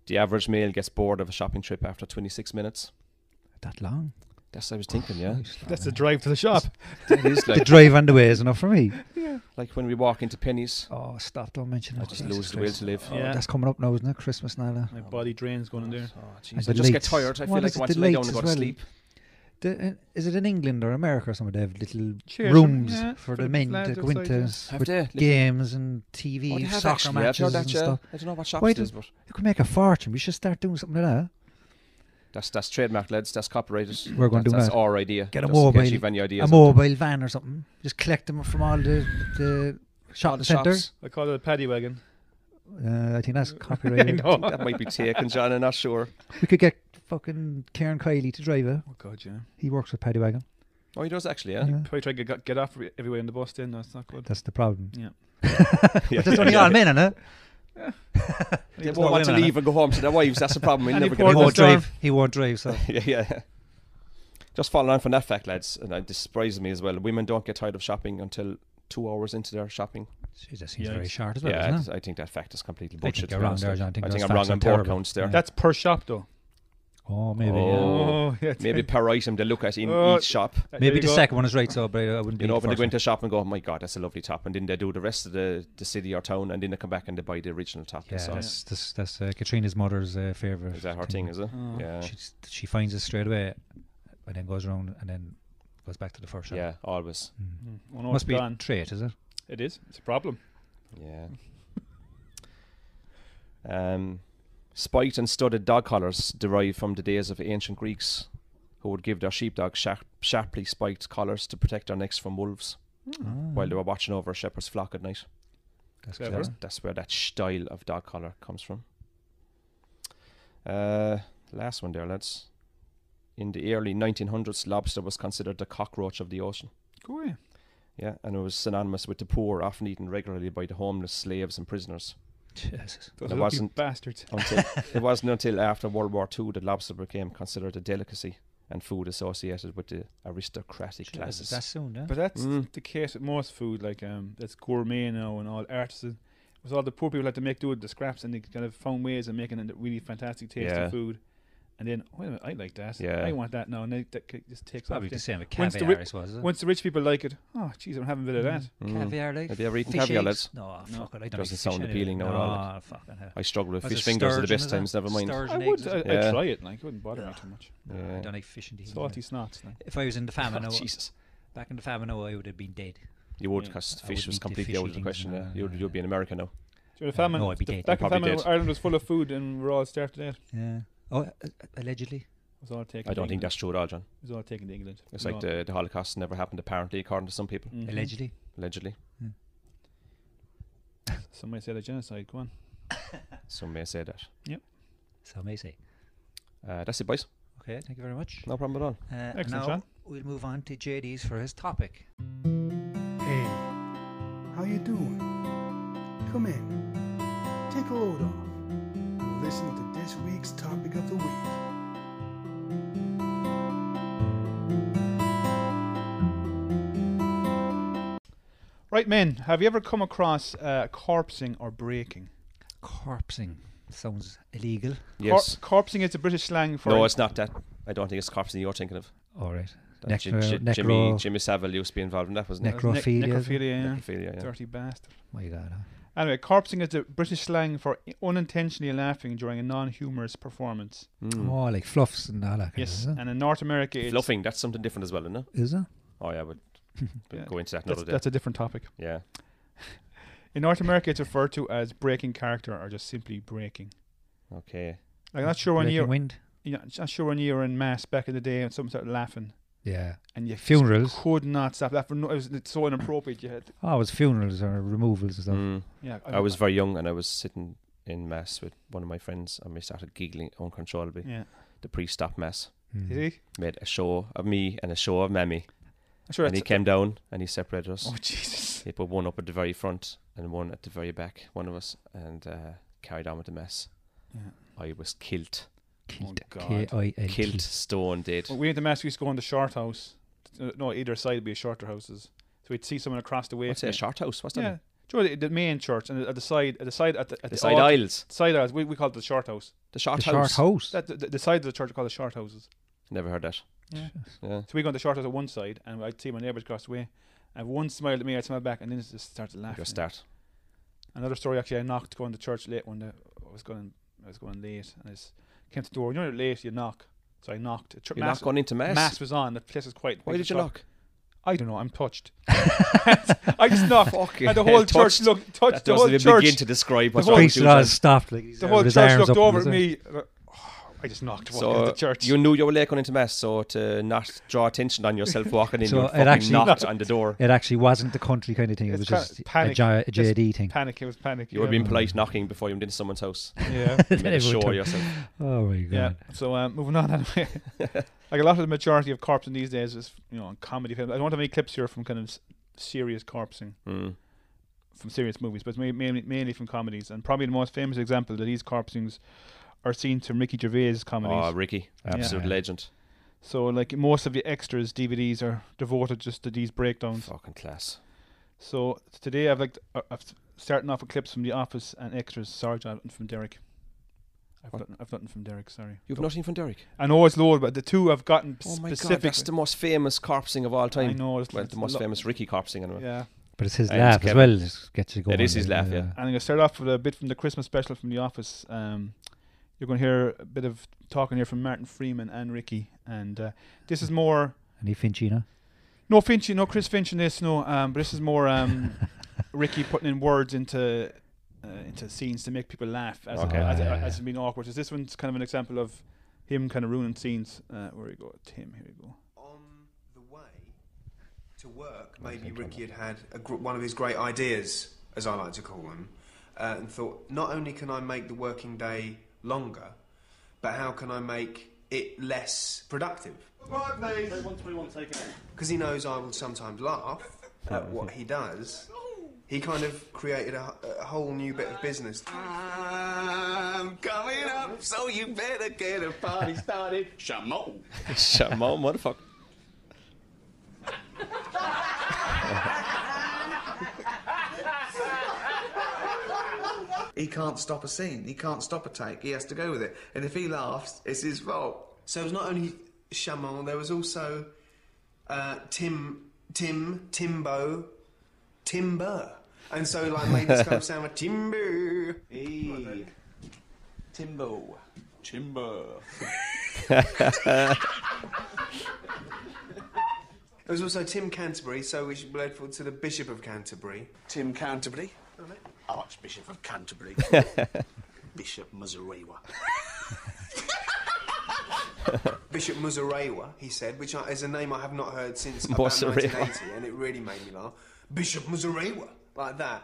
[SPEAKER 1] the average male gets bored of a shopping trip after 26 minutes.
[SPEAKER 5] That long?
[SPEAKER 1] That's what I was thinking, yeah.
[SPEAKER 5] Christ,
[SPEAKER 6] That's
[SPEAKER 5] man.
[SPEAKER 6] the drive to the shop.
[SPEAKER 1] That is
[SPEAKER 5] The
[SPEAKER 1] like,
[SPEAKER 5] drive on the way is enough for me.
[SPEAKER 1] like when we walk into pennies,
[SPEAKER 5] Oh, stop! Don't mention
[SPEAKER 1] I
[SPEAKER 5] that.
[SPEAKER 1] just
[SPEAKER 5] Jesus
[SPEAKER 1] lose the will
[SPEAKER 5] Christ.
[SPEAKER 1] to live.
[SPEAKER 5] Oh,
[SPEAKER 6] Yeah.
[SPEAKER 5] That's coming up now, isn't it? Christmas uh, now. That.
[SPEAKER 6] My body drain's going in there.
[SPEAKER 1] Oh, jeez,
[SPEAKER 5] And
[SPEAKER 1] I
[SPEAKER 5] the
[SPEAKER 1] just get
[SPEAKER 5] lights.
[SPEAKER 1] tired. I feel
[SPEAKER 5] What
[SPEAKER 1] like
[SPEAKER 5] is
[SPEAKER 1] I
[SPEAKER 5] it,
[SPEAKER 1] want
[SPEAKER 5] the
[SPEAKER 1] to lie down
[SPEAKER 5] lights
[SPEAKER 1] and
[SPEAKER 5] as
[SPEAKER 1] go to
[SPEAKER 5] well?
[SPEAKER 1] sleep.
[SPEAKER 5] The, uh, is it in England or America or somewhere? They have little
[SPEAKER 6] Cheers,
[SPEAKER 5] rooms
[SPEAKER 6] yeah,
[SPEAKER 5] for,
[SPEAKER 6] for
[SPEAKER 5] the
[SPEAKER 6] the
[SPEAKER 5] men
[SPEAKER 6] lads
[SPEAKER 5] to go into
[SPEAKER 6] outside, yeah.
[SPEAKER 5] s-
[SPEAKER 1] Have
[SPEAKER 5] with
[SPEAKER 1] they? Little-
[SPEAKER 5] games and TV,
[SPEAKER 1] Oh, they have
[SPEAKER 5] soccer
[SPEAKER 1] actually, I've heard
[SPEAKER 5] matches and
[SPEAKER 1] that, yeah.
[SPEAKER 5] stuff.
[SPEAKER 1] I don't know what shops
[SPEAKER 5] Why
[SPEAKER 1] it is,
[SPEAKER 5] do-
[SPEAKER 1] but
[SPEAKER 5] You could make a fortune. We should start doing something like that.
[SPEAKER 1] that's that's trademark, lads. That's copyrighted.
[SPEAKER 5] We're gonna
[SPEAKER 1] that's,
[SPEAKER 5] do
[SPEAKER 1] That's
[SPEAKER 5] that.
[SPEAKER 1] our idea.
[SPEAKER 5] Get a
[SPEAKER 1] That's-
[SPEAKER 5] mobile-
[SPEAKER 1] you have any ideas
[SPEAKER 5] a
[SPEAKER 1] out there?
[SPEAKER 5] mobile van or something. Just collect them from all the the
[SPEAKER 1] All
[SPEAKER 5] shopping
[SPEAKER 1] the
[SPEAKER 5] centres.
[SPEAKER 1] shops.
[SPEAKER 6] I call it a paddy wagon.
[SPEAKER 5] Uh, I think that's
[SPEAKER 6] I
[SPEAKER 5] copyrighted.
[SPEAKER 6] know.
[SPEAKER 1] that might be taken, John. I'm not sure.
[SPEAKER 5] we could get fucking Karen Kiley to drive it.
[SPEAKER 6] Oh, God, yeah.
[SPEAKER 5] He works with Paddy Wagon.
[SPEAKER 1] Oh, he does actually, yeah.
[SPEAKER 5] Yeah.
[SPEAKER 6] Probably try to get, get off re- everywhere in the bus then. That's not good.
[SPEAKER 5] That's the problem.
[SPEAKER 6] Yeah.
[SPEAKER 1] yeah.
[SPEAKER 5] But there's only all men in it.
[SPEAKER 1] They
[SPEAKER 6] It's
[SPEAKER 1] won't
[SPEAKER 6] not
[SPEAKER 1] want to
[SPEAKER 6] women,
[SPEAKER 1] leave and go home to their wives. That's the problem. We'll
[SPEAKER 6] And
[SPEAKER 1] never
[SPEAKER 6] he
[SPEAKER 1] get
[SPEAKER 5] He
[SPEAKER 6] Or poured
[SPEAKER 1] away.
[SPEAKER 5] won't
[SPEAKER 6] the storm.
[SPEAKER 5] drive. He won't drive. So
[SPEAKER 1] Yeah, yeah. Just following on from that fact, lads, and it surprises me as well. Women don't get tired of shopping until two hours into their shopping.
[SPEAKER 5] Jeez, that seems
[SPEAKER 6] Yikes.
[SPEAKER 5] very short as well,
[SPEAKER 1] yeah, I,
[SPEAKER 5] doesn't it?
[SPEAKER 1] I think that fact is completely
[SPEAKER 5] think
[SPEAKER 1] bullshit. to
[SPEAKER 5] you're
[SPEAKER 1] be
[SPEAKER 5] wrong
[SPEAKER 1] honest
[SPEAKER 5] there,
[SPEAKER 1] with you.
[SPEAKER 5] John. I think
[SPEAKER 1] I
[SPEAKER 5] those
[SPEAKER 1] think I'm
[SPEAKER 5] facts
[SPEAKER 1] wrong
[SPEAKER 5] are
[SPEAKER 1] on both
[SPEAKER 5] terrible.
[SPEAKER 1] counts there.
[SPEAKER 5] Yeah.
[SPEAKER 6] That's per shop, though.
[SPEAKER 5] Oh, maybe.
[SPEAKER 1] Oh.
[SPEAKER 5] yeah.
[SPEAKER 6] yeah.
[SPEAKER 1] Maybe per item they look at in
[SPEAKER 6] Oh,
[SPEAKER 1] each shop.
[SPEAKER 6] There
[SPEAKER 5] Maybe
[SPEAKER 6] you
[SPEAKER 5] the
[SPEAKER 6] go.
[SPEAKER 5] second one is right, so but I wouldn't.
[SPEAKER 1] You
[SPEAKER 5] be
[SPEAKER 1] know,
[SPEAKER 5] the first
[SPEAKER 1] when they go
[SPEAKER 5] one.
[SPEAKER 1] into shop and go, oh my God, that's a lovely top. And then they do the rest of the, the city or town and then they come back and they buy the original top.
[SPEAKER 5] Yeah,
[SPEAKER 1] So
[SPEAKER 5] that's that's, that's uh, Katrina's mother's uh, favorite.
[SPEAKER 1] is that her thing, is it?
[SPEAKER 6] Oh.
[SPEAKER 1] Yeah.
[SPEAKER 5] She she finds it straight away, and then goes around and then goes back to the first shop.
[SPEAKER 1] Yeah, always.
[SPEAKER 6] Mm. Oh, no,
[SPEAKER 5] Must
[SPEAKER 6] it's
[SPEAKER 5] be a
[SPEAKER 6] gone.
[SPEAKER 5] trait, is it?
[SPEAKER 6] It is. It's a problem.
[SPEAKER 1] Yeah. um, spiked and studded dog collars derive from the days of ancient Greeks, who would give their sheepdogs sharp, sharply spiked collars to protect their necks from wolves while they were watching over a shepherd's flock at night.
[SPEAKER 5] That's
[SPEAKER 6] Clever.
[SPEAKER 5] clever.
[SPEAKER 1] That's, that's where that style of dog collar comes from. Uh, last one there, lads. In the early 1900s, lobster was considered the cockroach of the ocean.
[SPEAKER 6] Go away.
[SPEAKER 1] Yeah, and it was synonymous with the poor, often eaten regularly by the homeless, slaves, and prisoners.
[SPEAKER 5] Jesus.
[SPEAKER 6] Those
[SPEAKER 1] It
[SPEAKER 6] lucky
[SPEAKER 1] wasn't-
[SPEAKER 6] bastards.
[SPEAKER 1] Until, it wasn't until after World War II that lobster became considered a delicacy and food associated with the aristocratic classes.
[SPEAKER 5] That's soon, eh? yeah?
[SPEAKER 6] But that's
[SPEAKER 1] Mm.
[SPEAKER 6] the case with most food, like um, that's gourmet now and all artisan. It was all the poor people had to make do with the scraps, and they kind of found ways of making a really fantastic taste
[SPEAKER 1] Yeah.
[SPEAKER 6] of food. And then, wait a minute, I like that.
[SPEAKER 1] Yeah.
[SPEAKER 6] I want that now, and they, that c- just takes
[SPEAKER 5] Probably
[SPEAKER 6] off.
[SPEAKER 5] the
[SPEAKER 6] then.
[SPEAKER 5] same with
[SPEAKER 6] Once the
[SPEAKER 5] caviar,
[SPEAKER 6] ri-
[SPEAKER 5] I suppose. Is it?
[SPEAKER 6] Once the rich people like it, oh, jeez, I'm having a bit of that.
[SPEAKER 1] Mm.
[SPEAKER 5] Caviar, like.
[SPEAKER 1] Have you ever eaten
[SPEAKER 5] fish
[SPEAKER 1] caviar,
[SPEAKER 5] eggs?
[SPEAKER 1] lads?
[SPEAKER 5] No,
[SPEAKER 6] No.
[SPEAKER 5] fuck it. I don't
[SPEAKER 1] Doesn't
[SPEAKER 5] eat fish
[SPEAKER 1] sound
[SPEAKER 5] anyway.
[SPEAKER 1] appealing now at all,
[SPEAKER 5] No, fucking hell.
[SPEAKER 1] I struggle with
[SPEAKER 5] Was it
[SPEAKER 1] fish fingers are the
[SPEAKER 5] sturgeon,
[SPEAKER 1] best
[SPEAKER 5] is it?
[SPEAKER 1] times, never mind.
[SPEAKER 5] Sturgeon
[SPEAKER 6] I
[SPEAKER 5] eggs,
[SPEAKER 6] would,
[SPEAKER 5] is
[SPEAKER 6] uh, I,
[SPEAKER 5] it?
[SPEAKER 1] Yeah.
[SPEAKER 6] I'd try it. Like, it wouldn't bother me too much.
[SPEAKER 5] No, I
[SPEAKER 1] Yeah.
[SPEAKER 5] don't eat fish indeed.
[SPEAKER 6] Salty snots. Like.
[SPEAKER 5] If I was in the famine, I
[SPEAKER 1] Oh,
[SPEAKER 5] would-
[SPEAKER 1] Jesus.
[SPEAKER 5] back in the famine, oh, I would have been dead.
[SPEAKER 1] You would,
[SPEAKER 6] Yeah.
[SPEAKER 1] because
[SPEAKER 5] I
[SPEAKER 1] fish
[SPEAKER 5] wouldn't
[SPEAKER 1] was
[SPEAKER 5] eat the
[SPEAKER 1] completely
[SPEAKER 5] fish
[SPEAKER 1] out of the
[SPEAKER 5] eatings,
[SPEAKER 1] question.
[SPEAKER 5] no,
[SPEAKER 1] yeah.
[SPEAKER 5] no,
[SPEAKER 1] You'd,
[SPEAKER 5] no.
[SPEAKER 1] you'd be in America now.
[SPEAKER 6] During the famine,
[SPEAKER 5] no, I'd be
[SPEAKER 6] the-
[SPEAKER 5] dead.
[SPEAKER 6] back in the
[SPEAKER 1] Probably
[SPEAKER 6] famine,
[SPEAKER 1] dead.
[SPEAKER 6] Ireland was full of food, and we were all starved to death. It
[SPEAKER 5] Yeah. Oh, uh, uh, allegedly.
[SPEAKER 6] was all taken.
[SPEAKER 1] I
[SPEAKER 6] to
[SPEAKER 1] don't think
[SPEAKER 6] England.
[SPEAKER 1] that's true at all, John.
[SPEAKER 6] It was all taken to England.
[SPEAKER 1] It's like the, the Holocaust never happened, apparently, according to some people,
[SPEAKER 6] Mhm.
[SPEAKER 5] Allegedly.
[SPEAKER 1] allegedly.
[SPEAKER 6] Some might say the genocide. Go on.
[SPEAKER 1] Some may say that.
[SPEAKER 5] So may say.
[SPEAKER 1] Uh, that's it, boys.
[SPEAKER 5] Okay, thank you very much.
[SPEAKER 1] No problem at all.
[SPEAKER 5] Uh, and
[SPEAKER 6] Excellent,
[SPEAKER 5] now
[SPEAKER 6] Sean.
[SPEAKER 5] we'll move on to JD's for his topic.
[SPEAKER 8] Hey, how you doing? Come in. Take a load off. and Listen to this week's topic of the week.
[SPEAKER 6] Right, men. Have you ever come across uh, corpsing or breaking?
[SPEAKER 5] Corpsing. Sounds illegal.
[SPEAKER 1] Yes.
[SPEAKER 6] Cor- corpsing is a British slang for.
[SPEAKER 1] no, it's not that. I don't think it's corpsing you're thinking of.
[SPEAKER 5] All right.
[SPEAKER 1] That
[SPEAKER 5] Nec-
[SPEAKER 1] Ji-
[SPEAKER 5] uh,
[SPEAKER 1] Ji- Jimmy,
[SPEAKER 5] necro-
[SPEAKER 1] Jimmy Savile used to be involved in that, wasn't
[SPEAKER 5] Necro-
[SPEAKER 1] it?
[SPEAKER 6] That's nec-
[SPEAKER 5] necrophilia, isn't it?
[SPEAKER 6] necrophilia, yeah.
[SPEAKER 1] Necrophilia, yeah.
[SPEAKER 6] Dirty bastard.
[SPEAKER 5] My God. Huh?
[SPEAKER 6] Anyway, corpsing is a British slang for i- unintentionally laughing during a non-humorous performance.
[SPEAKER 1] Mm.
[SPEAKER 5] Oh, like fluffs and all that. kind of
[SPEAKER 6] Yes,
[SPEAKER 5] stuff,
[SPEAKER 6] and in North America, it's
[SPEAKER 1] Fluffing, that's something different as well, isn't it?
[SPEAKER 5] Is it?
[SPEAKER 1] Oh, yeah, we'll we'll
[SPEAKER 6] Yeah,
[SPEAKER 1] go into that another
[SPEAKER 6] that's,
[SPEAKER 1] day.
[SPEAKER 6] that's a different topic.
[SPEAKER 1] yeah.
[SPEAKER 6] In North America, it's referred to as breaking character or just simply breaking.
[SPEAKER 1] Okay.
[SPEAKER 6] Like, I'm not sure when
[SPEAKER 5] Breaking
[SPEAKER 6] you,
[SPEAKER 5] wind.
[SPEAKER 6] you know, I'm not sure when you were in mass back in the day and someone started laughing
[SPEAKER 5] Yeah.
[SPEAKER 6] and you just
[SPEAKER 5] Funerals.
[SPEAKER 6] could not stop laughing. No, it was it's so inappropriate. You had,
[SPEAKER 5] Oh, it was funerals or removals and stuff.
[SPEAKER 1] Mm.
[SPEAKER 6] yeah,
[SPEAKER 1] I was very young and I was sitting in mass with one of my friends and we started giggling uncontrollably.
[SPEAKER 6] Yeah,
[SPEAKER 1] The priest stopped mass
[SPEAKER 5] Mm.
[SPEAKER 6] you see,
[SPEAKER 1] made a show of me and a show of Mammy.
[SPEAKER 6] I'm sure
[SPEAKER 1] and he
[SPEAKER 6] that's.
[SPEAKER 1] came down and he separated us.
[SPEAKER 6] Oh Jesus!
[SPEAKER 1] He put one up at the very front and one at the very back, one of us, and uh, carried on with the mess.
[SPEAKER 6] Yeah.
[SPEAKER 1] I was killed.
[SPEAKER 5] Kilt.
[SPEAKER 6] Oh, God.
[SPEAKER 5] K-I-L-T.
[SPEAKER 1] Killed, stone dead.
[SPEAKER 6] Well, we had the mask. We used to go in the short house. Uh, No, either side would be shorter houses. So we'd see someone across the way.
[SPEAKER 1] What's
[SPEAKER 6] from
[SPEAKER 1] it, a
[SPEAKER 6] you.
[SPEAKER 1] short house? What's that?
[SPEAKER 6] Yeah, do you know the, the main church and at the side, at the side, at the, at
[SPEAKER 1] The, side
[SPEAKER 6] altar-
[SPEAKER 1] aisles.
[SPEAKER 6] Side aisles. We, we call it the short house.
[SPEAKER 1] The short
[SPEAKER 5] The
[SPEAKER 1] house.
[SPEAKER 5] short house.
[SPEAKER 6] That the, the, the side of the church are called the short houses.
[SPEAKER 1] Never heard that.
[SPEAKER 6] Yeah.
[SPEAKER 1] Yeah.
[SPEAKER 6] So we go in the short house at one side, and I'd see my neighbours across the way. And one smiled at me, I'd smile back, and then it just started
[SPEAKER 1] Go
[SPEAKER 6] laughing.
[SPEAKER 1] start.
[SPEAKER 6] Another story actually. I knocked going to church late one day. I was going, I was going late, and I just came to the door. You know, you're late, you knock. So I knocked. Chur-
[SPEAKER 1] You're not going into mass.
[SPEAKER 6] mass was on. The place was quiet.
[SPEAKER 1] Why
[SPEAKER 6] I
[SPEAKER 1] did
[SPEAKER 6] just
[SPEAKER 1] you
[SPEAKER 6] knocked.
[SPEAKER 1] knock?
[SPEAKER 6] I don't know. I'm touched. I just knocked,
[SPEAKER 1] Fucking
[SPEAKER 6] and the
[SPEAKER 1] hell,
[SPEAKER 6] whole church
[SPEAKER 1] touched.
[SPEAKER 6] looked touched.
[SPEAKER 1] That
[SPEAKER 6] The whole
[SPEAKER 1] doesn't even begin
[SPEAKER 6] church,
[SPEAKER 1] to describe
[SPEAKER 6] the
[SPEAKER 1] what's
[SPEAKER 6] whole
[SPEAKER 1] wrong with
[SPEAKER 5] priest
[SPEAKER 1] you,
[SPEAKER 5] lads
[SPEAKER 1] John.
[SPEAKER 5] stopped. Like, he's
[SPEAKER 6] the
[SPEAKER 5] there
[SPEAKER 6] whole
[SPEAKER 5] with his
[SPEAKER 6] church
[SPEAKER 5] arms up
[SPEAKER 6] looked
[SPEAKER 5] and
[SPEAKER 6] over
[SPEAKER 5] his-
[SPEAKER 6] at me. and I- oh, I just knocked. walking out
[SPEAKER 1] So
[SPEAKER 6] the church.
[SPEAKER 1] you knew you were late going into mass, so to not draw attention on yourself walking in,
[SPEAKER 5] So
[SPEAKER 1] you
[SPEAKER 5] it
[SPEAKER 1] fucking
[SPEAKER 5] actually-
[SPEAKER 1] knocked on the door.
[SPEAKER 5] It actually wasn't the country kind of thing. It
[SPEAKER 6] It's
[SPEAKER 5] was
[SPEAKER 6] kinda
[SPEAKER 5] just a,
[SPEAKER 6] panic,
[SPEAKER 5] J- a
[SPEAKER 6] just
[SPEAKER 5] JD thing.
[SPEAKER 6] panic. It was panic.
[SPEAKER 1] You were being polite knocking before you went into someone's house.
[SPEAKER 6] Yeah.
[SPEAKER 1] You made a
[SPEAKER 5] Everyone
[SPEAKER 1] show
[SPEAKER 5] took-
[SPEAKER 1] of yourself.
[SPEAKER 5] Oh my god.
[SPEAKER 6] Yeah. So uh, moving on anyway. like a lot of the majority of corpsing these days is you know on comedy films. I don't have any clips here from kind of s- serious corpsing
[SPEAKER 1] Mm.
[SPEAKER 6] from serious movies, but it's ma- mainly mainly from comedies. And probably the most famous example of these corpsings are seen from Ricky Gervais' comedies.
[SPEAKER 1] Oh, Ricky, absolute
[SPEAKER 5] Yeah.
[SPEAKER 1] legend.
[SPEAKER 6] so like most of the extras DVDs are devoted just to these breakdowns.
[SPEAKER 1] Fucking class.
[SPEAKER 6] So today I've like uh, I've s- starting off with clips from The Office and extras. Sorry, John, and from Derek. I've
[SPEAKER 1] What?
[SPEAKER 6] gotten, I've gotten from Derek. Sorry,
[SPEAKER 1] You've nothing from Derek.
[SPEAKER 6] I know it's low, but the two I've gotten
[SPEAKER 1] Oh my
[SPEAKER 6] specific.
[SPEAKER 1] god, that's the most famous corpsing of all time.
[SPEAKER 6] I know it's
[SPEAKER 1] Well,
[SPEAKER 6] it's
[SPEAKER 1] the most
[SPEAKER 6] lo-
[SPEAKER 1] famous Ricky corpsing anyway.
[SPEAKER 6] Yeah,
[SPEAKER 5] But it's his
[SPEAKER 1] And
[SPEAKER 5] laugh as
[SPEAKER 1] Kevin.
[SPEAKER 5] well. Just gets you going.
[SPEAKER 1] is his laugh, yeah.
[SPEAKER 6] and I'm gonna start off with a bit from the Christmas special from The Office. Um, you're gonna hear a bit of talking here from Martin Freeman and Ricky, and uh, this is more
[SPEAKER 5] And he Finchina.
[SPEAKER 6] no Finch, no Chris Finch in this, no. Um, but this is more um, Ricky putting in words into uh, into scenes to make people laugh as
[SPEAKER 1] Okay.
[SPEAKER 6] as,
[SPEAKER 5] Ah,
[SPEAKER 6] as,
[SPEAKER 5] yeah.
[SPEAKER 6] it's being awkward. So this one's kind of an example of him kind of ruining scenes. Uh, where we go, Tim, here we go.
[SPEAKER 9] On the way to work, maybe Ricky had had a gr- one of his great ideas, as I like to call them, uh, and thought, not only can I make the working day longer, but how can I make it less productive? Because he knows I will sometimes laugh, at what he does, he kind of created a, a whole new bit of business. I'm coming up, so you better get a party started. Shamoan.
[SPEAKER 1] Shamoan, motherfucker.
[SPEAKER 9] He can't stop a scene. He can't stop a take. He has to go with it. And if he laughs, it's his fault. So it was not only Chamon, there was also uh, Tim, Tim, Timbo, Timber. And so, like, made this kind of sound with Timber. Hey. Timbo. Timber. There was also Tim Canterbury, so which led forward to the Bishop of Canterbury. Tim Canterbury.
[SPEAKER 10] Archbishop of Canterbury, Bishop Mazarewa.
[SPEAKER 9] Bishop Muzarewa, he said, which I, is a name I have not heard since about
[SPEAKER 1] Muzarewa.
[SPEAKER 9] 1980, and it really made me laugh. Bishop Muzarewa, like that.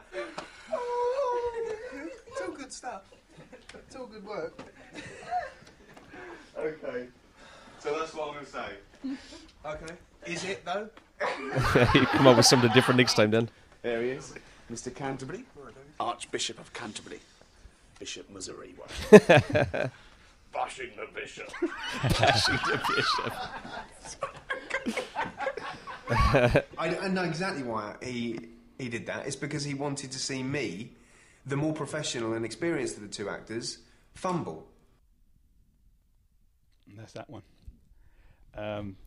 [SPEAKER 10] It's all good stuff. It's all good work.
[SPEAKER 9] Okay. So that's what I'm going to say. Okay. Is it, though?
[SPEAKER 1] you come up with something different next time then.
[SPEAKER 10] There he is, Mr. Canterbury, Archbishop of Canterbury, Bishop Mazarewa. Bashing the bishop.
[SPEAKER 1] Bashing the bishop.
[SPEAKER 9] I, I know exactly why he he did that. It's because he wanted to see me, the more professional and experienced of the two actors, fumble.
[SPEAKER 6] And that's that one. Um,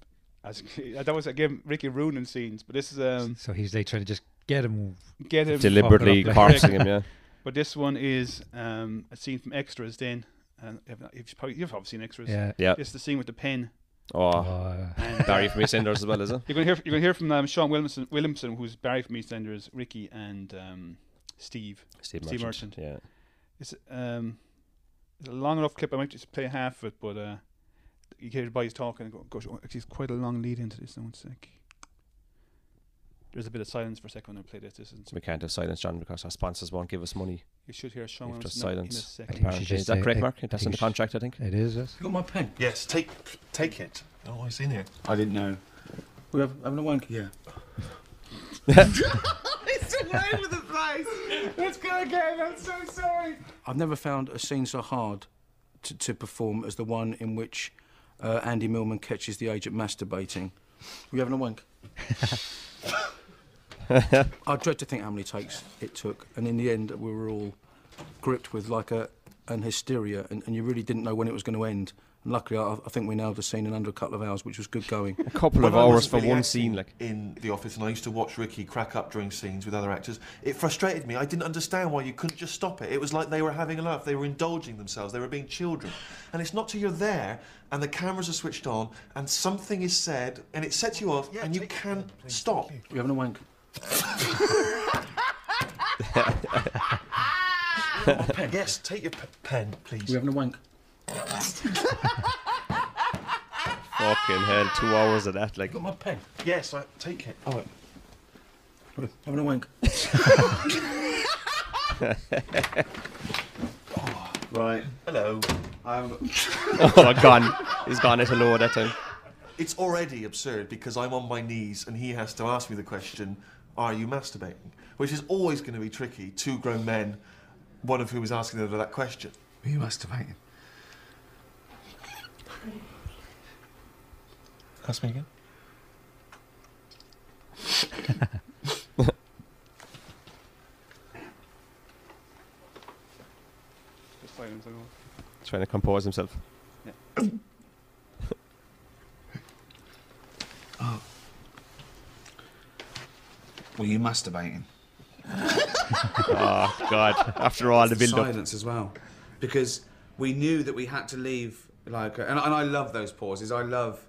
[SPEAKER 6] as, that was again Ricky ruining scenes, but this is um,
[SPEAKER 5] So he's they trying to just get him.
[SPEAKER 6] get him
[SPEAKER 1] Deliberately
[SPEAKER 5] Fucking up,
[SPEAKER 6] like-
[SPEAKER 1] parsing him, yeah.
[SPEAKER 6] But this one is um, a scene from Extras. Then, and if, if you probably, you've probably seen Extras.
[SPEAKER 5] Yeah.
[SPEAKER 1] Yeah.
[SPEAKER 6] It's the scene with the pen.
[SPEAKER 1] Oh,
[SPEAKER 5] Uh,
[SPEAKER 6] And,
[SPEAKER 1] Barry from EastEnders as well, is it?
[SPEAKER 6] You're gonna hear you're gonna hear from um, Sean Williamson, Williamson, who's Barry from EastEnders, Ricky and um, Steve.
[SPEAKER 1] Steve
[SPEAKER 6] Steve
[SPEAKER 1] Merchant.
[SPEAKER 6] Merchant.
[SPEAKER 1] Yeah.
[SPEAKER 6] It's um, it's a long enough clip. I might just play half of it, but uh, you hear the boys talking. And go, gosh, oh, actually, it's quite a long lead into this. No one sec. There's a bit of silence for a second when I play this. This isn't.
[SPEAKER 1] We can't have silence, John, because our sponsors won't give us money.
[SPEAKER 6] You should hear Sean
[SPEAKER 1] If there's
[SPEAKER 6] Williamson in a
[SPEAKER 1] silence,
[SPEAKER 6] second.
[SPEAKER 5] think we should
[SPEAKER 1] apparently. Is
[SPEAKER 5] just
[SPEAKER 1] that
[SPEAKER 5] say-
[SPEAKER 1] correct,
[SPEAKER 5] I
[SPEAKER 1] Mark?
[SPEAKER 5] think
[SPEAKER 1] That's
[SPEAKER 5] we
[SPEAKER 1] in the
[SPEAKER 5] should-
[SPEAKER 1] contract, I think.
[SPEAKER 5] it is us.
[SPEAKER 10] You got my pen?
[SPEAKER 7] Yes, take take it.
[SPEAKER 10] Oh, it's in here.
[SPEAKER 7] I didn't know. We have having a wank. Yeah.
[SPEAKER 9] It's all over the place. Let's go again. I'm so sorry.
[SPEAKER 10] I've never found a scene so hard to, to perform as the one in which uh, Andy Millman catches the agent masturbating. Were you having a wank? I dread to think how many takes it took, and in the end, we were all gripped with like a an hysteria, and, and you really didn't know when it was going to end. And luckily, I, I think we nailed the scene in under a couple of hours, which was good going.
[SPEAKER 1] A couple of
[SPEAKER 11] When I
[SPEAKER 1] hours
[SPEAKER 11] wasn't
[SPEAKER 1] for
[SPEAKER 11] really
[SPEAKER 1] one
[SPEAKER 11] acting
[SPEAKER 1] scene, like.
[SPEAKER 11] in the office, and I used to watch Ricky crack up during scenes with other actors. It frustrated me. I didn't understand why you couldn't just stop it. It was like they were having a laugh, they were indulging themselves, they were being children. And it's not till you're there and the cameras are switched on and something is said and it sets you off and you can't stop.
[SPEAKER 10] Were you having a wank?
[SPEAKER 11] yes, take your p- pen, please.
[SPEAKER 10] Were you having a wank?
[SPEAKER 1] Fucking hell, two hours of that, like.
[SPEAKER 10] Got my pen?
[SPEAKER 11] Yes, I take it. Oh,
[SPEAKER 10] Were you having a wank?
[SPEAKER 11] right. Hello.
[SPEAKER 1] Oh, gone. He's gone at hello at that time.
[SPEAKER 11] It's already absurd because I'm on my knees and he has to ask me the question, Are you masturbating? Which is always going to be tricky. Two grown men, one of whom is asking the other that question.
[SPEAKER 10] Were you masturbating?
[SPEAKER 11] Ask me again.
[SPEAKER 6] The silence, I know.
[SPEAKER 1] Trying to compose himself.
[SPEAKER 10] Were you masturbating?
[SPEAKER 1] Oh, God. After all the
[SPEAKER 10] the
[SPEAKER 1] build up.
[SPEAKER 10] silence as well, because we knew that we had to leave. Like, and, and I love those pauses. I love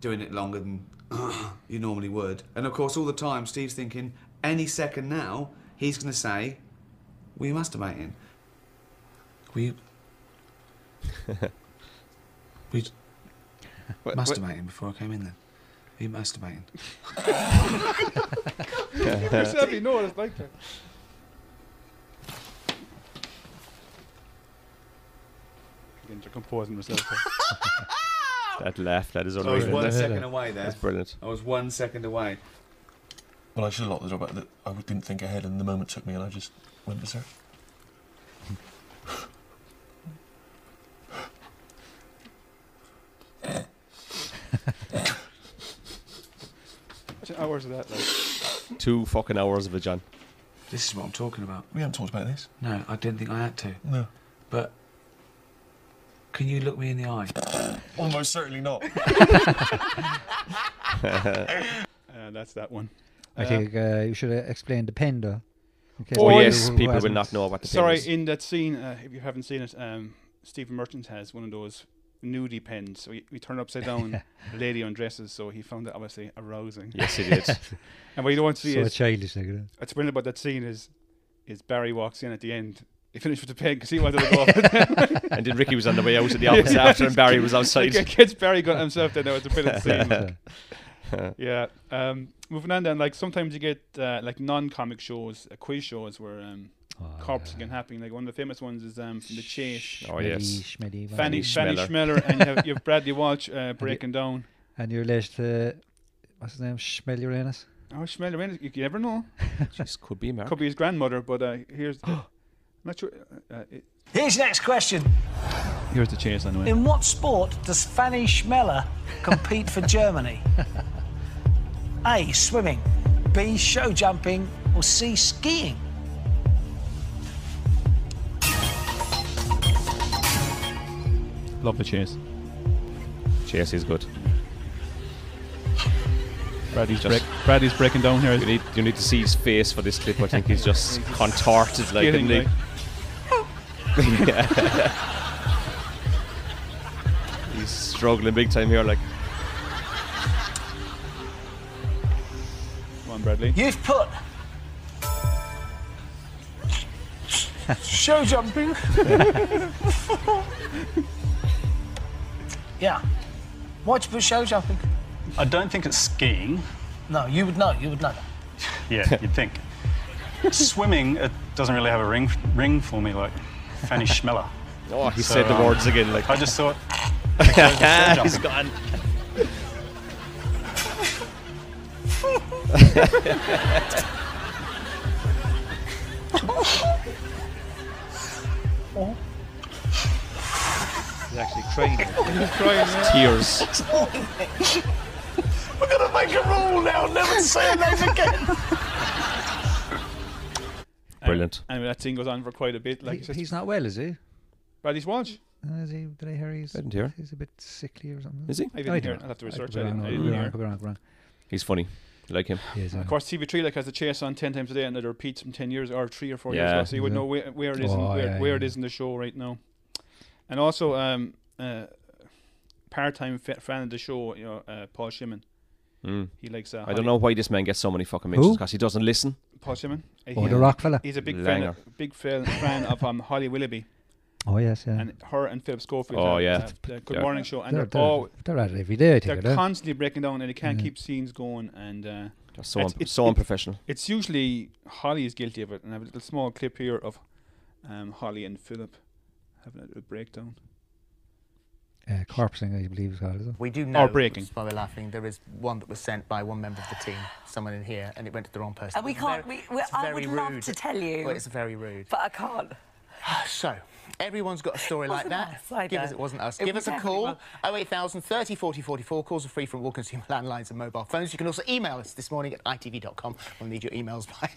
[SPEAKER 10] doing it longer than you normally would. And of course, all the time, Steve's thinking any second now he's going to say, "Were you masturbating?" Were you? were you
[SPEAKER 6] What- what-
[SPEAKER 10] masturbating before I came in? Then were you masturbating?
[SPEAKER 6] Yourself, you know what it's like. That. Again, to composing myself.
[SPEAKER 1] That laugh, that is
[SPEAKER 10] I was
[SPEAKER 1] unreal.
[SPEAKER 10] one
[SPEAKER 1] isn't it?
[SPEAKER 10] second away there.
[SPEAKER 1] That's brilliant.
[SPEAKER 10] I was one second away.
[SPEAKER 11] Well, I should have locked the door, but I didn't think ahead, and the moment took me, and I just went berserk.
[SPEAKER 6] Two hours of that. Like.
[SPEAKER 1] Two fucking hours of it, John.
[SPEAKER 10] This is what I'm talking about.
[SPEAKER 11] We haven't talked about this.
[SPEAKER 10] No, I didn't think I had to.
[SPEAKER 11] No.
[SPEAKER 10] But can you look me in the eye?
[SPEAKER 11] Almost certainly not.
[SPEAKER 6] Uh, that's that one.
[SPEAKER 5] I
[SPEAKER 6] Uh,
[SPEAKER 5] think uh, you should uh, explain the pen, though. in case
[SPEAKER 1] Oh,
[SPEAKER 5] people
[SPEAKER 1] yes,
[SPEAKER 5] who
[SPEAKER 1] people will
[SPEAKER 5] hasn't.
[SPEAKER 1] not know what the pen
[SPEAKER 6] Sorry,
[SPEAKER 1] is.
[SPEAKER 6] in that scene, uh, if you haven't seen it, um, Stephen Merchant has one of those nudie pens. So we, we turn it upside down, a lady undresses, so he found it obviously arousing.
[SPEAKER 1] Yes, he did.
[SPEAKER 6] and what you don't want to see
[SPEAKER 5] So
[SPEAKER 6] is.
[SPEAKER 5] childish, like that.
[SPEAKER 6] What's brilliant about that scene is, is Barry walks in at the end. He finished with the pen because he wanted to go off with them.
[SPEAKER 1] And then Ricky was on the way out to the office after and Barry was outside.
[SPEAKER 6] Like, kids, Barry got himself then. That was a brilliant scene. like yeah. Um, moving on then, like sometimes you get uh, like non-comic shows, uh, quiz shows where um,
[SPEAKER 5] Oh.
[SPEAKER 6] corpses can happen. Like one of the famous ones is um, from The Chase.
[SPEAKER 1] Oh, yes.
[SPEAKER 5] Schmidty, whatever.
[SPEAKER 6] Fanny, Fanny
[SPEAKER 5] Schmeller.
[SPEAKER 6] Schmeller, and you have, you have Bradley Walsh uh, breaking down.
[SPEAKER 5] And you're related to, what's his name, Schmel Uranus?
[SPEAKER 6] Oh, Schmeller, when- you, you never know.
[SPEAKER 1] This could be Mark.
[SPEAKER 6] Could be his grandmother, but uh, here's. I'm not sure. Uh, uh, it,
[SPEAKER 12] Here's next question.
[SPEAKER 6] here's The Chase anyway.
[SPEAKER 12] In what sport does Fanny Schmeller compete for Germany? A. Swimming. B. Show jumping. Or C. Skiing.
[SPEAKER 6] Love The Chase.
[SPEAKER 1] Chase is good.
[SPEAKER 6] Bradley's, break, Bradley's breaking down here.
[SPEAKER 1] You need, you need to see his face for this clip. I think he's just contorted like
[SPEAKER 6] Getting
[SPEAKER 1] in the. he's struggling big time here. Like
[SPEAKER 6] Come on, Bradley.
[SPEAKER 12] You've put show jumping. yeah. Why'd you put show jumping?
[SPEAKER 13] I don't think it's skiing.
[SPEAKER 12] No, you would know. You would know. that.
[SPEAKER 13] Yeah, you'd think. Swimming, it doesn't really have a ring ring for me like Fanny Schmeller.
[SPEAKER 1] Oh, he said the words again, like-
[SPEAKER 13] I just thought.
[SPEAKER 1] He's gone.
[SPEAKER 6] He's actually crying. He's crying. yeah.
[SPEAKER 1] tears.
[SPEAKER 12] We're gonna make a rule now. Never say those again.
[SPEAKER 1] Brilliant.
[SPEAKER 6] Anyway, that scene goes on for quite a bit. Like
[SPEAKER 5] He- he's not well, is he?
[SPEAKER 6] Bradley's Walsh.
[SPEAKER 5] Uh, is he, did I hear he's,
[SPEAKER 1] I didn't hear.
[SPEAKER 5] he's a bit sickly or something?
[SPEAKER 1] Is he?
[SPEAKER 6] I didn't
[SPEAKER 5] don't
[SPEAKER 6] hear it.
[SPEAKER 5] know.
[SPEAKER 6] I'll have to
[SPEAKER 5] I could
[SPEAKER 6] research.
[SPEAKER 5] be
[SPEAKER 6] I
[SPEAKER 5] wrong.
[SPEAKER 6] didn't-
[SPEAKER 5] could
[SPEAKER 6] I
[SPEAKER 5] be
[SPEAKER 6] didn't
[SPEAKER 5] wrong,
[SPEAKER 6] hear.
[SPEAKER 5] could be wrong, could be wrong.
[SPEAKER 1] He's funny. I like him.
[SPEAKER 6] Of course, TV3 like has the chase on ten times a day, and it repeats from ten years or three or four years
[SPEAKER 1] Yeah.
[SPEAKER 6] ago, so you would
[SPEAKER 5] Mm-hmm.
[SPEAKER 1] Yeah.
[SPEAKER 6] know where, where it is and
[SPEAKER 1] Oh,
[SPEAKER 6] where,
[SPEAKER 1] yeah,
[SPEAKER 6] where it is in the show right now. And also, um, uh, part-time fa- fan of the show, you know, uh, Paul Shimon.
[SPEAKER 1] Mm.
[SPEAKER 6] He likes. Uh,
[SPEAKER 1] I don't
[SPEAKER 6] Holly-
[SPEAKER 1] know why this man gets so many fucking
[SPEAKER 5] Who?
[SPEAKER 1] mentions because he doesn't listen.
[SPEAKER 6] Paul Shimon. Uh,
[SPEAKER 5] Oh,
[SPEAKER 6] he-
[SPEAKER 5] the rock fella.
[SPEAKER 6] He's a big fan,
[SPEAKER 1] Langer.
[SPEAKER 6] big fan, fan of um, Holly Willoughby.
[SPEAKER 5] Oh, yes, yeah.
[SPEAKER 6] And her and Philip Schofield.
[SPEAKER 1] Oh,
[SPEAKER 6] have,
[SPEAKER 1] yeah.
[SPEAKER 6] uh, the Good
[SPEAKER 1] Yeah.
[SPEAKER 6] Morning Show, and
[SPEAKER 5] They're- they're-
[SPEAKER 6] they're, all-
[SPEAKER 5] they're at it every day, I think,
[SPEAKER 6] They're
[SPEAKER 5] I don't.
[SPEAKER 6] constantly breaking down, and they can't keep scenes going. And uh,
[SPEAKER 1] They're so
[SPEAKER 6] it's-
[SPEAKER 1] un-
[SPEAKER 6] it's-
[SPEAKER 1] so
[SPEAKER 6] it's-
[SPEAKER 1] unprofessional.
[SPEAKER 6] It's usually Holly is guilty of it, and I have a little small clip here of um, Holly and Philip having a little breakdown.
[SPEAKER 5] Uh, corpsing, I believe it's called, is it?
[SPEAKER 14] We do know. While we're laughing, there is one that was sent by one member of the team, someone in here, and it went to the wrong person.
[SPEAKER 15] Uh, we
[SPEAKER 14] It's
[SPEAKER 15] can't.
[SPEAKER 14] very-
[SPEAKER 15] we, we,
[SPEAKER 14] it's
[SPEAKER 15] I
[SPEAKER 14] very
[SPEAKER 15] would love
[SPEAKER 14] rude.
[SPEAKER 15] to tell you,
[SPEAKER 14] Well, it's very rude.
[SPEAKER 15] but I can't.
[SPEAKER 14] So, everyone's got a story like
[SPEAKER 15] Wasn't
[SPEAKER 14] that.
[SPEAKER 15] us, I
[SPEAKER 14] Give
[SPEAKER 15] know.
[SPEAKER 14] us, it wasn't us.
[SPEAKER 15] It
[SPEAKER 14] Give
[SPEAKER 15] was
[SPEAKER 14] us a call,
[SPEAKER 15] everyone.
[SPEAKER 14] 08000 30 40 44. Calls are free from all consumer landlines and mobile phones. You can also email us this morning at itv.com. We'll need your emails by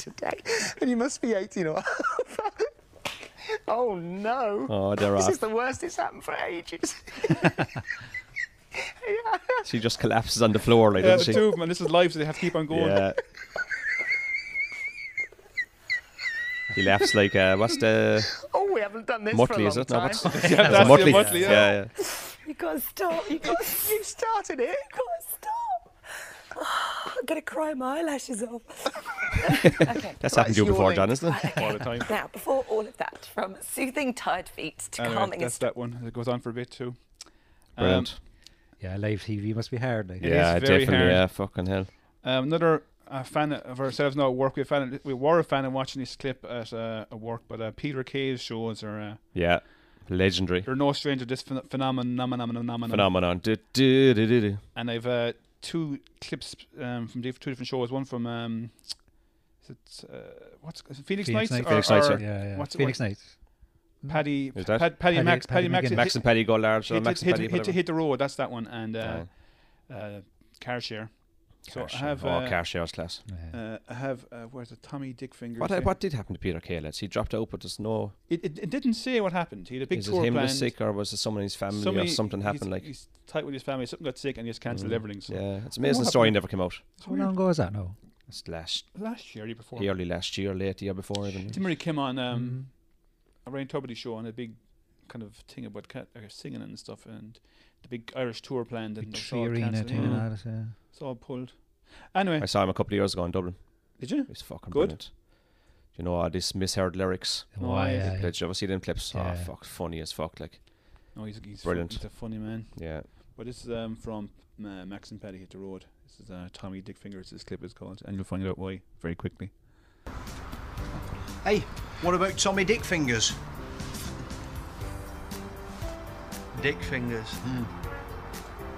[SPEAKER 14] today. And you must be 18 or Oh, no.
[SPEAKER 1] Oh, they're
[SPEAKER 14] This
[SPEAKER 1] off.
[SPEAKER 14] is the worst it's happened for ages.
[SPEAKER 1] She just collapses on the floor, like,
[SPEAKER 6] yeah, the
[SPEAKER 1] doesn't she?
[SPEAKER 6] two of them, and this is live, so they have to keep on going.
[SPEAKER 1] Yeah. He laughs like uh, what's the
[SPEAKER 14] Oh, we haven't done this for a
[SPEAKER 1] Motley?
[SPEAKER 14] long
[SPEAKER 1] Is it? No,
[SPEAKER 14] time.
[SPEAKER 1] what's it's a Motley? yeah.
[SPEAKER 14] You can't stop. Oh, You can't. You've started it. You can't stop.
[SPEAKER 15] I'm gonna cry my eyelashes off. okay.
[SPEAKER 1] That's happened to you before, John, isn't it?
[SPEAKER 15] Okay. Now, before all of that, from soothing tired feet to
[SPEAKER 6] Anyway,
[SPEAKER 15] calming
[SPEAKER 6] that's
[SPEAKER 15] us.
[SPEAKER 6] that one. It goes on for a bit too.
[SPEAKER 1] Brilliant.
[SPEAKER 5] Yeah, live TV must be hard. Like.
[SPEAKER 6] Um, It is
[SPEAKER 1] yeah,
[SPEAKER 6] very
[SPEAKER 1] definitely.
[SPEAKER 6] hard.
[SPEAKER 1] Yeah, fucking hell.
[SPEAKER 6] Um, another uh, fan of ourselves now at work. We, fan, we were a fan of watching this clip at uh, at work, but uh, Peter Cave's shows are uh,
[SPEAKER 1] Yeah, legendary
[SPEAKER 6] they're no stranger to this phen- phenomenon. phenomenon, phenomenon.
[SPEAKER 1] phenomenon. Du- du- du- du- du.
[SPEAKER 6] And I've uh, two clips um, from diff- two different shows. One from um, is it, uh, what's is it Phoenix,
[SPEAKER 5] Phoenix
[SPEAKER 6] Nights?
[SPEAKER 5] Nights.
[SPEAKER 6] Or,
[SPEAKER 5] Phoenix
[SPEAKER 6] or
[SPEAKER 5] Nights, yeah. Yeah, yeah.
[SPEAKER 6] What's it-
[SPEAKER 5] Phoenix
[SPEAKER 6] what-
[SPEAKER 5] Nights.
[SPEAKER 6] Paddy,
[SPEAKER 1] Is that-
[SPEAKER 6] Paddy, Paddy,
[SPEAKER 1] Paddy-
[SPEAKER 6] Max,
[SPEAKER 1] Paddy
[SPEAKER 6] Paddy Max,
[SPEAKER 1] McGinn. Max and Paddy go large, or
[SPEAKER 6] Hit,
[SPEAKER 1] Max and
[SPEAKER 6] hit,
[SPEAKER 1] Paddy,
[SPEAKER 6] hit,
[SPEAKER 1] whatever.
[SPEAKER 6] hit the road. That's that one, and uh, uh, car share. So
[SPEAKER 1] Car
[SPEAKER 6] I
[SPEAKER 1] Share.
[SPEAKER 6] have
[SPEAKER 1] Oh,
[SPEAKER 6] uh,
[SPEAKER 1] Car Share was class.
[SPEAKER 6] Uh, I have uh, where's the Tommy Dick finger?
[SPEAKER 1] What, uh, what did happen to Peter Kalis? He dropped out, but there's no.
[SPEAKER 6] It, it, it didn't say what happened. He had a big
[SPEAKER 1] is
[SPEAKER 6] tour
[SPEAKER 1] it him that
[SPEAKER 6] planned.
[SPEAKER 1] was sick, or was it someone in his family, or
[SPEAKER 6] Somebody-
[SPEAKER 1] something
[SPEAKER 6] he's-
[SPEAKER 1] happened? Like
[SPEAKER 6] he's tight with his family. Something got sick and he just cancelled
[SPEAKER 1] Mm.
[SPEAKER 6] everything. So.
[SPEAKER 1] Yeah, it's
[SPEAKER 6] Oh,
[SPEAKER 1] amazing.
[SPEAKER 6] what
[SPEAKER 1] The story
[SPEAKER 6] happened?
[SPEAKER 1] never came out.
[SPEAKER 5] How long ago is that now?
[SPEAKER 1] It's last
[SPEAKER 6] Last year, year before.
[SPEAKER 1] early last year, late the year before even.
[SPEAKER 6] Tim Murray came on
[SPEAKER 1] Mm-hmm.
[SPEAKER 6] um, a Ryan Tuberty show on a big kind of thing about cat, uh, singing and stuff, and the big Irish tour planned and it was
[SPEAKER 5] tree
[SPEAKER 6] all
[SPEAKER 5] arena
[SPEAKER 6] cancelled.
[SPEAKER 5] thing and all this, yeah.
[SPEAKER 6] It's all pulled. Anyway,
[SPEAKER 1] I saw him a couple of years ago in Dublin.
[SPEAKER 6] Did you?
[SPEAKER 1] It's fucking
[SPEAKER 6] Good.
[SPEAKER 1] brilliant. You know all these misheard lyrics.
[SPEAKER 5] Oh, Oh, yeah, yeah.
[SPEAKER 1] Did you ever see them clips?
[SPEAKER 5] Yeah.
[SPEAKER 1] Oh fuck, funny as fuck. Like,
[SPEAKER 6] no, oh, he's he's, fu-
[SPEAKER 1] brilliant.
[SPEAKER 6] he's a funny man.
[SPEAKER 1] Yeah.
[SPEAKER 6] But this is um, from uh, Max and Paddy hit the road. This is uh, Tommy Dick Fingers. This clip is called, and you'll find out why very quickly.
[SPEAKER 12] Hey, what about Tommy Dick Fingers?
[SPEAKER 16] Dick fingers.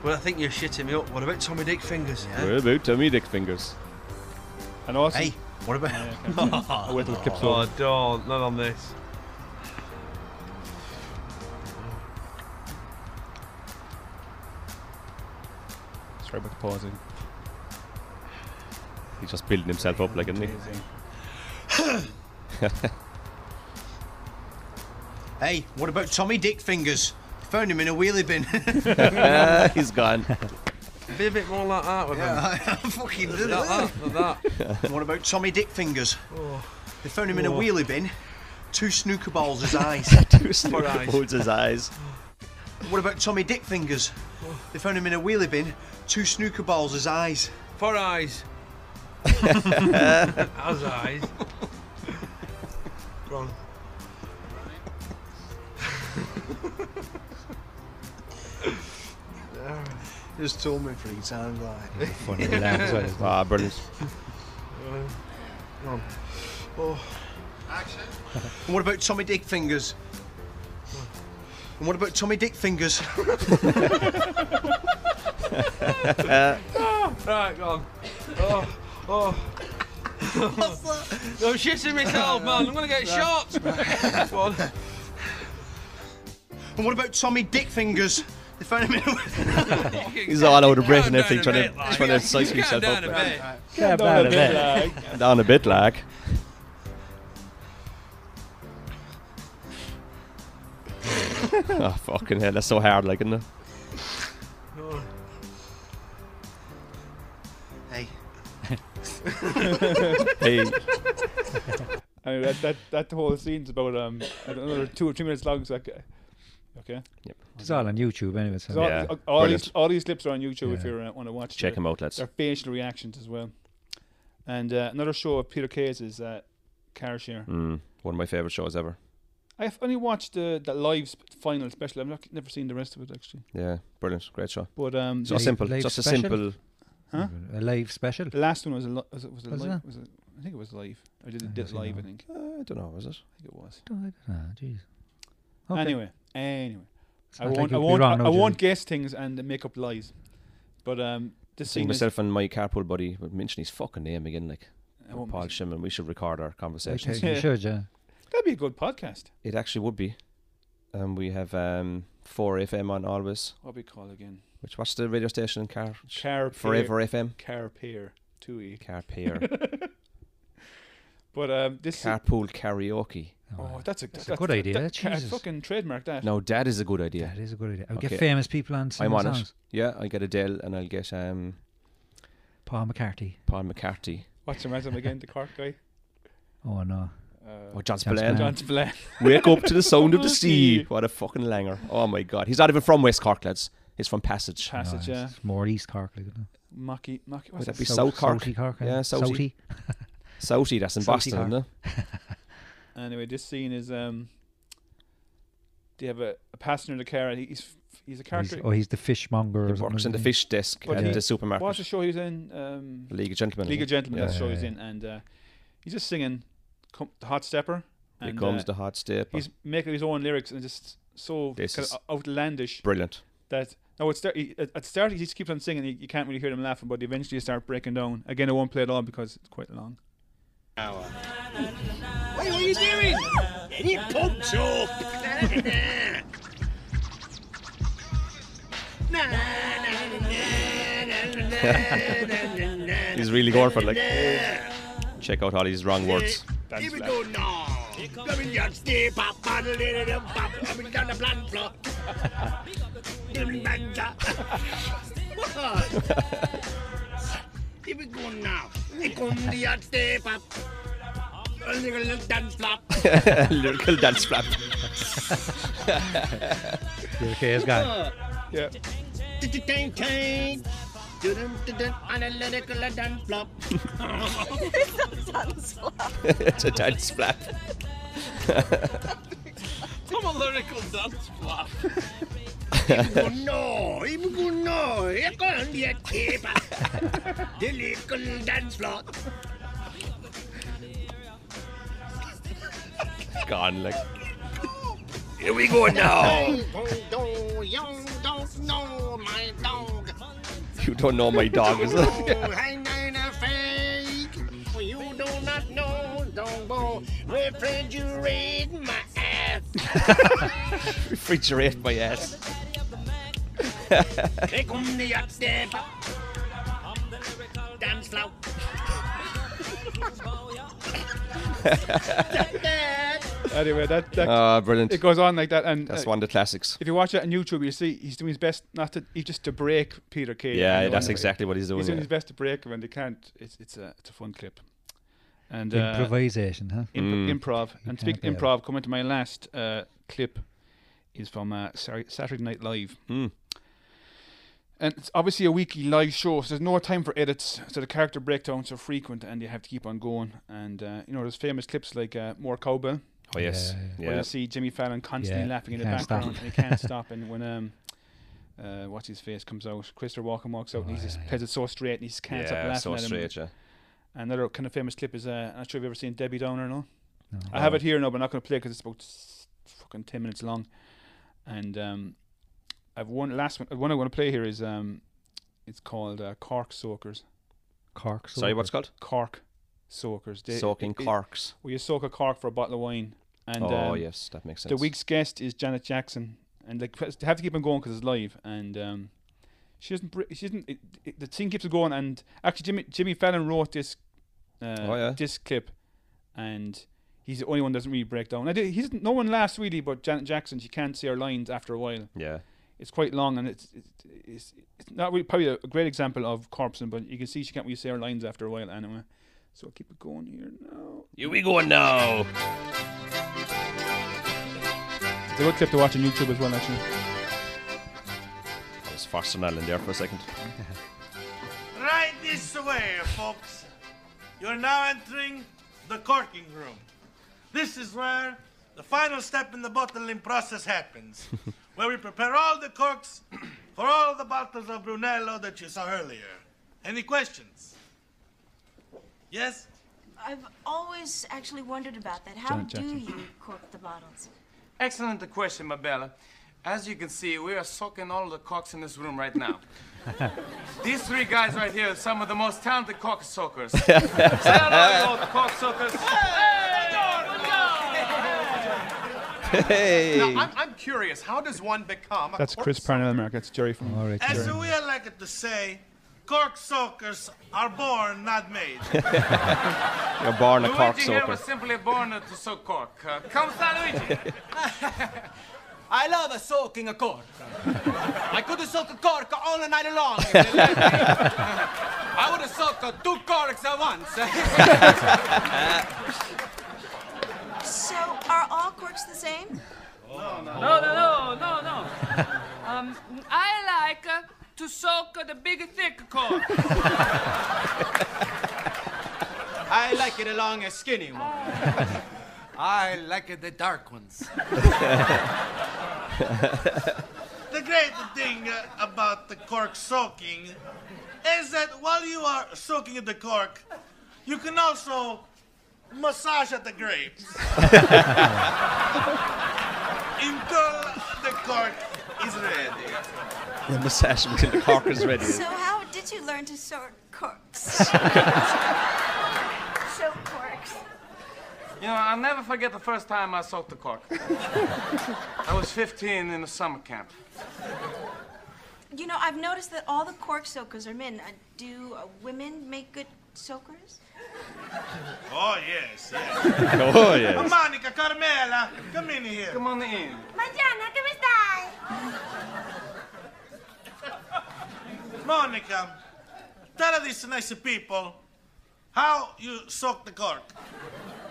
[SPEAKER 16] Well, I think you're shitting me up. What about Tommy Dick fingers? Yeah.
[SPEAKER 1] What about Tommy Dick Fingers?
[SPEAKER 6] And also,
[SPEAKER 16] Hey, what about?
[SPEAKER 6] I wait till the clip's
[SPEAKER 16] oh,
[SPEAKER 6] over.
[SPEAKER 16] don't, not on this.
[SPEAKER 6] Sorry about the pausing.
[SPEAKER 1] He's just building himself up, like, isn't he?
[SPEAKER 16] Hey, what about Tommy Dick fingers? Found him in a wheelie bin.
[SPEAKER 1] Ah, He's gone.
[SPEAKER 16] Be a bit more like that with him. fucking like that, like that. what about Tommy Dick fingers? They found him in a
[SPEAKER 1] Oh.
[SPEAKER 16] wheelie bin. Two snooker balls as eyes.
[SPEAKER 1] Two
[SPEAKER 16] For
[SPEAKER 1] snooker
[SPEAKER 16] eyes.
[SPEAKER 1] balls as eyes.
[SPEAKER 16] What about Tommy Dick fingers? They found him in a wheelie bin. Two snooker balls as eyes. For eyes.
[SPEAKER 17] As eyes.
[SPEAKER 16] Wrong. Just told me three times, like.
[SPEAKER 1] Ah, brilliant.
[SPEAKER 16] Wrong. Oh. Action. And what about Tommy Dick fingers? And what about Tommy Dick fingers?
[SPEAKER 17] Ah, right, go on. Oh, oh. I'm shitting myself, man. I'm gonna get shot.
[SPEAKER 16] That's one. And what about Tommy Dick fingers? They found him in
[SPEAKER 1] He's all out of breath and everything, trying to trying to psych himself
[SPEAKER 16] down
[SPEAKER 1] up.
[SPEAKER 16] a
[SPEAKER 1] like.
[SPEAKER 16] bit.
[SPEAKER 1] Calm down a bit. Down a bit, like. Oh fucking hell, that's so hard, like, isn't it?
[SPEAKER 16] Hey.
[SPEAKER 1] Hey.
[SPEAKER 6] Anyway, that, that that whole scene's about um I don't know, another two or three minutes long. So I, ca- okay.
[SPEAKER 1] Yep.
[SPEAKER 5] It's all on YouTube anyway. So.
[SPEAKER 6] So all-
[SPEAKER 1] Yeah,
[SPEAKER 6] all, all these
[SPEAKER 1] brilliant.
[SPEAKER 6] all these clips are on YouTube if
[SPEAKER 1] Yeah.
[SPEAKER 6] you uh, want to watch.
[SPEAKER 1] Check
[SPEAKER 6] their-
[SPEAKER 1] 'em out, lads.
[SPEAKER 6] Their facial reactions as well. And uh, another show of Peter Kay's is uh, Car Share.
[SPEAKER 1] Mm, one of my favorite shows ever.
[SPEAKER 6] I've only watched the the live sp- final special. I've not, never seen the rest of it actually.
[SPEAKER 1] Yeah, brilliant, great show.
[SPEAKER 6] But um,
[SPEAKER 1] so simple, just a simple.
[SPEAKER 6] Huh?
[SPEAKER 5] A live special.
[SPEAKER 6] The last one was a li- was it, was it
[SPEAKER 5] Was
[SPEAKER 6] live?
[SPEAKER 5] it?
[SPEAKER 6] Was it, I think it was live. I did it did live. I think.
[SPEAKER 1] uh, I don't know. Was it?
[SPEAKER 6] I think it was.
[SPEAKER 5] Ah, jeez.
[SPEAKER 6] Anyway, anyway,
[SPEAKER 5] It's
[SPEAKER 6] I
[SPEAKER 5] not like
[SPEAKER 6] won't,
[SPEAKER 5] you'd
[SPEAKER 6] I
[SPEAKER 5] be
[SPEAKER 6] won't,
[SPEAKER 5] wrong
[SPEAKER 6] I,
[SPEAKER 5] now,
[SPEAKER 6] I
[SPEAKER 5] Jimmy.
[SPEAKER 6] won't guess things and make up lies. But um, this
[SPEAKER 1] Seeing
[SPEAKER 6] scene is,
[SPEAKER 1] myself and my carpool buddy would mention his fucking name again, like
[SPEAKER 6] I won't
[SPEAKER 1] Paul Shimon. We should record our conversations.
[SPEAKER 5] You should, yeah.
[SPEAKER 6] that'd be a good podcast.
[SPEAKER 1] It actually would be. Um, we have um, 4 FM on always.
[SPEAKER 6] What we call again?
[SPEAKER 1] Which what's the radio station in Car?
[SPEAKER 6] Car
[SPEAKER 1] Forever FM.
[SPEAKER 6] Carpier, two e.
[SPEAKER 1] Carpier.
[SPEAKER 6] but um, this.
[SPEAKER 1] Carpool karaoke.
[SPEAKER 6] oh, that's a
[SPEAKER 5] That's a
[SPEAKER 6] that's
[SPEAKER 5] good idea,
[SPEAKER 6] That, can I
[SPEAKER 5] Jesus.
[SPEAKER 6] fucking trademark that.
[SPEAKER 1] No, that is a good idea.
[SPEAKER 5] That is a good idea. I'll get famous people on
[SPEAKER 1] I'm
[SPEAKER 5] singing
[SPEAKER 1] on
[SPEAKER 5] songs.
[SPEAKER 1] it. Yeah, I get Adele and I'll get um,
[SPEAKER 5] Paul McCarthy.
[SPEAKER 1] Paul McCarthy.
[SPEAKER 6] What's the matter again? The Cork guy. Uh,
[SPEAKER 5] Oh no.
[SPEAKER 1] Oh, John
[SPEAKER 5] John
[SPEAKER 1] Spillane.
[SPEAKER 5] Spillane.
[SPEAKER 6] John Spillane.
[SPEAKER 1] Wake up to the sound of the sea. What a fucking langer. Oh my god. He's not even from West Cork, lads. He's from Passage.
[SPEAKER 6] Passage, yeah.
[SPEAKER 5] It's more East Cork, like, isn't it?
[SPEAKER 6] Mocky, Mocky.
[SPEAKER 1] Would
[SPEAKER 6] What's
[SPEAKER 1] that be
[SPEAKER 5] Sou-
[SPEAKER 1] South Cork?
[SPEAKER 5] Southie Cork, eh?
[SPEAKER 1] Yeah, Southie. Southie, that's in
[SPEAKER 5] Southie
[SPEAKER 1] Boston,
[SPEAKER 5] Cork.
[SPEAKER 1] isn't it?
[SPEAKER 6] Anyway, this scene is um. They have a, a passenger in the car. And he- he's he's a character.
[SPEAKER 5] He's, oh, he's the fishmonger. or
[SPEAKER 1] He
[SPEAKER 5] something,
[SPEAKER 1] works in the
[SPEAKER 5] isn't
[SPEAKER 1] fish desk
[SPEAKER 6] But
[SPEAKER 1] at
[SPEAKER 6] he-
[SPEAKER 1] the supermarket.
[SPEAKER 6] What's the show he was in? Um,
[SPEAKER 1] League of Gentlemen, I
[SPEAKER 6] League of
[SPEAKER 1] think.
[SPEAKER 6] Gentlemen.
[SPEAKER 1] Yeah.
[SPEAKER 6] That's the show
[SPEAKER 1] Yeah,
[SPEAKER 6] he's in, and uh, he's just singing com- the Hot Stepper.
[SPEAKER 1] Here
[SPEAKER 6] and, uh,
[SPEAKER 1] comes the hot stepper.
[SPEAKER 6] He's making his own lyrics and just so
[SPEAKER 1] This
[SPEAKER 6] kind
[SPEAKER 1] is
[SPEAKER 6] of outlandish.
[SPEAKER 1] brilliant.
[SPEAKER 6] That No, it's at the start he just keeps on singing. You, you can't really hear them laughing, but eventually you start breaking down. Again, I won't play it all because it's quite long. Hour.
[SPEAKER 17] What are you doing? Get it pumped up.
[SPEAKER 1] He's really going for it, like. Check out all these wrong words.
[SPEAKER 17] Here we go now. Coming your stay pop, paddle, little, little, pop, coming down the plant floor. Little banda. Here we go now. Here come the hot stay pop. A little, little dance flop.
[SPEAKER 1] Lyrical dance flap.
[SPEAKER 5] You okay, this guy?
[SPEAKER 6] Yeah.
[SPEAKER 17] Ting ting. Dun dun analytical dance flop.
[SPEAKER 15] It's a dance flop.
[SPEAKER 1] it's a dance flap.
[SPEAKER 17] I'm a lyrical dance flop. Here we go now. Here we go now. Here come the hot stay pop. The lyrical dance flop.
[SPEAKER 1] Gone, like.
[SPEAKER 17] Here we go now.
[SPEAKER 1] You don't know my dog, is it?
[SPEAKER 17] Oh, You do not know, don't go refrigerate my ass.
[SPEAKER 1] Refrigerate my ass.
[SPEAKER 17] Click on the up step. Dance slow.
[SPEAKER 6] Anyway, that, that
[SPEAKER 1] Ah, brilliant.
[SPEAKER 6] It goes on like that, and uh,
[SPEAKER 1] That's one of the classics.
[SPEAKER 6] If you watch it on YouTube, you see he's doing his best not to, he just to break Peter Kay.
[SPEAKER 1] Yeah,
[SPEAKER 6] And
[SPEAKER 1] that's
[SPEAKER 6] on-
[SPEAKER 1] exactly what he's doing,
[SPEAKER 6] He's doing
[SPEAKER 1] yeah.
[SPEAKER 6] his best to break him, and they can't. It's it's a it's a fun clip. And uh,
[SPEAKER 5] Improvisation, huh?
[SPEAKER 6] impro-
[SPEAKER 5] Mm.
[SPEAKER 6] Improv.
[SPEAKER 5] You
[SPEAKER 6] And speak
[SPEAKER 5] can't
[SPEAKER 6] improv. Coming to my last uh, clip is from uh, Sar- Saturday Night Live.
[SPEAKER 1] Hmm.
[SPEAKER 6] And it's obviously a weekly live show, so there's no time for edits. So the character breakdowns are frequent, and you have to keep on going. And uh, you know, there's famous clips like uh, "More Cowbell."
[SPEAKER 1] Oh, yes. Yeah,
[SPEAKER 6] Where
[SPEAKER 1] yeah.
[SPEAKER 6] you see Jimmy Fallon constantly
[SPEAKER 1] Yeah,
[SPEAKER 6] laughing in
[SPEAKER 1] he
[SPEAKER 6] the
[SPEAKER 1] can't stop.
[SPEAKER 6] background, and he can't stop. And when um, uh, what's his face comes out, Christopher Walken walks out, and he just plays it so straight, and he just can't stop
[SPEAKER 1] Yeah,
[SPEAKER 6] laughing
[SPEAKER 1] so
[SPEAKER 6] at him.
[SPEAKER 1] straight, yeah.
[SPEAKER 6] Another kind of famous clip is uh, I'm not sure if you've ever seen Debbie Downer, no?
[SPEAKER 5] No.
[SPEAKER 6] I have it here now, but I'm not going to play because it's about s- fucking ten minutes long. And um, I've one last one. One I want to play here is um, it's called uh, Cork Soakers.
[SPEAKER 5] Cork
[SPEAKER 1] Sorry, what's soakers?
[SPEAKER 6] Cork Soakers.
[SPEAKER 1] Soaking corks.
[SPEAKER 6] Well, you soak a cork for a bottle of wine. And
[SPEAKER 1] Oh,
[SPEAKER 6] um,
[SPEAKER 1] yes, that makes
[SPEAKER 6] The
[SPEAKER 1] sense.
[SPEAKER 6] week's guest is Janet Jackson, and like they have to keep on going because it's live, and um, she doesn't. br- She doesn't. It, it, the thing keeps going, and actually, Jimmy Jimmy Fallon wrote this. Uh,
[SPEAKER 1] Oh, yeah.
[SPEAKER 6] This clip, and he's the only one that doesn't really break down. I did, he doesn't, no one laughs really, but Janet Jackson, she can't see her lines after a while.
[SPEAKER 1] Yeah.
[SPEAKER 6] It's quite long, and it's it's, it's, it's not really, probably a great example of corpsing, but you can see she can't really say her lines after a while anyway. So I'll keep it going here now.
[SPEAKER 1] Here we go now.
[SPEAKER 6] It's a good clip to watch on YouTube as well, actually.
[SPEAKER 1] I was Foster Island there for a second.
[SPEAKER 18] Right this way, folks. You're now entering the corking room. This is where the final step in the bottling process happens, where we prepare all the corks for all the bottles of Brunello that you saw earlier. Any questions? Yes?
[SPEAKER 15] I've always actually wondered about that. How
[SPEAKER 18] Janet
[SPEAKER 15] do
[SPEAKER 18] Jackson.
[SPEAKER 15] you cork the bottles?
[SPEAKER 18] Excellent question, Mabella. As you can see, we are soaking all the cocks in this room right now. These three guys right here are some of the most talented cock soakers. Say hello, to all the cock soakers.
[SPEAKER 1] Hey!
[SPEAKER 18] Now, I'm, I'm curious, how does one become a
[SPEAKER 6] That's
[SPEAKER 18] cork
[SPEAKER 6] Chris Parnell America. That's Jerry from. All
[SPEAKER 5] right,
[SPEAKER 18] As we are like it to say, cork soakers are born, not made.
[SPEAKER 1] You're born a
[SPEAKER 18] Luigi
[SPEAKER 1] cork
[SPEAKER 18] here
[SPEAKER 1] soaker.
[SPEAKER 18] was simply born to soak cork. Uh, come, Luigi.
[SPEAKER 19] I love a soaking a cork. I could have soaked a cork all night long. if they let me. I would have soaked uh, two corks at once.
[SPEAKER 15] So, are all corks the same?
[SPEAKER 20] No, no, no, no, no. Um, I like uh, to soak uh, the big thick cork.
[SPEAKER 19] I like it along a skinny one. I like it the dark ones.
[SPEAKER 18] The great thing uh, about the cork soaking is that while you are soaking the cork, you can also massage at the grapes until the cork
[SPEAKER 17] is ready.
[SPEAKER 1] The moustache until the cork is ready.
[SPEAKER 21] So how did you learn to sort corks? so corks.
[SPEAKER 17] You know, I'll never forget the first time I soaked a cork. I was 15 in a summer camp.
[SPEAKER 21] You know, I've noticed that all the cork soakers are men. Uh, do uh, women make good soakers?
[SPEAKER 17] Oh, yes, yes.
[SPEAKER 1] Oh, yes.
[SPEAKER 17] Monica, Carmela, come in here. Come on in.
[SPEAKER 21] Mangiana, come stai?
[SPEAKER 17] Monica, tell these nice people how you soak the cork.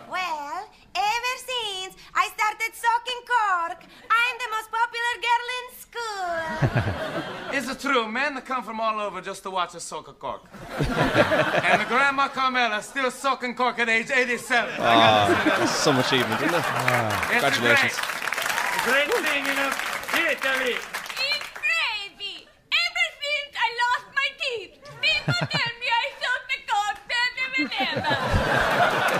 [SPEAKER 21] Well, ever since I started soaking cork, I'm the most popular girl in school.
[SPEAKER 17] Is it true? Men come from all over just to watch us soak a cork. and Grandma Carmela still soaking cork at age 87. I gotta say
[SPEAKER 1] Ah,
[SPEAKER 17] that.
[SPEAKER 1] so much even, isn't it?
[SPEAKER 5] Ah.
[SPEAKER 17] It's
[SPEAKER 1] Congratulations.
[SPEAKER 17] A great, a great thing, you know. Italy.
[SPEAKER 22] It's crazy. Ever since I lost my teeth, people tell me I soaked the cork better than ever.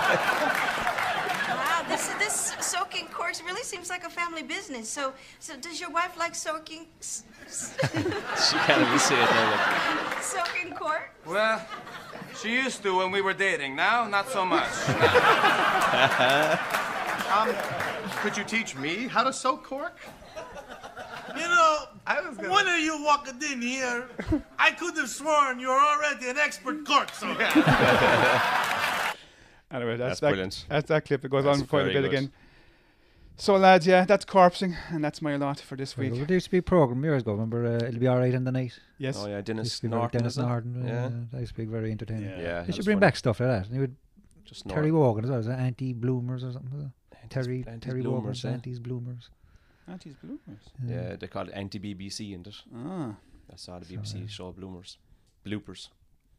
[SPEAKER 21] Wow, this this soaking corks really seems like a family business. So, so does your wife like soaking s- s-
[SPEAKER 1] She can't even see it now.
[SPEAKER 21] soaking cork?
[SPEAKER 17] Well, she used to when we were dating. Now, not so much.
[SPEAKER 16] Um, could you teach me how to soak cork?
[SPEAKER 18] You know, when are you walking in here? I could have sworn you're already an expert cork soaker.
[SPEAKER 1] That's
[SPEAKER 6] Anyway, that's, that,
[SPEAKER 1] brilliant.
[SPEAKER 6] That's that clip. It goes
[SPEAKER 1] That's
[SPEAKER 6] on for quite a
[SPEAKER 1] very
[SPEAKER 6] bit
[SPEAKER 1] good.
[SPEAKER 6] again. So, lads, yeah, that's corpsing, and that's my lot for this
[SPEAKER 5] Well,
[SPEAKER 6] week.
[SPEAKER 5] there used to be a program years ago. Remember, uh, it'll be all right in the night.
[SPEAKER 6] Yes. Oh, yeah,
[SPEAKER 1] Dennis
[SPEAKER 5] Used to be very-
[SPEAKER 1] Norton,
[SPEAKER 5] Dennis
[SPEAKER 1] isn't it?
[SPEAKER 5] Norton.
[SPEAKER 1] Yeah.
[SPEAKER 5] Yeah, uh, that used to be very entertaining.
[SPEAKER 1] Yeah. Yeah,
[SPEAKER 5] they
[SPEAKER 1] that
[SPEAKER 5] should
[SPEAKER 1] was
[SPEAKER 5] bring
[SPEAKER 1] funny.
[SPEAKER 5] back stuff like that. And he would
[SPEAKER 1] Just
[SPEAKER 5] Terry Wogan as well. Was it Auntie Bloomers or something? was it? Terry
[SPEAKER 1] Auntie's
[SPEAKER 5] Terry
[SPEAKER 1] Bloomers,
[SPEAKER 5] Wogan's
[SPEAKER 1] yeah.
[SPEAKER 5] Auntie's Bloomers.
[SPEAKER 6] Auntie's bloomers.
[SPEAKER 1] Yeah, they call it anti BBC, isn't it?
[SPEAKER 6] Ah.
[SPEAKER 1] That's how the BBC show bloomers. Bloopers.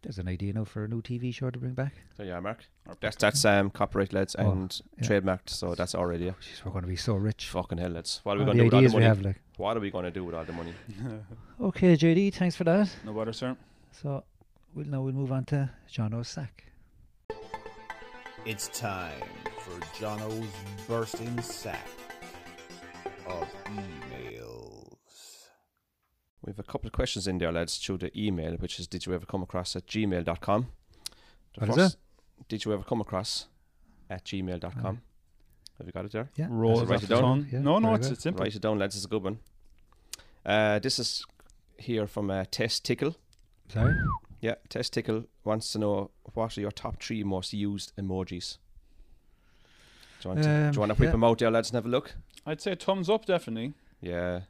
[SPEAKER 5] There's an idea now for a new TV show to bring back.
[SPEAKER 1] So yeah, Mark. That's that's um, copyright lads
[SPEAKER 5] Oh,
[SPEAKER 1] and
[SPEAKER 5] yeah.
[SPEAKER 1] trademarked, so that's our idea.
[SPEAKER 5] Jeez, we're going to be so rich.
[SPEAKER 1] Fucking hell, lads. What are we
[SPEAKER 5] All
[SPEAKER 1] going
[SPEAKER 5] Oh, the
[SPEAKER 1] to do with all the
[SPEAKER 5] ideas we
[SPEAKER 1] money?
[SPEAKER 5] have, like.
[SPEAKER 1] What are we going to do with all the money?
[SPEAKER 5] Okay, JD, thanks for that.
[SPEAKER 6] No bother, sir.
[SPEAKER 5] So we'll now we'll move on to John O'Sack.
[SPEAKER 23] It's time for Jono's bursting sack of emails.
[SPEAKER 1] We have a couple of questions in there, lads, through the email, which is did you ever come across at gmail.com? The
[SPEAKER 5] What is
[SPEAKER 1] Did you ever come across at gmail.com? com? Have you got it there?
[SPEAKER 5] Yeah.
[SPEAKER 6] Rolls
[SPEAKER 1] Write
[SPEAKER 6] off
[SPEAKER 1] it
[SPEAKER 6] the
[SPEAKER 1] down.
[SPEAKER 6] tongue. Yeah, No, no, very it's- good. it's simple.
[SPEAKER 1] Write it down, lads. It's a good one. Uh, this is here from uh, Tess Tickle.
[SPEAKER 5] Sorry?
[SPEAKER 1] Yeah, Tess Tickle wants to know what are your top three most used emojis? Do you want to, do
[SPEAKER 5] Um,
[SPEAKER 1] you want to whip
[SPEAKER 5] yeah.
[SPEAKER 1] them out there, lads, and have a look?
[SPEAKER 6] I'd say thumbs up, definitely.
[SPEAKER 1] Yeah.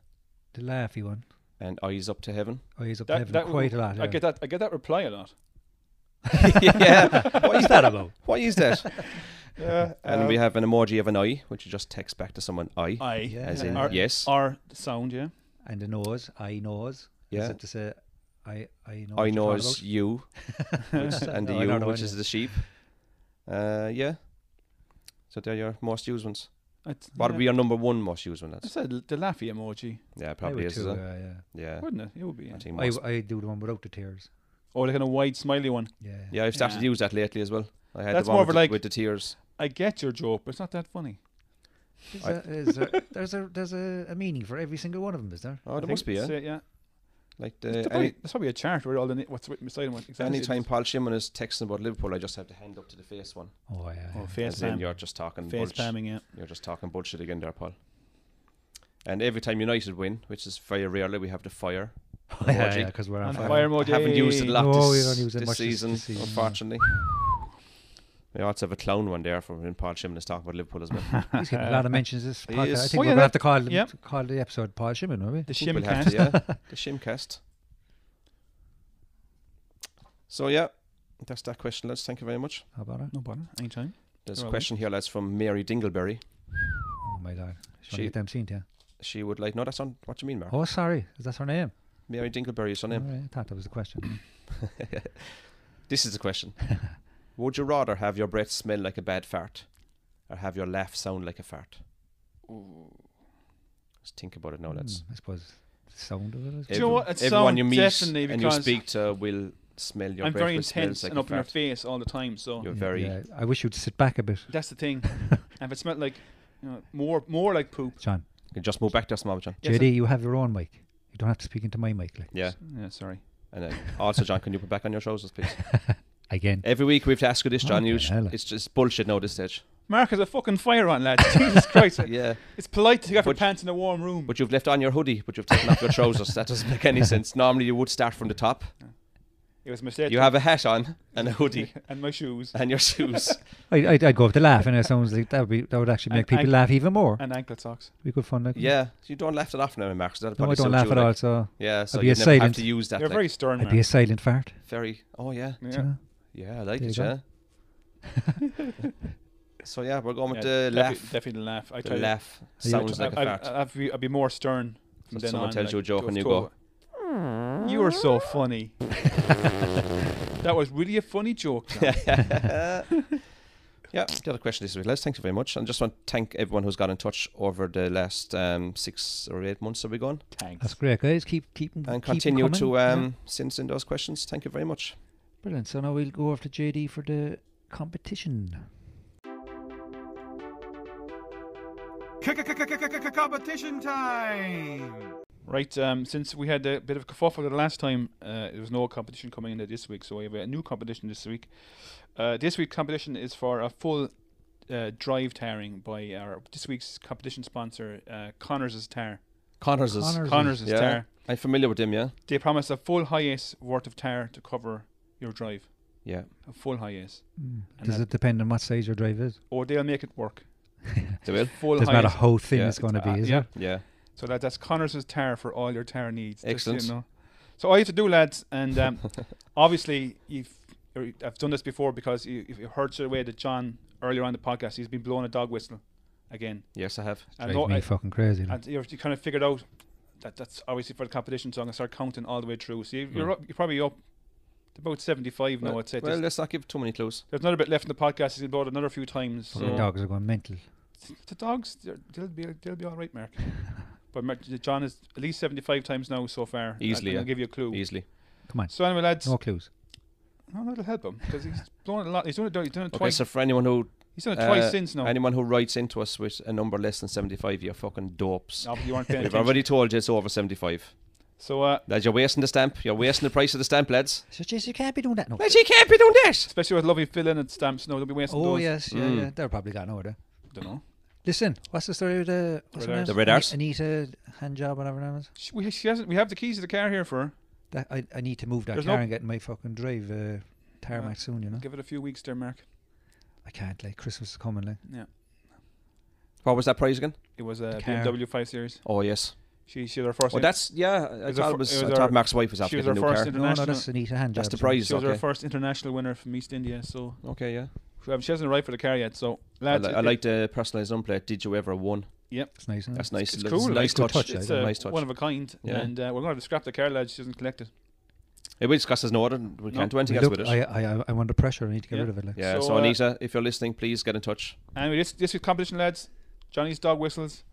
[SPEAKER 5] The laughy one.
[SPEAKER 1] And eyes up to heaven.
[SPEAKER 5] Oh, he's up
[SPEAKER 6] That-
[SPEAKER 5] to heaven
[SPEAKER 6] that would-
[SPEAKER 5] quite a lot.
[SPEAKER 6] I
[SPEAKER 5] yeah.
[SPEAKER 6] get that. I get that reply a lot.
[SPEAKER 1] yeah.
[SPEAKER 5] What's that about?
[SPEAKER 1] What is that?
[SPEAKER 6] Yeah,
[SPEAKER 1] and we
[SPEAKER 6] um,
[SPEAKER 1] have an emoji of an eye, which you just text back to someone I.
[SPEAKER 6] I.
[SPEAKER 1] As in,
[SPEAKER 6] Or-
[SPEAKER 1] yes.
[SPEAKER 6] Or the sound, yeah.
[SPEAKER 5] And the nose, I nose.
[SPEAKER 1] Yeah.
[SPEAKER 5] As if to say, I, I know. what
[SPEAKER 1] I
[SPEAKER 5] you're
[SPEAKER 1] know
[SPEAKER 5] talking
[SPEAKER 1] is
[SPEAKER 5] about.
[SPEAKER 1] you, which, and the
[SPEAKER 5] No, I
[SPEAKER 1] you,
[SPEAKER 5] don't know
[SPEAKER 1] which
[SPEAKER 5] any.
[SPEAKER 1] is the sheep. Uh, yeah. So they're your most used ones.
[SPEAKER 6] It's-
[SPEAKER 1] what
[SPEAKER 6] yeah.
[SPEAKER 1] would be your number one most used one?
[SPEAKER 6] I
[SPEAKER 1] That's,
[SPEAKER 6] said the laughy emoji.
[SPEAKER 1] yeah, probably
[SPEAKER 5] would
[SPEAKER 1] is.
[SPEAKER 5] too,
[SPEAKER 1] is it?
[SPEAKER 5] yeah, yeah.
[SPEAKER 1] yeah.
[SPEAKER 6] Wouldn't it? It would be.
[SPEAKER 1] I
[SPEAKER 6] Yeah.
[SPEAKER 1] think
[SPEAKER 5] I,
[SPEAKER 1] most-
[SPEAKER 5] I do the one without the tears.
[SPEAKER 6] Or like in a wide smiley one.
[SPEAKER 5] Yeah.
[SPEAKER 1] yeah, I've started to use that lately as well. I had
[SPEAKER 6] That's
[SPEAKER 1] the one
[SPEAKER 6] more
[SPEAKER 1] with,
[SPEAKER 6] of
[SPEAKER 1] the-
[SPEAKER 6] like-
[SPEAKER 1] with the tears.
[SPEAKER 6] I get your joke, but it's not that funny.
[SPEAKER 5] Is
[SPEAKER 1] I-
[SPEAKER 5] there- is there- there's a there's a, a meaning for every single one of them, is there?
[SPEAKER 1] Oh,
[SPEAKER 6] I
[SPEAKER 1] there
[SPEAKER 6] think uh,
[SPEAKER 1] must be, yeah.
[SPEAKER 6] that's it, yeah.
[SPEAKER 1] Like
[SPEAKER 6] There's
[SPEAKER 1] the,
[SPEAKER 6] probably,
[SPEAKER 1] any,
[SPEAKER 6] there's probably a chart where all the ni- what's written beside him. what Exactly. it
[SPEAKER 1] anytime
[SPEAKER 6] is.
[SPEAKER 1] Paul Shimon is texting about Liverpool, I just have the hand up to the face one.
[SPEAKER 5] Oh yeah.
[SPEAKER 6] Oh,
[SPEAKER 1] As
[SPEAKER 6] face
[SPEAKER 1] in
[SPEAKER 6] palm.
[SPEAKER 1] you're just talking
[SPEAKER 6] Face
[SPEAKER 1] bullshit.
[SPEAKER 6] palming, yeah.
[SPEAKER 1] You're just talking bullshit again there, Paul. And every time United win, which is very rarely, we have the fire.
[SPEAKER 5] Oh, yeah,
[SPEAKER 1] emoji.
[SPEAKER 5] yeah, 'cause we're on
[SPEAKER 1] And
[SPEAKER 5] fire.
[SPEAKER 6] Fire
[SPEAKER 1] I haven't
[SPEAKER 6] emoji.
[SPEAKER 1] used it a lot
[SPEAKER 5] No, we
[SPEAKER 1] this,
[SPEAKER 5] don't use it
[SPEAKER 1] this
[SPEAKER 5] much this-
[SPEAKER 1] season,
[SPEAKER 5] this season, no.
[SPEAKER 1] unfortunately. We also have a clown one there from when Paul Shimon is talking about Liverpool as well.
[SPEAKER 5] He's getting a lot of mentions this
[SPEAKER 1] He
[SPEAKER 5] podcast. I
[SPEAKER 1] is.
[SPEAKER 5] think
[SPEAKER 6] Oh,
[SPEAKER 5] we're
[SPEAKER 6] yeah,
[SPEAKER 5] gonna have
[SPEAKER 6] that-
[SPEAKER 5] to call him,
[SPEAKER 6] yeah.
[SPEAKER 5] call the episode Paul Shimon, are we?
[SPEAKER 6] The
[SPEAKER 1] We'll have to,
[SPEAKER 6] shimcast.
[SPEAKER 1] yeah. The Shimcast. So, yeah, that's that question, lads. Thank you very much.
[SPEAKER 5] How about it?
[SPEAKER 6] No bother. Anytime.
[SPEAKER 1] There's
[SPEAKER 6] You're
[SPEAKER 1] a
[SPEAKER 6] welcome.
[SPEAKER 1] question here, lads, from Mary Dingleberry.
[SPEAKER 5] Oh my god. She
[SPEAKER 1] She-
[SPEAKER 5] get them seen, yeah.
[SPEAKER 1] She would like, no, that's on, what do you mean, Mary?
[SPEAKER 5] Oh sorry, is that her name?
[SPEAKER 1] Mary Dingleberry is her name.
[SPEAKER 5] All right, I thought that was the question.
[SPEAKER 1] This is the question. Would you rather have your breath smell like a bad fart or have your laugh sound like a fart? Let's think about it now, lads.
[SPEAKER 5] Hmm, I suppose the sound of it is
[SPEAKER 6] Do you know what? It
[SPEAKER 1] everyone
[SPEAKER 6] sound
[SPEAKER 1] you meet
[SPEAKER 6] definitely
[SPEAKER 1] and you
[SPEAKER 6] because
[SPEAKER 1] speak to will smell your
[SPEAKER 6] I'm
[SPEAKER 1] breath.
[SPEAKER 6] very
[SPEAKER 1] which smells
[SPEAKER 6] intense
[SPEAKER 1] like
[SPEAKER 6] and
[SPEAKER 1] a
[SPEAKER 6] up in your
[SPEAKER 1] fart.
[SPEAKER 6] face all the time, so
[SPEAKER 1] You're very.
[SPEAKER 5] yeah, I wish you'd sit back a bit.
[SPEAKER 6] that's the thing. and if it smelled like you know, more more like poop,
[SPEAKER 5] John.
[SPEAKER 1] You can just move back there, small John.
[SPEAKER 5] JD, you have your own mic. You don't have to speak into my mic. Like.
[SPEAKER 1] Yeah.
[SPEAKER 6] Yeah, sorry.
[SPEAKER 1] And then also, John, can you put back on your trousers, please?
[SPEAKER 5] Again.
[SPEAKER 1] Every week we have to ask you this, John. You
[SPEAKER 5] Okay,
[SPEAKER 1] sh-
[SPEAKER 5] hell.
[SPEAKER 1] it's just bullshit now at this stage.
[SPEAKER 6] Mark has a fucking fire on, lad. Jesus Christ.
[SPEAKER 1] Yeah.
[SPEAKER 6] It's polite to take off your pants in a warm room.
[SPEAKER 1] But you've left on your hoodie, but you've taken off your trousers. That doesn't make any sense. Normally you would start from the top.
[SPEAKER 6] It was a mistake.
[SPEAKER 1] You have a hat on and a hoodie.
[SPEAKER 6] and my shoes.
[SPEAKER 1] And your shoes.
[SPEAKER 5] I, I'd, I'd go with the laugh, and it sounds like that would, be, that would actually
[SPEAKER 1] And
[SPEAKER 5] make people
[SPEAKER 1] ank-
[SPEAKER 5] laugh even more.
[SPEAKER 6] and ankle socks.
[SPEAKER 5] We could fund that.
[SPEAKER 1] Yeah, you don't laugh it off now, Mark. So that'll
[SPEAKER 5] No, I
[SPEAKER 1] probably
[SPEAKER 5] don't
[SPEAKER 1] suit
[SPEAKER 5] laugh
[SPEAKER 1] you,
[SPEAKER 5] at
[SPEAKER 1] like.
[SPEAKER 5] all. So
[SPEAKER 1] yeah, so
[SPEAKER 5] I'd be
[SPEAKER 1] you
[SPEAKER 5] a
[SPEAKER 1] never
[SPEAKER 5] silent.
[SPEAKER 1] have to use that.
[SPEAKER 6] You're
[SPEAKER 1] like.
[SPEAKER 6] very stern,
[SPEAKER 5] I'd be a silent fart.
[SPEAKER 1] Very. Oh yeah.
[SPEAKER 5] Yeah.
[SPEAKER 1] Yeah, I like
[SPEAKER 5] There
[SPEAKER 1] it.
[SPEAKER 5] you
[SPEAKER 1] Yeah.
[SPEAKER 5] go.
[SPEAKER 1] so yeah, we're going with
[SPEAKER 6] Yeah,
[SPEAKER 1] the
[SPEAKER 6] defi-
[SPEAKER 1] laugh.
[SPEAKER 6] Definitely laugh. I
[SPEAKER 1] The
[SPEAKER 6] tell you.
[SPEAKER 1] laugh sounds like a
[SPEAKER 6] I-
[SPEAKER 1] fart.
[SPEAKER 6] I- uh, I'd be, I'd be more stern.
[SPEAKER 1] So
[SPEAKER 6] From then
[SPEAKER 1] someone
[SPEAKER 6] on,
[SPEAKER 1] tells
[SPEAKER 6] like,
[SPEAKER 1] you a joke
[SPEAKER 6] go-
[SPEAKER 1] and you
[SPEAKER 6] go-
[SPEAKER 1] go.
[SPEAKER 6] You are so funny. that was really a funny joke.
[SPEAKER 1] yeah, the other question this week, Les, thank you very much. And just want to thank everyone who's got in touch over the last um, six or eight months that we've gone.
[SPEAKER 6] Thanks.
[SPEAKER 5] That's great, guys. Keep keep 'em-
[SPEAKER 1] And
[SPEAKER 5] keep 'em
[SPEAKER 1] continue
[SPEAKER 5] coming.
[SPEAKER 1] to
[SPEAKER 5] Yeah.
[SPEAKER 1] um, send, send those questions. Thank you very much.
[SPEAKER 5] Brilliant. So now we'll go over to JD for the competition.
[SPEAKER 17] Competition time!
[SPEAKER 6] Right, um, since we had a bit of a kerfuffle the last time, uh, there was no competition coming in there this week, so we have a new competition this week. Uh, this week's competition is for a full uh, drive tarring by our this week's competition sponsor, uh, Connors' Tar.
[SPEAKER 1] Connors is
[SPEAKER 6] Connors'
[SPEAKER 1] yeah.
[SPEAKER 6] Tar.
[SPEAKER 1] I'm familiar with him, yeah.
[SPEAKER 6] They promise a full high ace worth of tar to cover your drive.
[SPEAKER 1] Yeah.
[SPEAKER 6] A full high ace.
[SPEAKER 5] Mm.
[SPEAKER 6] And
[SPEAKER 5] Does
[SPEAKER 6] that-
[SPEAKER 5] it depend on what size your drive is?
[SPEAKER 6] or Oh, they'll make it work.
[SPEAKER 1] They will.
[SPEAKER 6] Full
[SPEAKER 5] Doesn't matter
[SPEAKER 6] high-
[SPEAKER 5] how thin it's gonna be,
[SPEAKER 6] uh,
[SPEAKER 5] is
[SPEAKER 6] yeah.
[SPEAKER 5] it?
[SPEAKER 1] Yeah.
[SPEAKER 6] So that, that's Connors' tar for all your tar needs. just so
[SPEAKER 1] Excellent.
[SPEAKER 6] You know. So all you have to do, lads, and um, obviously you've or I've done this before because you, you've heard straight away that John earlier on the podcast he's been blowing a dog whistle again.
[SPEAKER 1] Yes, I have.
[SPEAKER 6] And
[SPEAKER 5] Drives
[SPEAKER 6] no-
[SPEAKER 5] me
[SPEAKER 6] I-
[SPEAKER 5] fucking crazy, like.
[SPEAKER 6] And you, you kind of figured out that that's obviously for the competition, so I'm gonna start counting all the way through. So you,
[SPEAKER 5] Hmm.
[SPEAKER 6] you're, up, you're probably up to about 75 now.
[SPEAKER 1] Well-
[SPEAKER 6] I'd say.
[SPEAKER 1] well, let's not give too many clues.
[SPEAKER 6] There's another bit left in the podcast. He's been blowed another few times.
[SPEAKER 5] Fucking
[SPEAKER 6] so-
[SPEAKER 5] dogs are going mental.
[SPEAKER 6] the dogs they're- they'll be they'll be all right, Mark. but Mark, John is at least seventy five times now so far. and-
[SPEAKER 1] Easily,
[SPEAKER 6] and
[SPEAKER 1] yeah.
[SPEAKER 6] I'll give you a clue.
[SPEAKER 1] Easily.
[SPEAKER 5] Come on.
[SPEAKER 6] So anyway, lads.
[SPEAKER 5] No clues.
[SPEAKER 6] No, that'll help him because he's blown it a lot. He's done it. He's done it
[SPEAKER 1] Okay,
[SPEAKER 6] twice.
[SPEAKER 1] so for anyone who uh,
[SPEAKER 6] He's done it twice since now.
[SPEAKER 1] Anyone who writes into us with a number less than seventy-five, you're fucking dopes.
[SPEAKER 6] No, Oh, but you weren't paying
[SPEAKER 1] We've
[SPEAKER 6] attention.
[SPEAKER 1] already told you it's over seventy-five.
[SPEAKER 6] So, uh,
[SPEAKER 1] lads, you're wasting the stamp. You're wasting the price of the stamp, lads.
[SPEAKER 5] So, Jason, you can't be doing that. No.
[SPEAKER 1] Lads, you can't be doing that.
[SPEAKER 6] Especially with lovely fill in and stamps. No, don't be wasting
[SPEAKER 5] Oh,
[SPEAKER 6] those.
[SPEAKER 5] yes.
[SPEAKER 1] Mm.
[SPEAKER 5] Yeah, yeah. They're probably got an order.
[SPEAKER 6] Don't know.
[SPEAKER 5] Listen, what's the story with the, what's
[SPEAKER 6] Red
[SPEAKER 5] her name?
[SPEAKER 6] Arse. The Red
[SPEAKER 5] Ani-
[SPEAKER 6] Arse.
[SPEAKER 5] Anita Handjob, whatever her name is.
[SPEAKER 6] She, we, she hasn't. We have the keys to the car here for her.
[SPEAKER 5] That, I, I need to move that
[SPEAKER 6] There's
[SPEAKER 5] car
[SPEAKER 6] no-
[SPEAKER 5] and get my fucking drive uh, tarmac soon, you know.
[SPEAKER 6] Give it a few weeks there, Mark.
[SPEAKER 5] I can't, like, Christmas is coming, like.
[SPEAKER 6] Yeah.
[SPEAKER 1] What was that prize again?
[SPEAKER 6] It was a
[SPEAKER 1] The car.
[SPEAKER 6] BMW 5 Series.
[SPEAKER 1] Oh yes.
[SPEAKER 6] She she had her first.
[SPEAKER 1] Oh,
[SPEAKER 6] in-
[SPEAKER 1] that's yeah. I
[SPEAKER 6] it was her
[SPEAKER 1] thought,
[SPEAKER 6] fir-
[SPEAKER 1] it was,
[SPEAKER 6] it was
[SPEAKER 1] I thought
[SPEAKER 6] her-
[SPEAKER 1] Max' wife was
[SPEAKER 6] She
[SPEAKER 1] after
[SPEAKER 6] was
[SPEAKER 1] the
[SPEAKER 6] her
[SPEAKER 1] new
[SPEAKER 6] first
[SPEAKER 1] car.
[SPEAKER 6] international.
[SPEAKER 5] that's Anita Handjob,
[SPEAKER 1] That's the
[SPEAKER 5] sorry.
[SPEAKER 1] prize.
[SPEAKER 6] She was
[SPEAKER 1] okay.
[SPEAKER 6] our first international winner from East India, so
[SPEAKER 1] okay, yeah.
[SPEAKER 6] She, um, she hasn't arrived for the car yet, so
[SPEAKER 1] I,
[SPEAKER 6] lads,
[SPEAKER 1] li-
[SPEAKER 6] it-
[SPEAKER 1] I
[SPEAKER 6] it-
[SPEAKER 1] like the personalised numplate. Did you ever won?
[SPEAKER 6] Yep,
[SPEAKER 5] It's nice, isn't it?
[SPEAKER 1] That's nice.
[SPEAKER 6] It's
[SPEAKER 1] It's
[SPEAKER 6] cool.
[SPEAKER 1] a
[SPEAKER 6] like,
[SPEAKER 1] nice touch.
[SPEAKER 6] It's,
[SPEAKER 1] a
[SPEAKER 6] uh,
[SPEAKER 1] nice touch.
[SPEAKER 6] one of a kind,
[SPEAKER 1] Yeah.
[SPEAKER 6] and uh, we're going to scrap the car, lads. She doesn't collect it.
[SPEAKER 1] It will discuss as an order. and We
[SPEAKER 6] No.
[SPEAKER 1] can't do anything
[SPEAKER 5] We
[SPEAKER 1] else
[SPEAKER 5] look-
[SPEAKER 1] with it.
[SPEAKER 5] I, I, I- I'm under pressure. I need to get
[SPEAKER 6] Yeah.
[SPEAKER 5] rid of it, like.
[SPEAKER 1] yeah.
[SPEAKER 6] So,
[SPEAKER 1] So,
[SPEAKER 6] uh,
[SPEAKER 1] Anita, if you're listening, please get in touch.
[SPEAKER 6] Anyway, this this week's competition, lads. Johnny's dog whistles.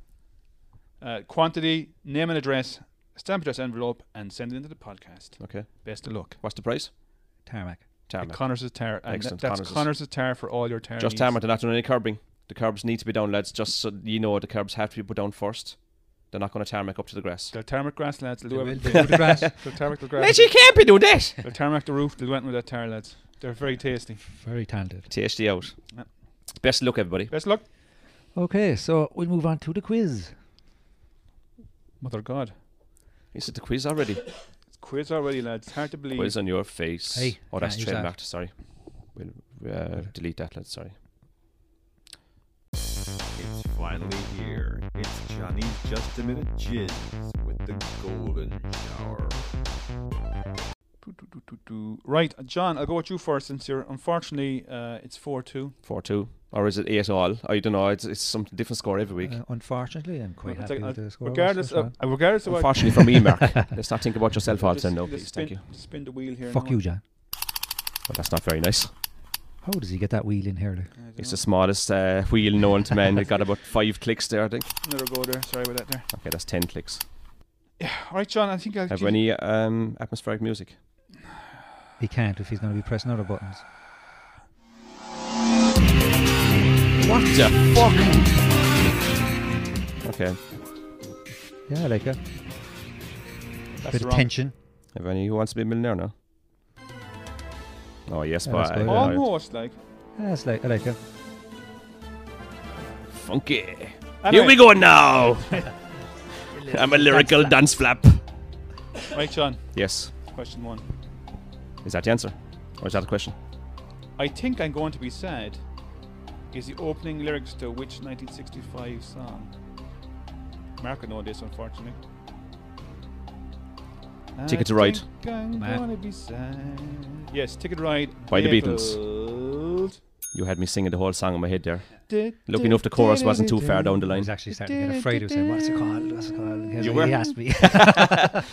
[SPEAKER 6] Uh, quantity, name and address, stamp address envelope, and send it into the podcast.
[SPEAKER 1] Okay.
[SPEAKER 6] Best of luck.
[SPEAKER 1] What's the price?
[SPEAKER 5] Tarmac.
[SPEAKER 1] Tarmac.
[SPEAKER 6] Connors' tar. And
[SPEAKER 1] Excellent.
[SPEAKER 6] That, that's
[SPEAKER 1] Connors'
[SPEAKER 6] Connors' tar for all your tar.
[SPEAKER 1] Just
[SPEAKER 6] needs.
[SPEAKER 1] Tamar, they're not doing any curbing. The curbs need to be down, lads. Just so you know, the curbs have to be put down first. They're not going to tarmac up to the grass.
[SPEAKER 6] They'll tarmac grass, lads. They'll do
[SPEAKER 1] They
[SPEAKER 6] everything.
[SPEAKER 1] will do the grass.
[SPEAKER 6] They'll tarmac the grass.
[SPEAKER 1] Lads, you can't be doing that.
[SPEAKER 6] They'll tarmac the roof. They'll go out with that tar, lads. They're very tasty.
[SPEAKER 5] Very talented.
[SPEAKER 1] THD out.
[SPEAKER 6] Yeah.
[SPEAKER 1] Best of luck, everybody.
[SPEAKER 6] Best of luck.
[SPEAKER 5] Okay, so we'll move on to the quiz.
[SPEAKER 6] Mother God.
[SPEAKER 1] Is it the quiz already?
[SPEAKER 6] It's quiz already, lads. Hard to believe.
[SPEAKER 1] quiz on your face.
[SPEAKER 5] Hey,
[SPEAKER 1] oh, that's
[SPEAKER 5] can't use that.
[SPEAKER 1] trademarked. Sorry. We'll uh, delete that, lads. Sorry.
[SPEAKER 23] It's finally here. It's Johnny's Just a Minute Jizz with the Golden Shower.
[SPEAKER 6] Do- Right, John, I'll go with you first since you're unfortunately uh, it's 4 2.
[SPEAKER 1] 4 2. Or is it 8 all? I don't know. It's, it's some different score every week.
[SPEAKER 5] Uh, unfortunately, I'm quite happy with the score.
[SPEAKER 6] regardless
[SPEAKER 5] so far.
[SPEAKER 6] of, uh, regardless of what-
[SPEAKER 1] Unfortunately for me, Mark. Let's not think about yourself all
[SPEAKER 6] Just-
[SPEAKER 1] then, no,
[SPEAKER 6] just
[SPEAKER 1] please.
[SPEAKER 6] spin-
[SPEAKER 1] Thank you.
[SPEAKER 6] just Spin the wheel here.
[SPEAKER 5] Fuck
[SPEAKER 6] now.
[SPEAKER 5] you, John.
[SPEAKER 1] Well, that's not very nice.
[SPEAKER 5] How does he get that wheel in here? Like?
[SPEAKER 1] It's the smallest uh, wheel known to man. It got about five clicks there, I think.
[SPEAKER 6] Another go there. Sorry about that there.
[SPEAKER 1] Okay, that's 10 clicks.
[SPEAKER 6] All right, John, I think I'll.
[SPEAKER 1] Have any um, atmospheric music?
[SPEAKER 5] He can't if he's going to be pressing other buttons.
[SPEAKER 1] What the fuck? Okay.
[SPEAKER 5] Yeah, I like that.
[SPEAKER 1] That's
[SPEAKER 5] Bit of
[SPEAKER 1] wrong.
[SPEAKER 5] tension.
[SPEAKER 1] Have any who wants to be a millionaire now? Oh yes,
[SPEAKER 5] Yeah,
[SPEAKER 1] but
[SPEAKER 5] that's
[SPEAKER 1] I,
[SPEAKER 5] good.
[SPEAKER 1] I-
[SPEAKER 6] Almost like.
[SPEAKER 5] Yeah, that's like, I like that.
[SPEAKER 1] funky. Here
[SPEAKER 6] Anyway.
[SPEAKER 1] we go now. I'm a lyrical dance flap.
[SPEAKER 6] Right, John.
[SPEAKER 1] Yes.
[SPEAKER 6] Question one.
[SPEAKER 1] Is that the answer, or is that a question?
[SPEAKER 6] I think I'm going to be sad. Is the opening lyrics to which 1965 song? Mark would know this, unfortunately.
[SPEAKER 1] Ticket
[SPEAKER 6] I
[SPEAKER 1] to Ride.
[SPEAKER 6] think I'm
[SPEAKER 1] Man.
[SPEAKER 6] gonna be sad. Yes, Ticket to Ride.
[SPEAKER 1] By the
[SPEAKER 6] Beatles.
[SPEAKER 1] You had me singing the whole song in my head there.
[SPEAKER 6] Du-
[SPEAKER 1] Lucky enough, the chorus wasn't too far down the line. I was
[SPEAKER 5] actually starting to get afraid of saying, what's it called? What's it called? Because He asked me.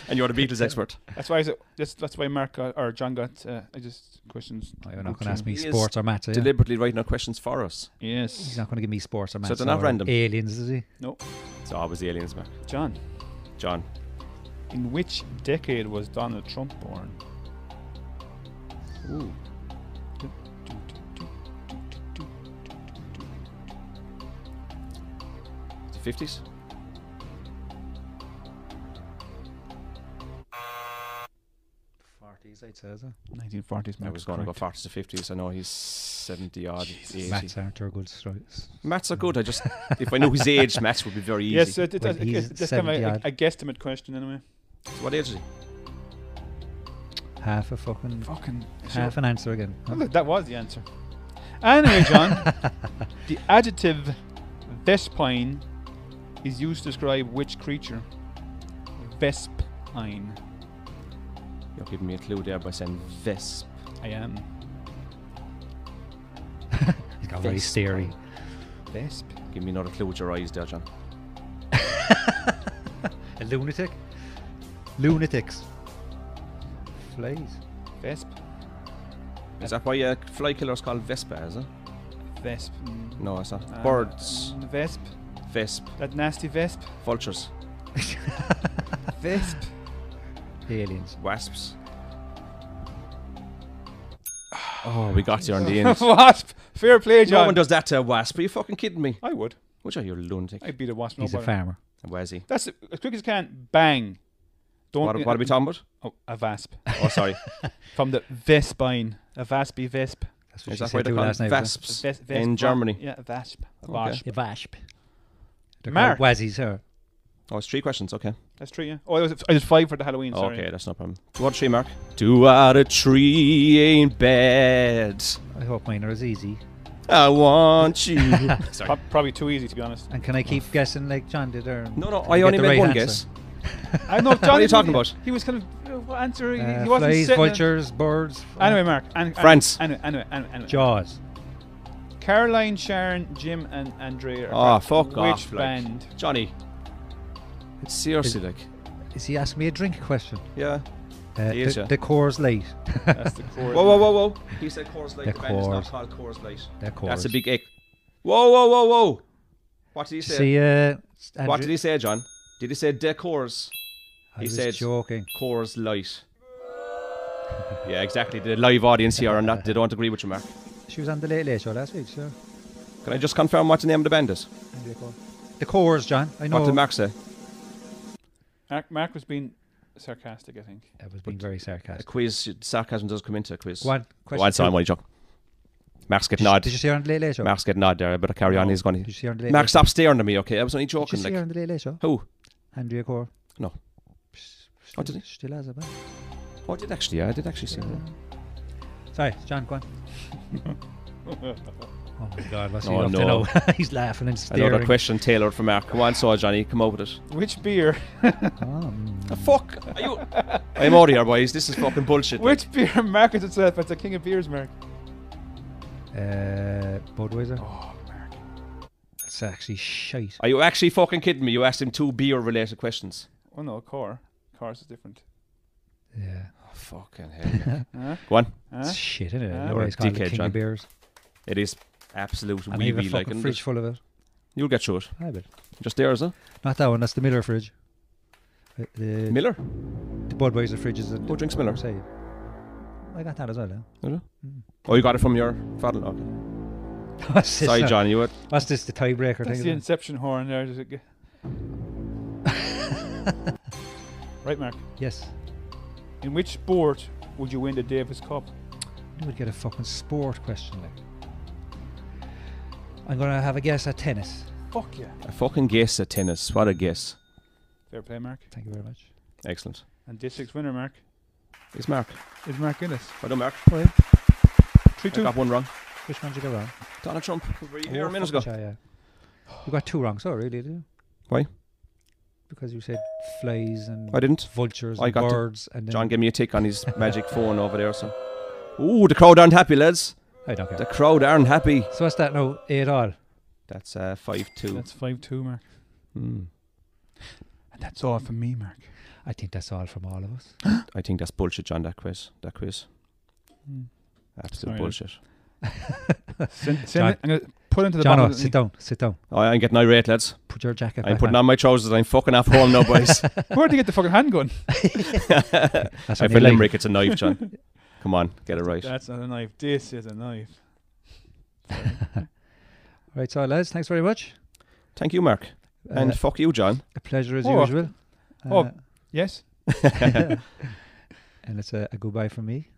[SPEAKER 1] and you're the Beatles expert.
[SPEAKER 6] That's why. Is it, that's, that's why Mark got, or John got. Uh, I just questions.
[SPEAKER 5] Oh, you're not gonna ask me
[SPEAKER 1] He is
[SPEAKER 5] sports or maths, are you?
[SPEAKER 1] Deliberately writing our questions for us.
[SPEAKER 6] Yes.
[SPEAKER 5] He's not going to give me sports or maths.
[SPEAKER 1] So they're not
[SPEAKER 5] or
[SPEAKER 1] random.
[SPEAKER 5] Aliens, is he?
[SPEAKER 6] No.
[SPEAKER 1] It's always the aliens, man.
[SPEAKER 6] John.
[SPEAKER 1] John.
[SPEAKER 6] In which decade was Donald Trump born? Ooh.
[SPEAKER 1] The fifties.
[SPEAKER 5] Forties, I'd say. is it?
[SPEAKER 6] 1940s.
[SPEAKER 1] I
[SPEAKER 6] Mark
[SPEAKER 1] was
[SPEAKER 6] is
[SPEAKER 1] going to go
[SPEAKER 6] correct.
[SPEAKER 1] forties to fifties. I know he's seventy odd. 80.
[SPEAKER 5] Maths aren't your good strikes.
[SPEAKER 1] Maths are good. I just if I knew his age, maths would be very easy.
[SPEAKER 6] Yes, it, it,
[SPEAKER 5] Well,
[SPEAKER 6] it,
[SPEAKER 5] he's
[SPEAKER 6] it's kind of
[SPEAKER 5] 70
[SPEAKER 6] a,
[SPEAKER 5] odd.
[SPEAKER 6] a guesstimate question anyway.
[SPEAKER 1] What age is he?
[SPEAKER 5] Half a fucking.
[SPEAKER 6] Fucking-
[SPEAKER 5] Half an answer again.
[SPEAKER 1] Oh,
[SPEAKER 6] Well, look, that was the answer. Anyway, John, the adjective vespine is used to describe which creature? Vespine.
[SPEAKER 1] You're giving me a clue there by saying Vesp.
[SPEAKER 6] I am.
[SPEAKER 5] He's got very
[SPEAKER 1] Vesp.
[SPEAKER 5] steery.
[SPEAKER 6] Vesp.
[SPEAKER 1] Give me another clue with your eyes there, John.
[SPEAKER 5] A lunatic? Lunatics. Flies.
[SPEAKER 6] Vesp.
[SPEAKER 1] Is that why uh, fly killer's called Vespa, is it?
[SPEAKER 6] Vesp. mm.
[SPEAKER 1] No, it's not.
[SPEAKER 6] Um,
[SPEAKER 1] Birds.
[SPEAKER 6] mm, Vesp.
[SPEAKER 1] Vesp.
[SPEAKER 6] That nasty Vesp.
[SPEAKER 1] Vultures.
[SPEAKER 6] Vesp.
[SPEAKER 5] Aliens.
[SPEAKER 1] Wasps. Oh, we got you on the end.
[SPEAKER 6] wasp. Fair play, John.
[SPEAKER 1] No one does that to a wasp. Are you fucking kidding me?
[SPEAKER 6] I would.
[SPEAKER 1] Which are you, a lunatic?
[SPEAKER 6] I'd beat a wasp. no
[SPEAKER 1] He's a
[SPEAKER 6] bother.
[SPEAKER 5] farmer.
[SPEAKER 1] Where's he?
[SPEAKER 6] That's it, as quick as you can. Bang. Don't.
[SPEAKER 1] What- what are we talking about?
[SPEAKER 6] Oh, a vasp.
[SPEAKER 1] Oh, sorry.
[SPEAKER 6] From the vespine, a vaspy vesp.
[SPEAKER 5] That's
[SPEAKER 1] what Is she that said why they're too last called night, wasn't it? vasps
[SPEAKER 6] Ves-
[SPEAKER 1] in
[SPEAKER 6] vespa-
[SPEAKER 1] Germany?
[SPEAKER 6] Yeah, a vasp. A
[SPEAKER 1] Okay.
[SPEAKER 6] vasp.
[SPEAKER 5] A vasp. They're
[SPEAKER 6] Mark.
[SPEAKER 5] called wazzies, huh?
[SPEAKER 1] Oh, it's three questions. Okay.
[SPEAKER 6] That's true. Yeah. Oh, I was, I was five for the Halloween. Sorry.
[SPEAKER 1] Okay, that's no problem. Two out of three, Mark. Two out of three ain't bad.
[SPEAKER 5] I hope mine are as easy.
[SPEAKER 1] I want you. Sorry.
[SPEAKER 6] Pro- probably too easy to be honest.
[SPEAKER 5] And can I keep guessing like John did? Or
[SPEAKER 1] Oh. No, no,
[SPEAKER 5] can
[SPEAKER 1] I
[SPEAKER 5] get
[SPEAKER 1] only
[SPEAKER 5] the
[SPEAKER 1] made
[SPEAKER 5] right
[SPEAKER 1] one
[SPEAKER 5] answer?
[SPEAKER 6] I know.
[SPEAKER 1] What are you talking about?
[SPEAKER 6] He was kind of uh, answering.
[SPEAKER 5] Uh,
[SPEAKER 6] he wasn't
[SPEAKER 5] flies,
[SPEAKER 6] sitting there.
[SPEAKER 5] vultures, birds.
[SPEAKER 6] Anyway, Mark. An- an-
[SPEAKER 1] France.
[SPEAKER 6] Anyway, anyway, anyway, anyway.
[SPEAKER 5] Jaws.
[SPEAKER 6] Caroline, Sharon, Jim, and Andrea.
[SPEAKER 1] Oh,
[SPEAKER 6] are
[SPEAKER 1] fuck
[SPEAKER 6] Which
[SPEAKER 1] off, like.
[SPEAKER 6] band?
[SPEAKER 1] Johnny. It's seriously like.
[SPEAKER 5] Is he asking me a drink question?
[SPEAKER 1] Yeah.
[SPEAKER 5] Uh,
[SPEAKER 1] He is,
[SPEAKER 5] the,
[SPEAKER 1] yeah.
[SPEAKER 5] the core's late.
[SPEAKER 6] That's the core.
[SPEAKER 1] Whoa, whoa, whoa, whoa. He said Coors Light.
[SPEAKER 5] They're
[SPEAKER 1] The band is not
[SPEAKER 5] Coors.
[SPEAKER 1] called Coors Light.
[SPEAKER 5] They're
[SPEAKER 1] That's a
[SPEAKER 5] Coors.
[SPEAKER 1] big ick. Whoa, whoa, whoa, whoa. What did he say?
[SPEAKER 5] See, uh,
[SPEAKER 1] what
[SPEAKER 5] Andrew-
[SPEAKER 1] did he say, John? Did he say the Coors?
[SPEAKER 5] I
[SPEAKER 1] he
[SPEAKER 5] was
[SPEAKER 1] said
[SPEAKER 5] joking.
[SPEAKER 1] Coors Light. yeah, exactly. The live audience here are not. They don't agree with you, Mark.
[SPEAKER 5] She was on the Late Late Show last week, so.
[SPEAKER 1] Can I just confirm what the name of the band is?
[SPEAKER 5] The cores, John. I know.
[SPEAKER 1] What did Mark say?
[SPEAKER 6] Mark, Mark was being sarcastic, I think.
[SPEAKER 5] I was being very
[SPEAKER 1] A
[SPEAKER 5] sarcastic.
[SPEAKER 1] quiz. Sarcasm does come into a quiz.
[SPEAKER 5] Go on,
[SPEAKER 1] Go
[SPEAKER 5] question
[SPEAKER 1] on, sorry,
[SPEAKER 5] two.
[SPEAKER 1] I'm only joking. Mark's getting odd.
[SPEAKER 5] Did you see her on the Late Late Show?
[SPEAKER 1] Mark's getting odd there. I better carry on. He's going.
[SPEAKER 5] Did you see her on the Late
[SPEAKER 1] Mark,
[SPEAKER 5] Late
[SPEAKER 1] stop staring at me. Okay, I was only
[SPEAKER 5] Did you
[SPEAKER 1] joking.
[SPEAKER 5] see
[SPEAKER 1] Like,
[SPEAKER 5] her on the Late Late Show?
[SPEAKER 1] Who?
[SPEAKER 5] Andrea Core.
[SPEAKER 1] No.
[SPEAKER 5] What did he? Still has it, man.
[SPEAKER 1] Oh, I did actually. Yeah, I did actually see that.
[SPEAKER 5] Sorry, John, go on. Oh my God, what's he
[SPEAKER 1] Oh,
[SPEAKER 5] up to
[SPEAKER 1] no.
[SPEAKER 5] now? He's laughing and staring.
[SPEAKER 1] Another question tailored for Mark. Come on, so Johnny, come over with it.
[SPEAKER 6] Which beer?
[SPEAKER 5] Ah.
[SPEAKER 1] fuck. Are you? I'm out of here, boys. This is fucking bullshit. like.
[SPEAKER 6] Which beer markets itself as the king of beers, Mark?
[SPEAKER 5] Uh, Budweiser. Oh, Mark. That's actually shite.
[SPEAKER 1] Are you actually fucking kidding me? You asked him two beer-related questions.
[SPEAKER 6] Oh no, car. Cars is different.
[SPEAKER 5] Yeah.
[SPEAKER 1] Oh, fucking hell.
[SPEAKER 6] Huh?
[SPEAKER 1] Go on.
[SPEAKER 6] Huh?
[SPEAKER 5] It's shit, isn't it?
[SPEAKER 6] Huh?
[SPEAKER 5] You're
[SPEAKER 1] You're a
[SPEAKER 5] always called the
[SPEAKER 1] dickhead,
[SPEAKER 5] king
[SPEAKER 1] John.
[SPEAKER 5] of beers.
[SPEAKER 1] It is absolute
[SPEAKER 5] And I have a
[SPEAKER 1] wee-wee like.
[SPEAKER 5] fucking
[SPEAKER 1] isn't
[SPEAKER 5] fridge
[SPEAKER 1] it?
[SPEAKER 5] full of it.
[SPEAKER 1] You'll get through it.
[SPEAKER 5] I bet.
[SPEAKER 1] Just there, is it?
[SPEAKER 5] Not that one. That's the Miller fridge. Uh, The
[SPEAKER 1] Miller?
[SPEAKER 5] The Budweiser fridge is. Who
[SPEAKER 1] drinks Miller?
[SPEAKER 5] I got that as well. Huh?
[SPEAKER 1] Is it? Oh, you got it from your father. Okay.
[SPEAKER 5] What's this uh,
[SPEAKER 1] Sorry,
[SPEAKER 5] now?
[SPEAKER 1] John. You what?
[SPEAKER 5] What's this? The tiebreaker
[SPEAKER 6] That's
[SPEAKER 5] thing.
[SPEAKER 6] the
[SPEAKER 5] isn't it?
[SPEAKER 6] inception horn there. Does it get- right, Mark.
[SPEAKER 5] Yes.
[SPEAKER 6] In which sport would you win the Davis Cup?
[SPEAKER 5] You would get a fucking sport question like. I'm gonna have a guess at tennis.
[SPEAKER 6] Fuck yeah.
[SPEAKER 1] A fucking guess at tennis. What a guess.
[SPEAKER 6] Fair play, Mark.
[SPEAKER 5] Thank you very much.
[SPEAKER 1] Excellent.
[SPEAKER 6] And district's winner, Mark.
[SPEAKER 1] It's Mark.
[SPEAKER 6] Is Mark Guinness.
[SPEAKER 1] Well done, Mark.
[SPEAKER 6] Play.
[SPEAKER 1] I
[SPEAKER 6] 3 2.
[SPEAKER 1] got one wrong.
[SPEAKER 5] Which one did you go wrong?
[SPEAKER 1] Donald Trump. Were you here
[SPEAKER 5] Oh,
[SPEAKER 1] a minute ago?
[SPEAKER 5] fucking shy, yeah. You got two wrong, so really, did you?
[SPEAKER 1] Why?
[SPEAKER 5] Because you said flies and
[SPEAKER 1] I didn't.
[SPEAKER 5] vultures
[SPEAKER 1] I
[SPEAKER 5] and
[SPEAKER 1] got to-
[SPEAKER 5] birds and then
[SPEAKER 1] John gave me a tick on his magic phone over there. So, ooh, the crowd aren't happy, lads.
[SPEAKER 5] I don't care.
[SPEAKER 1] The crowd aren't happy.
[SPEAKER 5] So what's that now? Eight all.
[SPEAKER 1] That's uh, five two.
[SPEAKER 6] That's 5 2, Mark.
[SPEAKER 1] Mm.
[SPEAKER 6] And that's all from me, Mark.
[SPEAKER 5] I think that's all from all of us.
[SPEAKER 1] I think that's bullshit, John. That quiz. That quiz.
[SPEAKER 6] Mm.
[SPEAKER 1] Absolute
[SPEAKER 6] Sorry,
[SPEAKER 1] bullshit.
[SPEAKER 6] Send, send
[SPEAKER 5] John.
[SPEAKER 6] it. I'm going to put it into the
[SPEAKER 5] John,
[SPEAKER 6] bottom
[SPEAKER 5] oh,
[SPEAKER 6] of the
[SPEAKER 5] sit
[SPEAKER 6] thing.
[SPEAKER 5] down, sit down.
[SPEAKER 1] Oh, I'm getting irate, lads.
[SPEAKER 5] Put your jacket
[SPEAKER 1] I'm
[SPEAKER 5] back
[SPEAKER 1] putting
[SPEAKER 5] on.
[SPEAKER 1] on my trousers. I'm fucking off home now, boys.
[SPEAKER 6] Where'd you get the fucking handgun?
[SPEAKER 1] If
[SPEAKER 5] on
[SPEAKER 1] a
[SPEAKER 5] your leg.
[SPEAKER 1] Limerick, it's a knife, John. Come on, get it right.
[SPEAKER 6] That's not a knife. This is a knife.
[SPEAKER 5] Right, so lads, thanks very much.
[SPEAKER 1] Thank you, Mark. And
[SPEAKER 5] Uh,
[SPEAKER 1] fuck you, John.
[SPEAKER 5] A pleasure as
[SPEAKER 6] Oh,
[SPEAKER 5] usual.
[SPEAKER 6] oh, yes.
[SPEAKER 5] and it's a, a goodbye from me.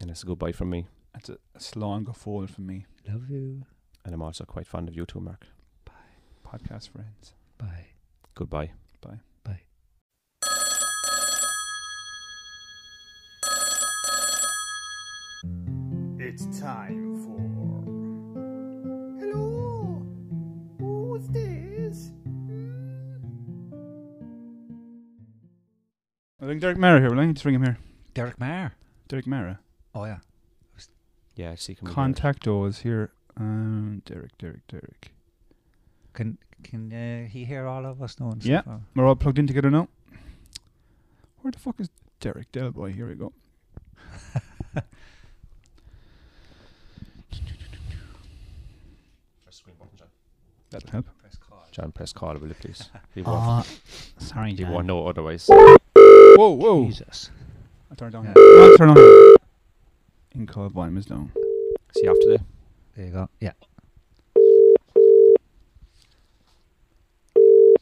[SPEAKER 1] And it's a goodbye from me.
[SPEAKER 6] That's a, that's long go forward for me.
[SPEAKER 5] Love you.
[SPEAKER 1] And I'm also quite fond of you too, Mark.
[SPEAKER 6] Podcast friends.
[SPEAKER 5] Bye.
[SPEAKER 1] Goodbye.
[SPEAKER 6] Bye.
[SPEAKER 5] Bye.
[SPEAKER 2] It's time for.
[SPEAKER 17] Hello. Who's this? Hmm?
[SPEAKER 6] I think Derek Mara here, will I? Just ring him here.
[SPEAKER 5] Derek Maher.
[SPEAKER 6] Derek Mara.
[SPEAKER 5] Oh yeah.
[SPEAKER 1] Yeah, see. Can we do it?
[SPEAKER 6] Contacto is here. Um, Derek, Derek, Derek.
[SPEAKER 5] Can can uh, he hear all of us now? and
[SPEAKER 6] Yeah,
[SPEAKER 5] stuff, or-
[SPEAKER 6] we're all plugged in together now. Where the fuck is Derek Delboy? Here we go.
[SPEAKER 1] Press screen button, John.
[SPEAKER 6] That'll help.
[SPEAKER 1] John, press call, will you please? He
[SPEAKER 5] Ah,
[SPEAKER 1] won't.
[SPEAKER 5] sorry,
[SPEAKER 1] He
[SPEAKER 5] John.
[SPEAKER 1] won't know otherwise.
[SPEAKER 6] Whoa,
[SPEAKER 1] Oh.
[SPEAKER 6] whoa.
[SPEAKER 5] Jesus.
[SPEAKER 6] I turned down. I'll turn on. In call volume is down.
[SPEAKER 1] See you after the
[SPEAKER 5] There you go. Yeah.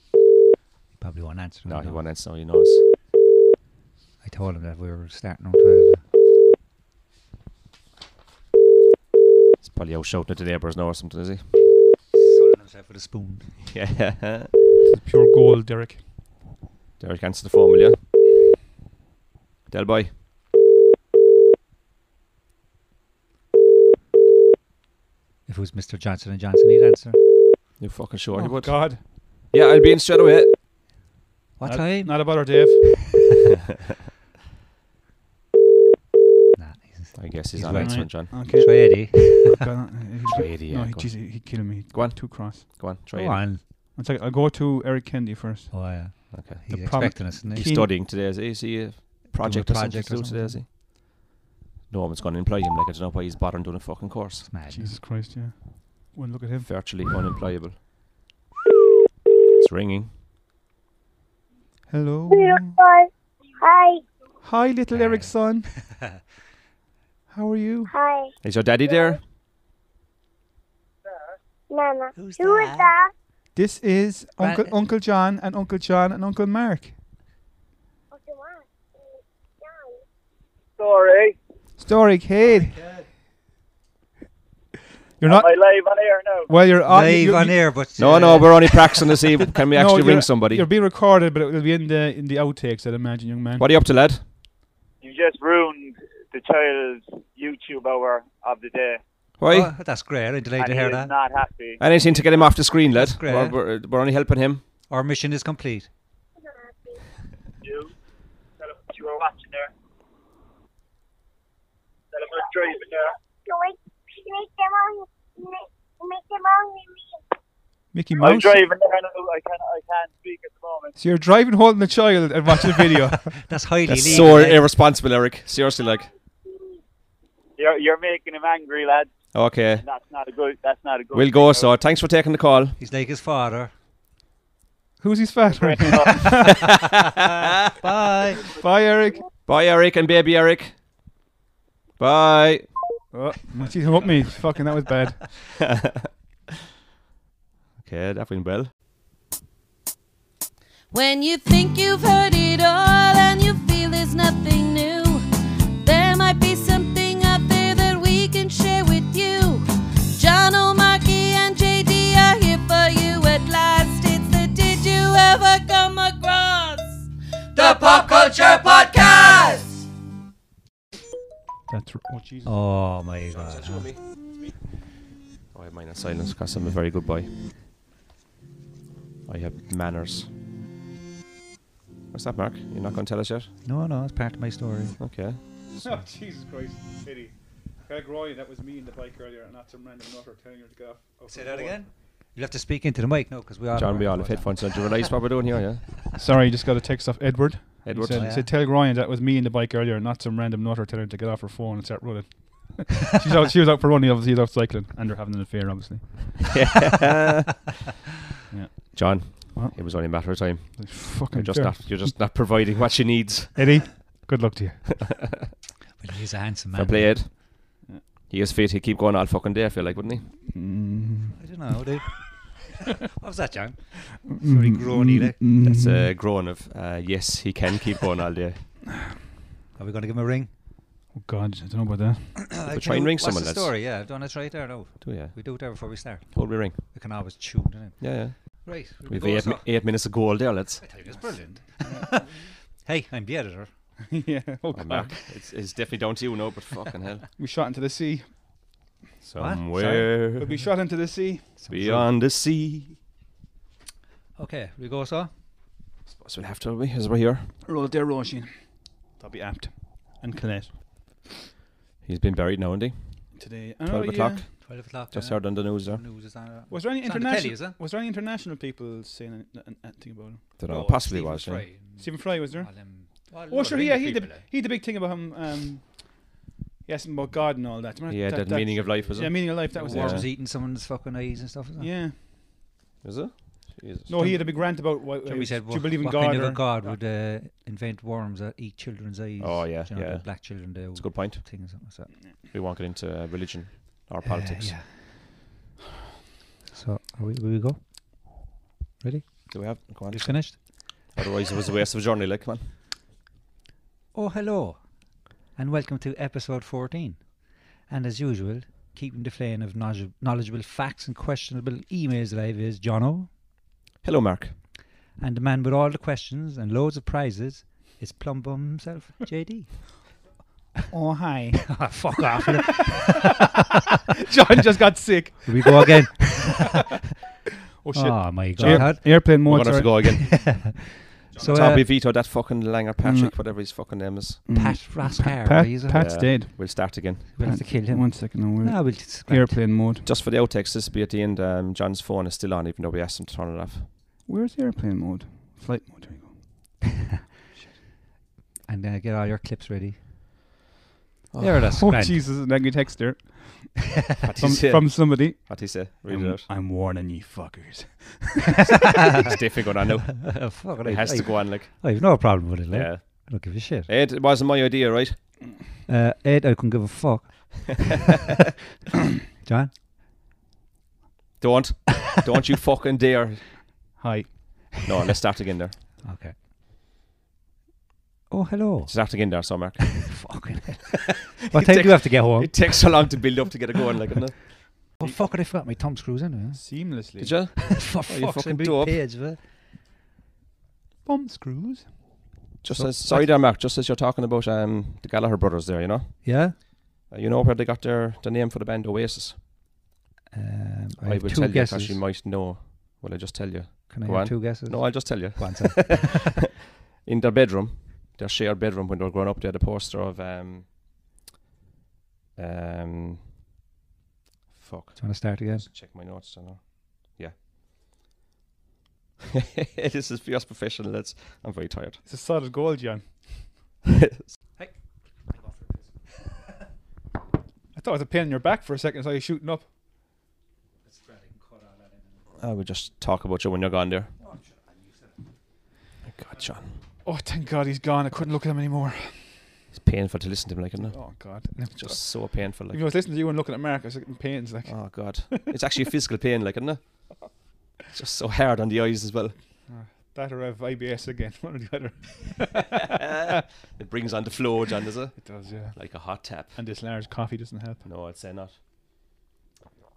[SPEAKER 5] He probably won't answer.
[SPEAKER 1] No,
[SPEAKER 5] right
[SPEAKER 1] he
[SPEAKER 5] now.
[SPEAKER 1] won't answer. now, He knows.
[SPEAKER 5] I told him that we were starting on twelve.
[SPEAKER 1] He's probably out shouting at the neighbours now or something, is he?
[SPEAKER 5] with a spoon.
[SPEAKER 1] Yeah.
[SPEAKER 6] Pure gold, Derek.
[SPEAKER 1] Derek, answer the phone, will you? Del boy.
[SPEAKER 5] If it was Mr. Johnson and Johnson, he'd answer.
[SPEAKER 1] You fucking sure he
[SPEAKER 6] Oh,
[SPEAKER 1] would.
[SPEAKER 6] God.
[SPEAKER 1] Yeah, I'll be in straight away.
[SPEAKER 5] What
[SPEAKER 6] Not-
[SPEAKER 5] time?
[SPEAKER 6] Not about our Dave.
[SPEAKER 1] I guess he's,
[SPEAKER 5] He's
[SPEAKER 1] Oh. not
[SPEAKER 5] right.
[SPEAKER 1] answering, John.
[SPEAKER 6] Okay.
[SPEAKER 5] Try Eddie.
[SPEAKER 6] God, uh, he'd-
[SPEAKER 1] Brady, yeah,
[SPEAKER 6] no,
[SPEAKER 1] go
[SPEAKER 6] he,
[SPEAKER 1] on.
[SPEAKER 6] geez, he, he killed me.
[SPEAKER 1] Go on.
[SPEAKER 6] Too cross.
[SPEAKER 1] Go on, try
[SPEAKER 5] Go
[SPEAKER 1] it.
[SPEAKER 5] on.
[SPEAKER 6] One second. I'll go to Eric Kendi first.
[SPEAKER 5] Oh yeah.
[SPEAKER 1] Okay.
[SPEAKER 5] He's
[SPEAKER 6] The problem-
[SPEAKER 5] expecting us, isn't he?
[SPEAKER 1] He's
[SPEAKER 6] Keen-
[SPEAKER 1] studying today, is he? Is he a project or something
[SPEAKER 5] project
[SPEAKER 1] to
[SPEAKER 5] or
[SPEAKER 1] do today, is he? No one's going to employ him. Like, I don't know why he's bothering doing a fucking course.
[SPEAKER 5] It's mad.
[SPEAKER 6] Jesus Christ, yeah. One look at him.
[SPEAKER 1] Virtually unemployable. It's ringing.
[SPEAKER 6] Hello.
[SPEAKER 17] Hi.
[SPEAKER 6] Hi, little Eric's son. How are you?
[SPEAKER 17] Hi.
[SPEAKER 1] Is your daddy there?
[SPEAKER 17] Nana. Who's that?
[SPEAKER 6] This is
[SPEAKER 17] Right.
[SPEAKER 6] Uncle Uncle John and Uncle John and Uncle Mark.
[SPEAKER 3] Uh, Sorry.
[SPEAKER 6] Story kid. You're not.
[SPEAKER 3] Am I live on air now?
[SPEAKER 6] Well, you're on.
[SPEAKER 5] Live
[SPEAKER 6] you're-
[SPEAKER 5] on
[SPEAKER 6] you-
[SPEAKER 5] air, but
[SPEAKER 1] No,
[SPEAKER 5] uh,
[SPEAKER 1] no, we're only practicing to see if- can we
[SPEAKER 6] No,
[SPEAKER 1] actually
[SPEAKER 6] you're-
[SPEAKER 1] ring somebody.
[SPEAKER 6] You'll be recorded, but it'll be in the in the outtakes. I'd imagine, young man.
[SPEAKER 1] What are you up to, lad?
[SPEAKER 3] You just ruined the child's YouTube hour of the day.
[SPEAKER 1] Why?
[SPEAKER 5] Oh, that's great. I'm delighted
[SPEAKER 3] and
[SPEAKER 5] to
[SPEAKER 3] he
[SPEAKER 5] hear
[SPEAKER 3] is
[SPEAKER 5] that.
[SPEAKER 3] not happy.
[SPEAKER 1] Anything to get him off the screen, lad.
[SPEAKER 5] great.
[SPEAKER 1] We're, we're, we're only helping him.
[SPEAKER 5] Our mission is complete.
[SPEAKER 3] You, tell him what you were watching there. Tell him I was driving there.
[SPEAKER 17] Make them only, make, make them only me.
[SPEAKER 6] Mickey
[SPEAKER 5] Oh,
[SPEAKER 3] I'm
[SPEAKER 6] Mouse.
[SPEAKER 3] driving there and I can't, I can't speak at the moment.
[SPEAKER 6] So you're driving, holding a child, and watching a video.
[SPEAKER 5] That's highly
[SPEAKER 1] That's
[SPEAKER 5] illegal.
[SPEAKER 1] so
[SPEAKER 5] eh?
[SPEAKER 1] irresponsible, Eric. Seriously, like.
[SPEAKER 3] You're, you're making him angry, lad.
[SPEAKER 1] Okay.
[SPEAKER 3] And that's not a good. That's not a good.
[SPEAKER 1] We'll go, so thanks for taking the call.
[SPEAKER 5] He's like his father.
[SPEAKER 6] Who's his father?
[SPEAKER 5] Bye.
[SPEAKER 6] Bye, Eric.
[SPEAKER 1] Bye, Eric and baby Eric. Bye.
[SPEAKER 6] Oh, she helped me. Fucking, that was bad.
[SPEAKER 1] Okay, that went well.
[SPEAKER 4] When you think you've heard it all and you feel there's nothing new, there might be something out there that we can share with you. John O'Markey and JD are here for you at last. It's the Did You Ever Come Across? The Pop Culture Podcast!
[SPEAKER 6] That's r- oh Jesus.
[SPEAKER 5] Oh my god.
[SPEAKER 1] Oh, I have mine in silence because I'm a very good boy. I have manners. What's that, Mark? You're not going to tell us yet?
[SPEAKER 5] No, no, it's part of my story.
[SPEAKER 1] Okay.
[SPEAKER 6] Oh, Jesus Christ, Eddie. Greg Roy, that was me in the bike earlier, and not some random nutter telling you to get off. off
[SPEAKER 16] Say
[SPEAKER 6] the
[SPEAKER 16] that
[SPEAKER 6] floor.
[SPEAKER 16] again?
[SPEAKER 5] You'll have to speak into the mic, no, because we are.
[SPEAKER 1] John, we all have headphones on. Do you realise what we're doing here, yeah?
[SPEAKER 6] Sorry, I just got a text off Edward.
[SPEAKER 1] Edward.
[SPEAKER 6] He said,
[SPEAKER 1] Oh,
[SPEAKER 6] he
[SPEAKER 1] yeah.
[SPEAKER 6] said, Tell Ryan that was me in the bike earlier, not some random nutter telling her to get off her phone and start running. She's out, she was out for running, obviously, he's out cycling, and they're having an affair, obviously. yeah.
[SPEAKER 1] John, it was only a matter of time.
[SPEAKER 6] fucking
[SPEAKER 1] you're just
[SPEAKER 6] fair.
[SPEAKER 1] not you're just not providing what she needs.
[SPEAKER 6] Eddie, good luck to you.
[SPEAKER 5] Well, he's a handsome
[SPEAKER 1] Fair
[SPEAKER 5] man.
[SPEAKER 1] play, Ed. He is fit. He'd keep going all fucking day, I feel like, wouldn't he?
[SPEAKER 6] Mm.
[SPEAKER 5] I don't know, dude. what was that, John?
[SPEAKER 1] Very
[SPEAKER 5] groany,
[SPEAKER 6] eh?
[SPEAKER 5] like.
[SPEAKER 6] Mm.
[SPEAKER 1] That's
[SPEAKER 6] Mm-hmm.
[SPEAKER 1] a groan of uh, yes, he can keep going all day.
[SPEAKER 5] Are we going to give him a ring?
[SPEAKER 6] Oh, God, I don't know about
[SPEAKER 5] I
[SPEAKER 6] that.
[SPEAKER 5] can-
[SPEAKER 1] try and ring
[SPEAKER 5] what's
[SPEAKER 1] someone,
[SPEAKER 5] the
[SPEAKER 1] lads?
[SPEAKER 5] story? Yeah, do you want to try it there? No.
[SPEAKER 1] Do ya?
[SPEAKER 5] We do it there before we start.
[SPEAKER 1] Hold we ring.
[SPEAKER 5] We can always tune it in.
[SPEAKER 1] Yeah, yeah.
[SPEAKER 5] Right. we
[SPEAKER 1] We've
[SPEAKER 5] go,
[SPEAKER 1] eight,
[SPEAKER 5] so-
[SPEAKER 1] mi- eight minutes of goal there, lads.
[SPEAKER 5] It's brilliant. hey, I'm the editor.
[SPEAKER 6] yeah. Oh,
[SPEAKER 1] Oh,
[SPEAKER 6] God.
[SPEAKER 1] Mark, it's, it's definitely down to you now, but fucking hell.
[SPEAKER 6] We shot into the sea.
[SPEAKER 1] Somewhere
[SPEAKER 6] But we shot into the sea.
[SPEAKER 1] beyond the sea.
[SPEAKER 5] Okay, we go, so.
[SPEAKER 1] Suppose we'll have to, will we, as we're here.
[SPEAKER 6] Roll there, Roisin. That'll be apt. And Colette.
[SPEAKER 1] He's been buried now, isn't he?
[SPEAKER 6] Today. I know,
[SPEAKER 1] 12
[SPEAKER 6] Oh, yeah.
[SPEAKER 1] o'clock.
[SPEAKER 5] 12 o'clock,
[SPEAKER 1] Just
[SPEAKER 5] yeah.
[SPEAKER 1] heard on the news there.
[SPEAKER 5] News is on, uh,
[SPEAKER 6] Was there any
[SPEAKER 5] it's on the telly,
[SPEAKER 6] international?
[SPEAKER 5] is it?
[SPEAKER 6] was there any international people saying an- an- anything about him?
[SPEAKER 1] Dunno, No, possibly Stephen was, yeah. Fry
[SPEAKER 6] Stephen Fry was there.
[SPEAKER 5] um, well,
[SPEAKER 6] oh,
[SPEAKER 5] loads
[SPEAKER 6] sure,
[SPEAKER 5] of
[SPEAKER 6] yeah,
[SPEAKER 5] English
[SPEAKER 6] he had the
[SPEAKER 5] people, eh?
[SPEAKER 6] he had the big thing about him. Um, he asked him about God and all that. Remember
[SPEAKER 1] Yeah,
[SPEAKER 6] that,
[SPEAKER 1] the meaning of life, was
[SPEAKER 6] yeah,
[SPEAKER 1] it?
[SPEAKER 6] meaning of life. That was
[SPEAKER 5] Worms
[SPEAKER 6] it.
[SPEAKER 5] eating someone's fucking eyes and stuff. Isn't it?
[SPEAKER 6] Yeah.
[SPEAKER 1] Is it? Jesus.
[SPEAKER 6] No, he had a big rant about why.
[SPEAKER 5] So we said,
[SPEAKER 6] do you
[SPEAKER 5] what,
[SPEAKER 6] believe in
[SPEAKER 5] what
[SPEAKER 6] God?
[SPEAKER 5] kind of
[SPEAKER 6] or-
[SPEAKER 5] a God would uh, invent worms that eat children's eyes?
[SPEAKER 1] Oh, yeah,
[SPEAKER 5] Do you know, the
[SPEAKER 1] yeah.
[SPEAKER 5] black children do.
[SPEAKER 1] It's a good point.
[SPEAKER 5] Thing or something like that.
[SPEAKER 1] We won't get into uh, religion or politics.
[SPEAKER 5] yeah. So, are we, will we go? Ready?
[SPEAKER 1] Do we have? Go on.
[SPEAKER 5] You finished?
[SPEAKER 1] Otherwise, it was a waste of a journey, like, come on.
[SPEAKER 5] Oh, hello, and welcome to episode 14. And as usual, keeping the flame of knowledge- knowledgeable facts and questionable emails alive is Jono.
[SPEAKER 1] Hello, Mark.
[SPEAKER 5] And the man with all the questions and loads of prizes is Plumbum himself, JD.
[SPEAKER 6] Oh, hi.
[SPEAKER 5] Ah, fuck off.
[SPEAKER 6] John just got sick.
[SPEAKER 5] Here we go again.
[SPEAKER 6] oh shit!
[SPEAKER 5] Oh, my
[SPEAKER 6] Air-
[SPEAKER 5] God.
[SPEAKER 6] airplane
[SPEAKER 1] We're
[SPEAKER 6] mode.
[SPEAKER 1] gonna have to go
[SPEAKER 6] sorry.
[SPEAKER 1] again.
[SPEAKER 5] So,
[SPEAKER 1] Tommy
[SPEAKER 5] uh, Mm.
[SPEAKER 1] Vito, that fucking Langer Patrick, whatever his fucking name is.
[SPEAKER 5] Pat Rascar.
[SPEAKER 6] Mm. Pat-
[SPEAKER 5] he's a-
[SPEAKER 6] Pat's
[SPEAKER 1] Yeah,
[SPEAKER 6] dead.
[SPEAKER 1] We'll start again.
[SPEAKER 5] We'll have to kill him.
[SPEAKER 6] One second, no, we'll,
[SPEAKER 5] No, we'll just scrap it.
[SPEAKER 6] airplane mode.
[SPEAKER 1] Just for the outtakes, this will be at the end. Um, John's phone is still on, even though we asked him to turn it off.
[SPEAKER 6] Where's airplane mode? Flight mode. There we go.
[SPEAKER 5] And uh, get all your clips ready. There, that's
[SPEAKER 6] oh
[SPEAKER 5] grand.
[SPEAKER 6] Jesus! An angry text there
[SPEAKER 1] What he
[SPEAKER 6] from,
[SPEAKER 1] said.
[SPEAKER 6] from somebody.
[SPEAKER 1] What he say? Read
[SPEAKER 6] I'm,
[SPEAKER 1] it out.
[SPEAKER 6] I'm warning you, fuckers.
[SPEAKER 1] It's definitely going on now.
[SPEAKER 5] Fucking
[SPEAKER 1] it
[SPEAKER 5] hell,
[SPEAKER 1] has to
[SPEAKER 5] I've-
[SPEAKER 1] go on, like.
[SPEAKER 5] I've no problem with it, like.
[SPEAKER 1] Yeah.
[SPEAKER 5] I don't give a shit.
[SPEAKER 1] Ed, it wasn't my idea, right?
[SPEAKER 5] Uh, Ed, I couldn't give a fuck. John?
[SPEAKER 1] Don't. Don't you fucking dare.
[SPEAKER 6] Hi.
[SPEAKER 1] No, let's start again there.
[SPEAKER 5] Okay. Oh, hello.
[SPEAKER 1] Start again there, so Mark.
[SPEAKER 5] fucking hell. What time do you have to get home?
[SPEAKER 1] It takes so long to build up to get it going, like, doesn't it?
[SPEAKER 5] Oh, fuck it, I forgot my thumb screws anyway.
[SPEAKER 6] Seamlessly.
[SPEAKER 1] Did you?
[SPEAKER 5] For
[SPEAKER 1] Oh,
[SPEAKER 5] fuck's
[SPEAKER 1] you fucking
[SPEAKER 5] sake, big
[SPEAKER 1] dope.
[SPEAKER 5] page, man.
[SPEAKER 6] Bomb screws.
[SPEAKER 1] Just as sorry there, Mark. Just as you're talking about um, the Gallagher brothers, there, you know.
[SPEAKER 5] Yeah?
[SPEAKER 1] Uh, you know where they got their, their name for the band Oasis.
[SPEAKER 5] Um, I,
[SPEAKER 1] I
[SPEAKER 5] have
[SPEAKER 1] will
[SPEAKER 5] two
[SPEAKER 1] tell you
[SPEAKER 5] guesses.
[SPEAKER 1] because you might know. Will I just tell you?
[SPEAKER 5] Can I
[SPEAKER 1] Go
[SPEAKER 5] have
[SPEAKER 1] on.
[SPEAKER 5] two guesses?
[SPEAKER 1] No, I'll just tell you.
[SPEAKER 5] Go on, sir.
[SPEAKER 1] In their bedroom, their shared bedroom when they were growing up, they had a poster of um, um, fuck.
[SPEAKER 5] Do you want to start again?
[SPEAKER 1] Just check my notes. I know. Yeah. this is fierce professional. It's, I'm very tired.
[SPEAKER 6] It's a solid goal, John. I thought it was a pain in your back for a second, so you're shooting up.
[SPEAKER 1] I will just talk about you when you're gone there.
[SPEAKER 5] Oh,
[SPEAKER 1] My God, John,
[SPEAKER 6] Oh, thank God he's gone. I couldn't look at him anymore.
[SPEAKER 1] it's painful to listen to him, like, isn't it?
[SPEAKER 6] Oh God.
[SPEAKER 1] It's just so painful.
[SPEAKER 6] if I
[SPEAKER 1] Like,
[SPEAKER 6] was listening to you and looking at Mark, I was getting pains. Like,
[SPEAKER 1] oh God, it's actually a physical pain, like, isn't it? It's just so hard on the eyes as well.
[SPEAKER 6] That or have IBS again, one or the other.
[SPEAKER 1] it brings on the flow, John, does it?
[SPEAKER 6] It does, yeah.
[SPEAKER 1] Like a hot tap.
[SPEAKER 6] And this large coffee doesn't help.
[SPEAKER 1] No, I'd say not.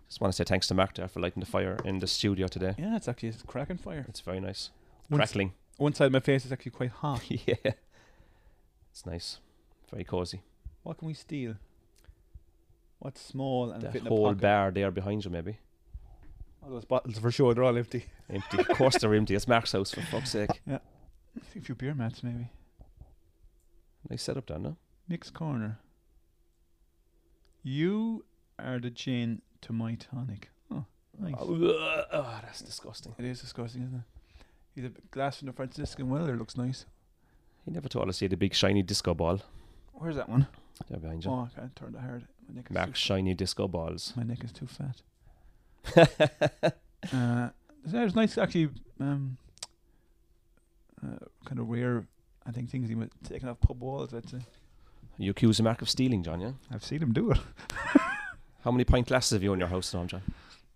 [SPEAKER 1] Just want to say thanks to Mark there for lighting the fire in the studio today.
[SPEAKER 6] Yeah, it's actually it's cracking fire.
[SPEAKER 1] It's very nice.
[SPEAKER 6] One s-
[SPEAKER 1] Crackling.
[SPEAKER 6] One side of my face is actually quite hot.
[SPEAKER 1] yeah. It's nice. Very cozy.
[SPEAKER 6] What can we steal? What's small and
[SPEAKER 1] That
[SPEAKER 6] fit in a
[SPEAKER 1] whole
[SPEAKER 6] pocket?
[SPEAKER 1] bar there behind you, maybe.
[SPEAKER 6] All those bottles for sure, they're all empty.
[SPEAKER 1] Empty. of course they're empty. It's Mark's house, for fuck's sake.
[SPEAKER 6] Yeah. A few beer mats, maybe.
[SPEAKER 1] Nice setup done, no?
[SPEAKER 6] Nick's Corner. You are the gin to my tonic. Oh, nice.
[SPEAKER 1] Oh, that's disgusting.
[SPEAKER 6] It is disgusting, isn't it? He's a glass from the Franciscan Welder looks nice.
[SPEAKER 1] He never told us he had a big shiny disco ball.
[SPEAKER 6] Where's that one?
[SPEAKER 1] There behind you.
[SPEAKER 6] Oh, I can't turn that hard. My neck is
[SPEAKER 1] Mark's shiny disco balls.
[SPEAKER 6] too, my neck is too fat. uh, there's nice, actually, um, uh, kind of rare, I think, things he was taking off pub walls, I'd say.
[SPEAKER 1] You accuse Mark of stealing, John, yeah?
[SPEAKER 6] I've seen him do it.
[SPEAKER 1] How many pint glasses have you in your house now, John?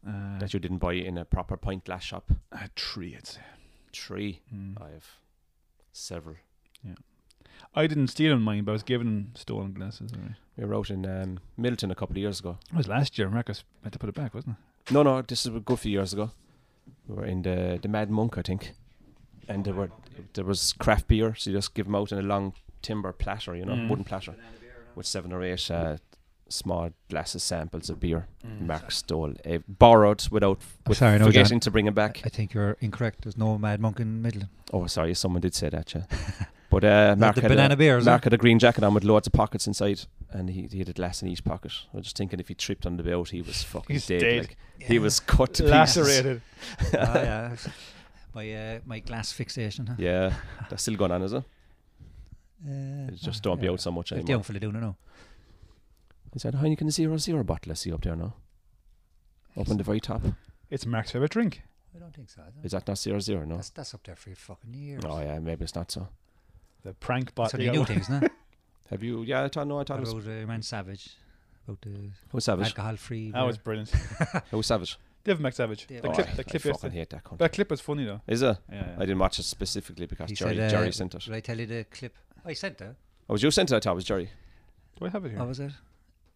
[SPEAKER 6] Uh,
[SPEAKER 1] that you didn't buy in a proper pint glass shop?
[SPEAKER 6] A tree, I'd say.
[SPEAKER 1] Three.
[SPEAKER 6] Mm.
[SPEAKER 1] I have several.
[SPEAKER 6] I didn't steal him mine, but I was giving him stolen glasses. All right.
[SPEAKER 1] We were out in um, Middleton a couple of years ago.
[SPEAKER 6] It was last year. Marcus meant to put it back, wasn't
[SPEAKER 1] No, no, this is a good few years ago. We were in the the Mad Monk, I think, and there were there was craft beer, so you just give them out in a long timber platter, you know,
[SPEAKER 6] Mm.
[SPEAKER 1] wooden platter, with seven or eight uh, small glasses samples of beer.
[SPEAKER 6] Mm.
[SPEAKER 1] Mark stole, uh, borrowed without
[SPEAKER 5] I'm
[SPEAKER 1] with
[SPEAKER 5] sorry, no,
[SPEAKER 1] forgetting
[SPEAKER 5] John.
[SPEAKER 1] to bring it back.
[SPEAKER 5] I think you're incorrect. There's no Mad Monk in Midland.
[SPEAKER 1] Oh, sorry, someone did say that, yeah. But uh, Mark,
[SPEAKER 5] the
[SPEAKER 1] had
[SPEAKER 5] banana
[SPEAKER 1] a,
[SPEAKER 5] beer, is it?
[SPEAKER 1] Mark had a green jacket on with loads of pockets inside, and he, he had a glass in each pocket. I was just thinking if he tripped on the boat, he was fucking
[SPEAKER 6] He's
[SPEAKER 1] dead.
[SPEAKER 6] dead.
[SPEAKER 1] Like, He was cut to
[SPEAKER 6] Lacerated.
[SPEAKER 1] pieces.
[SPEAKER 5] oh, yeah. My, uh, my glass fixation. huh?
[SPEAKER 1] Yeah, that's still going on, is it?
[SPEAKER 5] Uh,
[SPEAKER 1] It's just
[SPEAKER 5] oh,
[SPEAKER 1] don't be
[SPEAKER 5] yeah.
[SPEAKER 1] out so much
[SPEAKER 5] They're
[SPEAKER 1] anymore.
[SPEAKER 5] Down for the doing it now.
[SPEAKER 1] Is that a Heineken Zero Zero bottle I see up there now? Up on the very top.
[SPEAKER 6] It's Mark's favourite drink.
[SPEAKER 5] I don't think so. is it?
[SPEAKER 1] Is that not Zero Zero? No.
[SPEAKER 5] That's, that's up there for fucking years.
[SPEAKER 1] Oh yeah, maybe it's not so.
[SPEAKER 6] The prank
[SPEAKER 5] It's
[SPEAKER 6] bottle.
[SPEAKER 5] only new things, no?
[SPEAKER 1] Have you? Yeah, I thought no, I
[SPEAKER 5] I
[SPEAKER 1] thought it was.
[SPEAKER 5] wrote uh, Man Savage about the
[SPEAKER 1] Who's Savage?
[SPEAKER 5] alcohol-free.
[SPEAKER 6] That was
[SPEAKER 5] beer.
[SPEAKER 6] brilliant.
[SPEAKER 1] Who was Savage?
[SPEAKER 6] Dave McSavage.
[SPEAKER 5] Dave
[SPEAKER 6] The
[SPEAKER 1] Oh,
[SPEAKER 6] clip,
[SPEAKER 1] I-
[SPEAKER 6] the
[SPEAKER 1] I
[SPEAKER 6] clip
[SPEAKER 1] fucking
[SPEAKER 6] yesterday.
[SPEAKER 1] hate that cunt.
[SPEAKER 6] That clip was funny though.
[SPEAKER 1] Is it?
[SPEAKER 6] Yeah, yeah.
[SPEAKER 1] I didn't watch it specifically because
[SPEAKER 5] He
[SPEAKER 1] Jerry
[SPEAKER 5] said, uh,
[SPEAKER 1] Jerry sent it.
[SPEAKER 5] Did I tell you the clip? I sent that.
[SPEAKER 1] Oh, was you sent it? I thought it was Jerry.
[SPEAKER 6] Do I have it here?
[SPEAKER 5] What was it?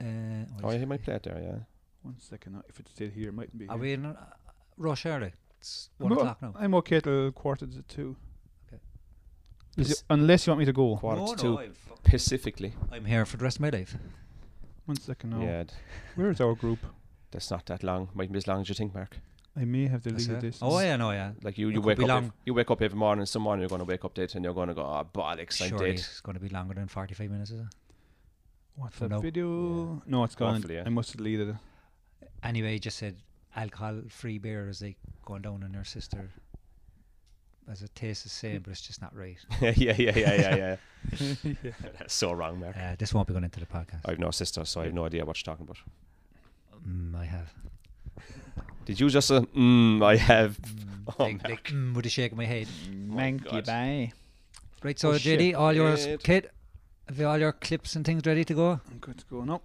[SPEAKER 5] Uh,
[SPEAKER 1] Oh,
[SPEAKER 5] what is
[SPEAKER 1] yeah,
[SPEAKER 5] it?
[SPEAKER 1] he might play it there. Yeah.
[SPEAKER 6] One second. now, If it's still here, it might be.
[SPEAKER 5] Are
[SPEAKER 6] here.
[SPEAKER 5] we in a rush hour? like? It's
[SPEAKER 6] I'm
[SPEAKER 5] one
[SPEAKER 6] o-
[SPEAKER 5] o'clock now.
[SPEAKER 6] I'm okay till quarter to two.
[SPEAKER 5] Okay.
[SPEAKER 6] Is it- unless you want me to go.
[SPEAKER 1] Quarter
[SPEAKER 5] No,
[SPEAKER 1] to
[SPEAKER 5] no,
[SPEAKER 1] two.
[SPEAKER 5] I'm fuck-
[SPEAKER 1] Specifically.
[SPEAKER 5] I'm here for the rest of my life.
[SPEAKER 6] One second now.
[SPEAKER 1] Yeah. d-
[SPEAKER 6] Where is our group?
[SPEAKER 1] That's not that long. Might be as long as you think, Mark.
[SPEAKER 6] I may have
[SPEAKER 5] That's
[SPEAKER 6] deleted
[SPEAKER 5] it.
[SPEAKER 6] this.
[SPEAKER 5] Oh yeah, no yeah.
[SPEAKER 1] Like you,
[SPEAKER 5] It
[SPEAKER 1] you
[SPEAKER 5] could
[SPEAKER 1] wake
[SPEAKER 5] be
[SPEAKER 1] up.
[SPEAKER 5] long.
[SPEAKER 1] ev- you wake up every morning. Some morning you're going to wake up dead, and you're going to go, oh, bollocks, I'm
[SPEAKER 5] Surely
[SPEAKER 1] dead.
[SPEAKER 5] it's going to be longer than forty-five minutes, is it?
[SPEAKER 6] What's
[SPEAKER 5] From
[SPEAKER 6] that
[SPEAKER 5] now.
[SPEAKER 6] video? No, it's gone.
[SPEAKER 1] Hopefully, yeah.
[SPEAKER 6] I must have deleted it.
[SPEAKER 5] Anyway, he just said alcohol-free beer is like going down on your sister. As it tastes the same, but it's just not right.
[SPEAKER 1] yeah, yeah, yeah, yeah, yeah. yeah. That's so wrong, Mark.
[SPEAKER 5] Uh, this won't be going into the podcast.
[SPEAKER 1] I have no sister, so I have no idea what you're talking about.
[SPEAKER 5] Mm, I have.
[SPEAKER 1] Did you just uh, mm, I have. Oh,
[SPEAKER 5] like, like, mm, with a shake of Mm, my head.
[SPEAKER 6] Thank you, bye.
[SPEAKER 5] Right, so
[SPEAKER 1] Oh, shit.
[SPEAKER 5] JD, all yours,
[SPEAKER 1] Shit.
[SPEAKER 5] kid. Have you all your clips and things ready to go?
[SPEAKER 6] I'm good to go. No,